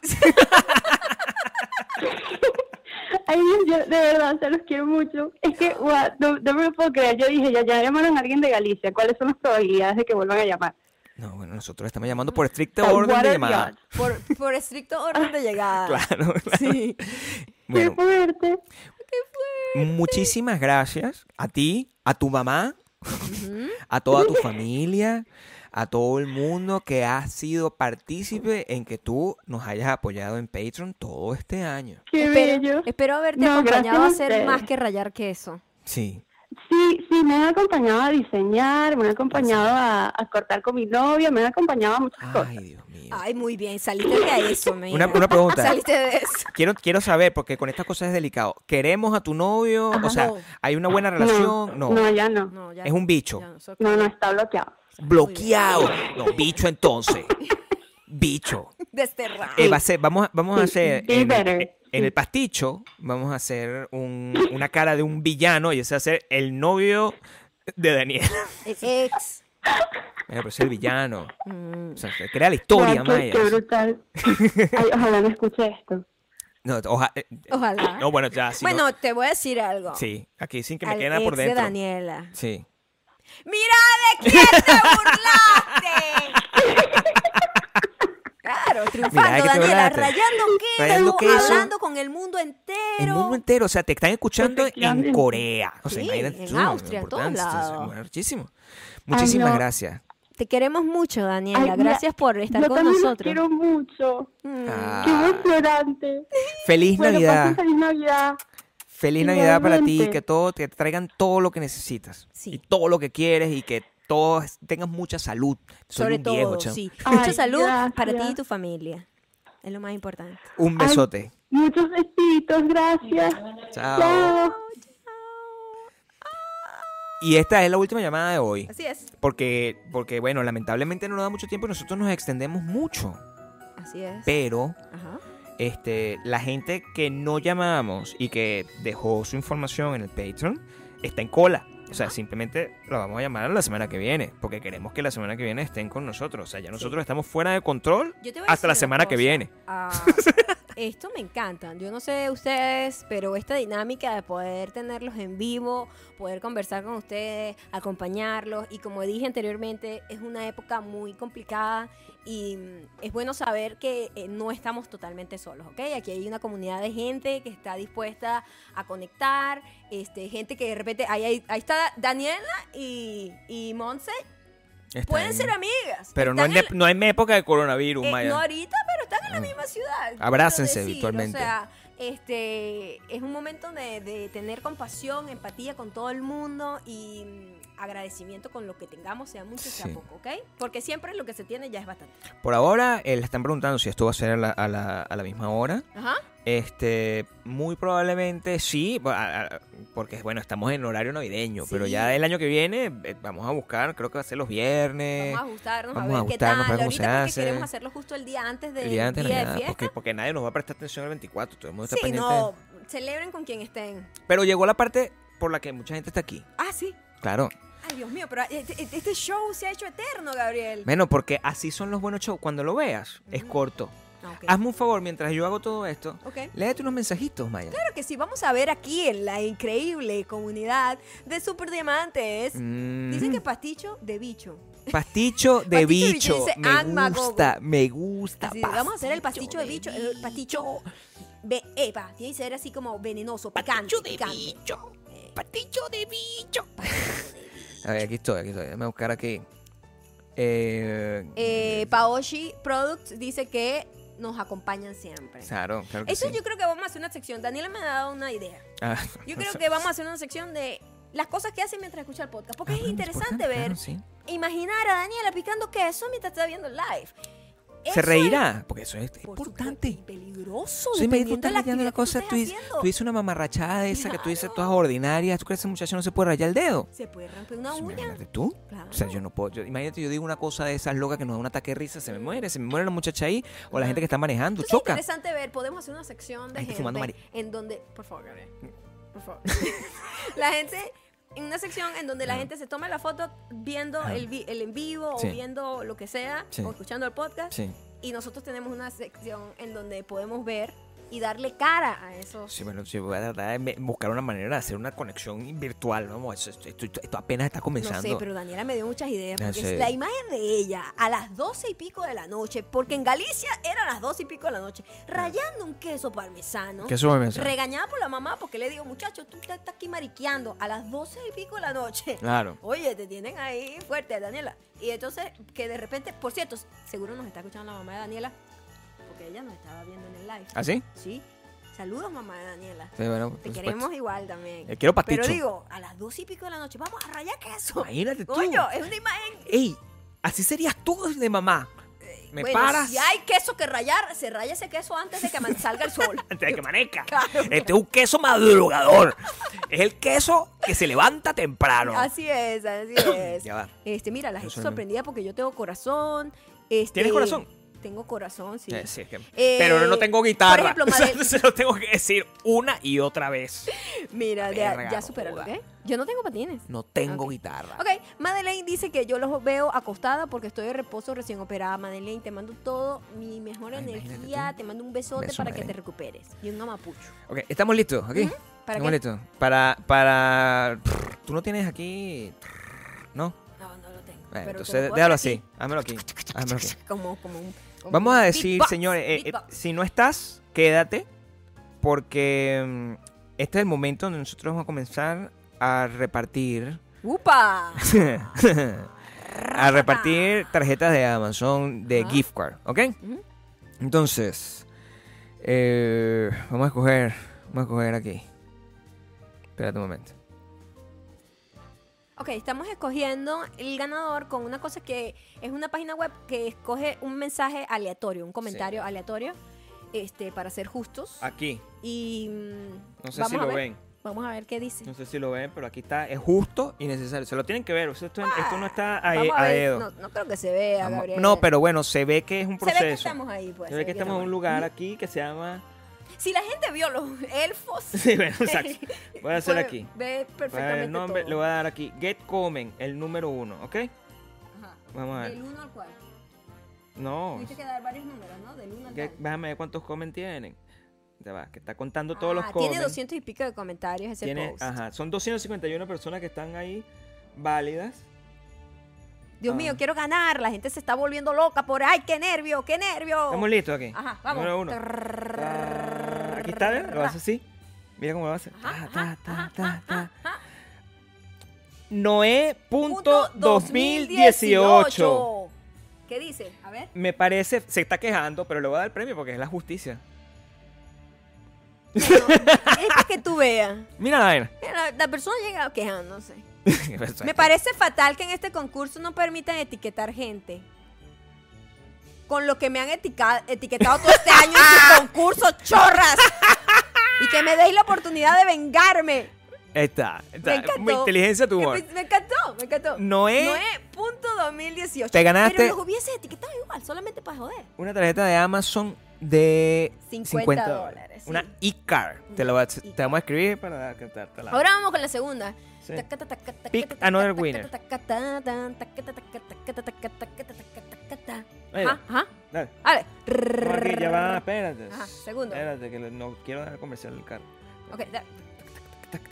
Ay, Dios, yo de verdad, se los quiero mucho. Es que, guau, no, no me lo puedo creer. Yo dije, ya, ya llamaron a alguien de Galicia. ¿Cuáles son las probabilidades de que vuelvan a llamar? No, bueno, nosotros estamos llamando por estricto Ay, orden what de are llamada. the Por, por estricto orden de llegada. Claro, claro. Sí. Bueno, ¡Qué fuerte! muchísimas gracias a ti, a tu mamá, a toda tu familia, a todo el mundo que ha sido partícipe en que tú nos hayas apoyado en Patreon todo este año. ¡Qué Espero, bello! espero haberte No, acompañado a gracias a hacer ustedes. más que rayar queso. Sí. Sí, Sí, sí, me han acompañado a diseñar, me han acompañado a, a cortar con mi novio, me han acompañado a muchas Ay, cosas. Dios mío. Ay, muy bien, saliste de eso, me Una, una pregunta. Saliste de eso. Quiero, quiero saber, porque con estas cosas es delicado. ¿Queremos a tu novio? Ajá. o sea, No. ¿hay una buena relación? No. no, ya no. No, ya Es no, un bicho. ya no soy- No, no, está bloqueado. Bloqueado. No, bicho entonces. bicho. Desterrado. Eh, va a ser- vamos, a- vamos a Sí, hacer be en, better. eh, en el pasticho, vamos a hacer un- una cara de un villano y ese va a ser el novio de Daniel. Ex. Mira, pero es el villano. Mm. O sea, se crea la historia, Guau, qué- Maya. pues, qué brutal. Ay, ojalá no escuche esto. No, oja- eh, eh, Ojalá. no, bueno, ya. si no- bueno, te voy a decir algo. sí, aquí sin que me Al quede nada ex por dentro. de Daniela. Sí. ¡Mira de quién te burlaste! claro, Mira, triunfando, que te Daniela, burlaste. rayando queso, Rayando queso. hablando con el mundo entero. El mundo entero, o sea, te están escuchando en Efectivamente. Corea. O sea, Sí, imagínate en tú, lo Austria, en todos importante, esto es- lados. bueno, muchísimo. Muchísimas no. gracias. Te queremos mucho, Ay, Daniela. mira, Gracias por estar yo con también los nosotros. quiero mucho. Mm. Qué Ah, emocionante. feliz Bueno, pues, Navidad. pasen feliz Navidad. Feliz Navidad para ti, Igualmente. que todo que te traigan todo lo que necesitas Sí. y todo lo que quieres y que todos tengas mucha salud. Soy Sobre un todo, viejo, chamo. sí. Ay, Mucha salud para ti y gracias. tu familia. Es lo más importante. Un Ay, besote. Muchos besitos, gracias. Chao. Chao. Y esta es la última llamada de hoy, Así es. porque porque bueno, lamentablemente no nos da mucho tiempo y nosotros nos extendemos mucho, Así es. pero Ajá. este, la gente que no llamamos y que dejó su información en el Patreon está en cola. O sea, simplemente la vamos a llamar la semana que viene, porque queremos que la semana que viene estén con nosotros. O sea, ya nosotros estamos fuera de control Yo te voy a hasta la decir una semana que cosa. viene. Ah, esto me encanta. Yo no sé ustedes, pero esta dinámica de poder tenerlos en vivo, poder conversar con ustedes, acompañarlos y como dije anteriormente, es una época muy complicada y mm, es bueno saber que eh, no estamos totalmente solos, ¿ok? Aquí hay una comunidad de gente que está dispuesta a conectar, este, gente que de repente, ahí, ahí, ahí está Daniela y, y Monse, Están- pueden ser amigas. Pero no Están en, en ep- no en época de coronavirus, eh, Maya. no ahorita, pero están en la misma ciudad. Ah. Abrácense Quiero virtualmente. O sea, este, es un momento de, de tener compasión, empatía con todo el mundo y mm, agradecimiento con lo que tengamos, sea mucho, sea Sí. poco, ¿ok? Porque siempre lo que se tiene ya es bastante. Por ahora, eh, le están preguntando si esto va a ser a la, a la- a la misma hora. Ajá. Este, muy probablemente sí, a- a- porque bueno, estamos en horario navideño, pero Sí. ya el año que viene eh, vamos a buscar, creo que va a ser los viernes. Vamos a ajustarnos Eh, vamos a a ver qué ajustarnos, tal. a ver cómo ahorita se porque hace. queremos hacerlo justo el día antes del el día antes de día de Navidad, fiesta. porque, porque nadie nos va a prestar atención el 24, todo el mundo está sí, pendiente. no, celebren con quien estén. Pero llegó la parte por la que mucha gente está aquí. Ah, sí. Claro. Ay, Dios mío, pero este, este show se ha hecho eterno, Gabriel. Menos porque así son los buenos shows. Cuando lo veas, es corto. Ah, ok. Hazme un favor, mientras yo hago todo esto, Ok. léete unos mensajitos, Maya. Claro que sí, vamos a ver aquí en la increíble comunidad de Super Diamantes. Mm. Dicen que pasticho de bicho. Pasticho Pasticho de de bicho, bicho. dice Me Agma gusta, me gusta. Así, vamos a hacer el pasticho de bicho, el pasticho de epa, tiene que ser así como venenoso, picante, Paticho de picante. Eh, bicho. Paticho de bicho. A ver, aquí estoy, aquí estoy. Déjame buscar aquí. Eh, Eh, Paoshi Products dice que nos acompañan siempre. Claro, claro que Eso sí. yo creo que vamos a hacer una sección. Daniela me ha dado una idea. Ah, Yo creo que vamos a hacer una sección de las cosas que hacen mientras escucha el podcast, porque Ah, es bueno, interesante importante, ver, claro, sí. imaginar a Daniela picando queso mientras está viendo el live. Eso Se es- reirá, porque eso es Por importante. supuesto, y peligroso, Sí, me dependiendo de la disfrutas rayando actividad la cosa. que Tú tú estés dices, haciendo. tú dices una mamarrachada de esa que tú dices Claro. todas ordinarias. ¿Tú crees que ese muchacho no se puede rayar el dedo? Se puede romper una Sí, uña. imagínate tú. Ah, Claro. O sea, yo no puedo. yo- imagínate, yo digo una cosa de esas locas que nos da un ataque de risa, se me muere, se me muere la muchacha ahí, o la gente que está manejando, Entonces choca. es interesante ver, podemos hacer una sección de Ahí está fumando gente en donde, por favor, Gabriel, por favor, la gente en una sección en donde la Ajá. gente se toma la foto viendo Ajá. el, vi- el en vivo Sí. o viendo lo que sea Sí. o escuchando el podcast Sí. y nosotros tenemos una sección en donde podemos ver y darle cara a esos Sí, bueno, sí, voy a tratar de me- buscar una manera de hacer una conexión virtual. Vamos, eso- esto, esto- esto apenas está No comenzando. sé, pero Daniela me dio muchas ideas. Ah, Porque sí. es la imagen de ella a las doce y pico de la noche, porque en Galicia eran las doce y pico de la noche, rayando un queso parmesano. ¿Qué sube mensaje? Regañada por la mamá porque le digo, muchacho, tú te estás aquí mariqueando a las doce y pico de la noche. Claro. Oye, te tienen ahí fuerte, Daniela. Y entonces, que de repente, por cierto, seguro nos está escuchando la mamá de Daniela, porque ella nos estaba viendo en el live. ¿Así? Sí. Saludos, mamá de Daniela. Sí, bueno, ¿Ah, por Te supuesto. queremos igual también. Eh, quiero pasticho. Pero digo, a las dos y pico de la noche, vamos a rayar queso. Imagínate tú. Coño, eh. es una imagen. Ey, así serías tú de mamá. Me Eh, Bueno, paras. Si hay queso que rayar, se raya ese queso antes de que aman- salga el sol. Antes de que maneca. Claro. Este es un queso madrugador. es el queso que se levanta temprano. Así es, así es. Ya va. Este, mira, la Yo gente soy- sorprendida porque yo tengo corazón. este, ¿Tienes corazón? Tengo corazón, sí. Eh, sí, es que- Eh, pero no tengo guitarra. por ejemplo, O sea, Madel- se lo tengo que decir una y otra vez. Mira, ya, Verga, ya no superalo, joda. ¿ok? Yo no tengo patines. No tengo Ok. guitarra. Ok, Madeleine dice que yo los veo acostada porque estoy de reposo recién operada. Madeleine, te mando todo mi mejor Ay, imagínate energía, tú. te mando un besote Beso, para que Madeleine. te recuperes. Y un mapucho. Ok, estamos listos, ¿ok? Ujú. ¿Para Estamos qué? listos. Para, para. Tú no tienes aquí. ¿No? No, no lo tengo. Bueno, pero te lo entonces puedo déjalo hacer así. Házmelo aquí. Házmelo aquí. aquí, Como, como un. como Vamos un a decir, beatbox, señores, eh, eh, beatbox. si no estás, quédate, porque mm, este es el momento donde nosotros vamos a comenzar a repartir, ¡Upa! a repartir tarjetas de Amazon de Ajá. gift card, ¿ok? Ujú. Entonces, eh, vamos a escoger, vamos a escoger aquí. Espérate un momento. Ok, estamos escogiendo el ganador con una cosa que es una página web que escoge un mensaje aleatorio, un comentario aleatorio, este, para ser justos. Aquí, Y mm, Ah. no sé vamos si a lo ver- ven, Vamos a ver qué dice. no sé si lo ven, pero aquí está, es justo y necesario. Se lo tienen que ver, o sea, esto, esto no está a, Ah, e, Vamos a ver, dedo. No, no creo que se vea, Vamos- Gabriel. No, pero bueno, se ve que es un se ve proceso. que estamos ahí, pues. Se ve que estamos en un lugar aquí que se llama. Si la gente vio los elfos. Sí, bueno, exacto. Voy a hacer puede aquí. Ver Voy a ver perfectamente. el nombre, todo. le voy a dar aquí. Get Comen, el número uno, ¿ok? Ajá. Vamos a ver. Del 1 al 4. No. Tuviste que dar varios números, ¿no? Del 1 al Get- 4. déjame ver cuántos comen tienen. Ya va, que está contando todos los Ah, comen. Tiene 200 y pico de comentarios ese Tiene- post. ajá, son 251 personas que están ahí válidas. Dios Ah. mío, quiero ganar. La gente se está volviendo loca por. ¡Ay, qué nervio! ¡Qué nervio! Estamos listos aquí. Ajá, vamos. Número uno. Ah, Aquí está, ¿ves? Lo hace así. Mira cómo lo hace. Ajá, Ta, ajá, ta, ajá, ta, ta. ajá. Punto Noé.2018. 2018. ¿Qué dice? A ver. Me parece, se está quejando, pero le voy a dar el premio porque es la justicia. Esta que tú veas. Mira la vaina. La, la persona llega quejándose. Exacto. Me parece fatal que en este concurso no permitan etiquetar gente. Con lo que me han etica- etiquetado todo este año en su concurso, chorras. Y que me deis la oportunidad de vengarme. Ahí está. ahí está. Me encantó. Mi inteligencia tu humor. Me, me encantó, me encantó. Noé. punto 2018. Te ganaste- Pero los hubiese etiquetado igual, solamente para joder. Una tarjeta de Amazon de 50 dólares, sí. Una e-card. Te, la voy a- Una te vamos a escribir para cantártela. Ahora vamos con la segunda. Sí. Pick Pick another winner. Mira, Ajá, ajá. dale. A ver. No, aquí ya va, espérate. Ajá, segundo. Espérate, que le- no quiero dar comercial el carro. Ok, da- tac,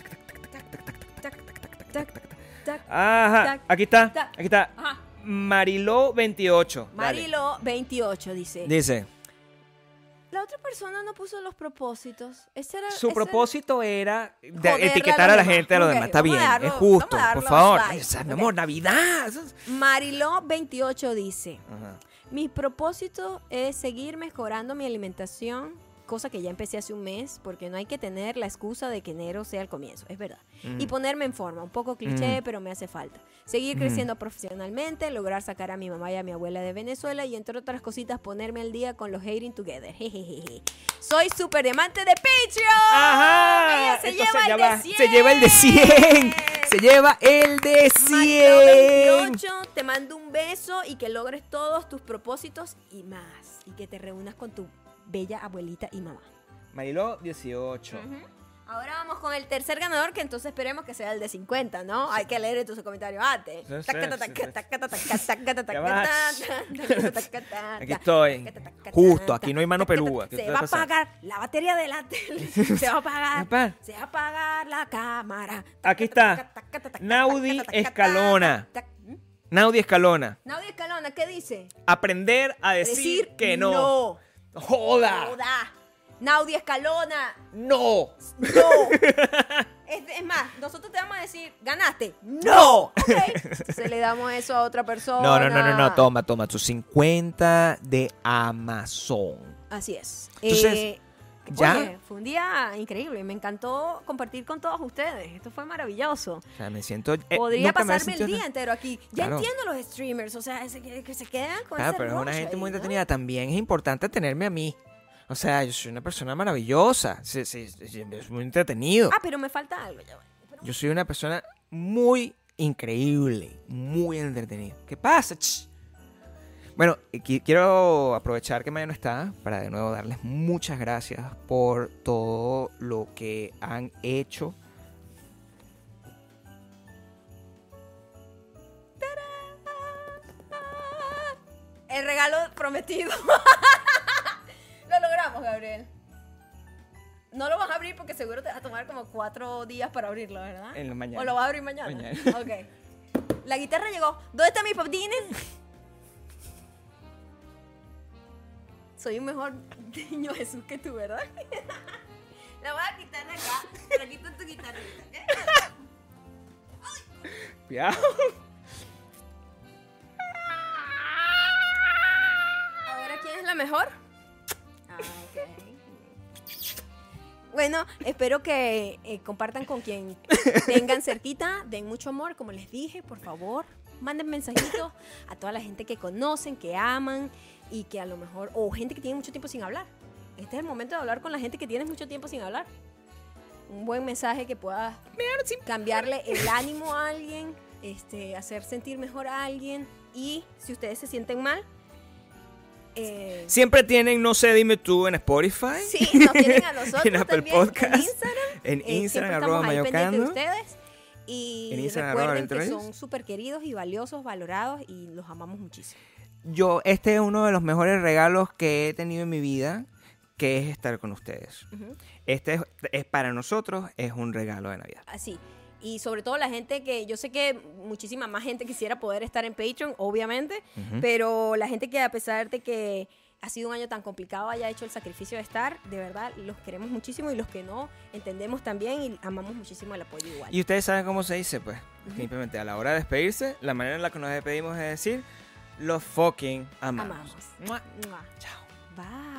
Ajá, Tac, aquí está. tac. Aquí está. Ajá. Mariló 28. dale. Marilo 28 dice. Dice, La otra persona no puso los propósitos. Ese era su ese- propósito era de Joderle a etiquetar los a la demás. gente a los Ok, demás. Está vamos a bien, darlo- es vamos justo, a por darlo favor. slide. O sea, mi Ok. amor, Navidad. eso es- Mariló 28 dice. Ajá. Mi propósito es seguir mejorando mi alimentación, cosa que ya empecé hace un mes, porque no hay que tener la excusa de que enero sea el comienzo, es verdad. Mm. Y ponerme en forma, un poco cliché, pero me hace falta. Seguir creciendo profesionalmente, lograr sacar a mi mamá y a mi abuela de Venezuela y entre otras cositas ponerme al día con los Hating Together. Jejejeje. Soy super diamante de Patreon. Ella se, Entonces, lleva ya el va, de 100. se lleva el de 100. Se lleva el de 100. 28, te mando un beso y que logres todos tus propósitos y más. Y que te reúnas con tu bella abuelita y mamá. Mariló 18. Ujú. Ahora vamos con el tercer ganador, que entonces esperemos que sea el de 50, ¿no? Hay que leer tus comentarios antes. Sí, sí, sí, sí. Ya va. Aquí Aquí estoy. Justo, aquí no hay mano pelúa. ¿Qué Se te va a pasa? apagar la batería de la tele. Se va a apagar. Papá. Se va a apagar la cámara. Aquí está. Naudi Escalona. ¿Mm? Naudi Escalona. Naudi Escalona, ¿qué dice? Aprender a decir, que no. No. Joda. Joda. Naudi Escalona. No. No. es, es más, nosotros te vamos a decir, ganaste. No. Se le damos eso a otra persona. No, no, no, no, no, toma, toma, tus 50 de Amazon. Así es. Entonces, Eh, ¿Ya? Oye, fue un día increíble. Me encantó compartir con todos ustedes. Esto fue maravilloso. O sea, me siento... eh, Podría nunca me había pasarme el sentido día tan- entero aquí. Ya Claro. entiendo los streamers, o sea, ese que, que se quedan con Claro, ese pero es una rush gente ahí, muy ¿no? entretenida. También es importante tenerme a mí. O sea, yo soy una persona maravillosa. Sí, sí, sí, es muy entretenido. Ah, pero me falta algo. ya va. Pero- Yo soy una persona muy increíble, muy entretenida. ¿Qué pasa? ch? Bueno, y qui- quiero aprovechar que Maya no está para de nuevo darles muchas gracias por todo lo que han hecho. El regalo prometido. lo logramos, Gabriel. No lo vas a abrir porque seguro te va a tomar como cuatro días para abrirlo, ¿verdad? En la mañana. O lo vas a abrir mañana. Mañana. Ok. La guitarra llegó. ¿Dónde están mis patines? Soy un mejor niño Jesús que tú, ¿verdad? la voy a quitar de acá. Pero quita tu guitarrita, ¿ok? Cuidado. Ahora, ¿quién es la mejor? Ah, ok. Bueno, espero que eh, compartan con quien tengan cerquita, den mucho amor, como les dije, por favor, manden mensajitos a toda la gente que conocen, que aman y que a lo mejor, o gente que tiene mucho tiempo sin hablar. Este es el momento de hablar con la gente que tienes mucho tiempo sin hablar. Un buen mensaje que pueda cambiarle el ánimo a alguien, este, hacer sentir mejor a alguien y si ustedes se sienten mal, eh, Siempre tienen, no sé, dime tú en Spotify. Sí, nos tienen a nosotros En Apple también, Podcast, en Instagram. En Eh, Instagram, siempre arroba estamos ahí pendientes mayocando. de ustedes. Y En Instagram, arroba recuerden que Beltrán. son súper queridos y valiosos, valorados y los amamos muchísimo. Yo, este es uno de los mejores regalos que he tenido en mi vida, que es estar con ustedes. Ujú. Este es, es para nosotros, es un regalo de Navidad. Así. Y sobre todo la gente que, yo sé que muchísima más gente quisiera poder estar en Patreon, obviamente, Ujú. pero la gente que a pesar de que ha sido un año tan complicado, haya hecho el sacrificio de estar, de verdad, los queremos muchísimo y los que no, entendemos también y amamos muchísimo el apoyo igual. Y ustedes saben cómo se dice, pues. Simplemente a la hora de despedirse, la manera en la que nos despedimos es decir, los fucking amamos. Amamos. Mua. Mua. Chao. Bye.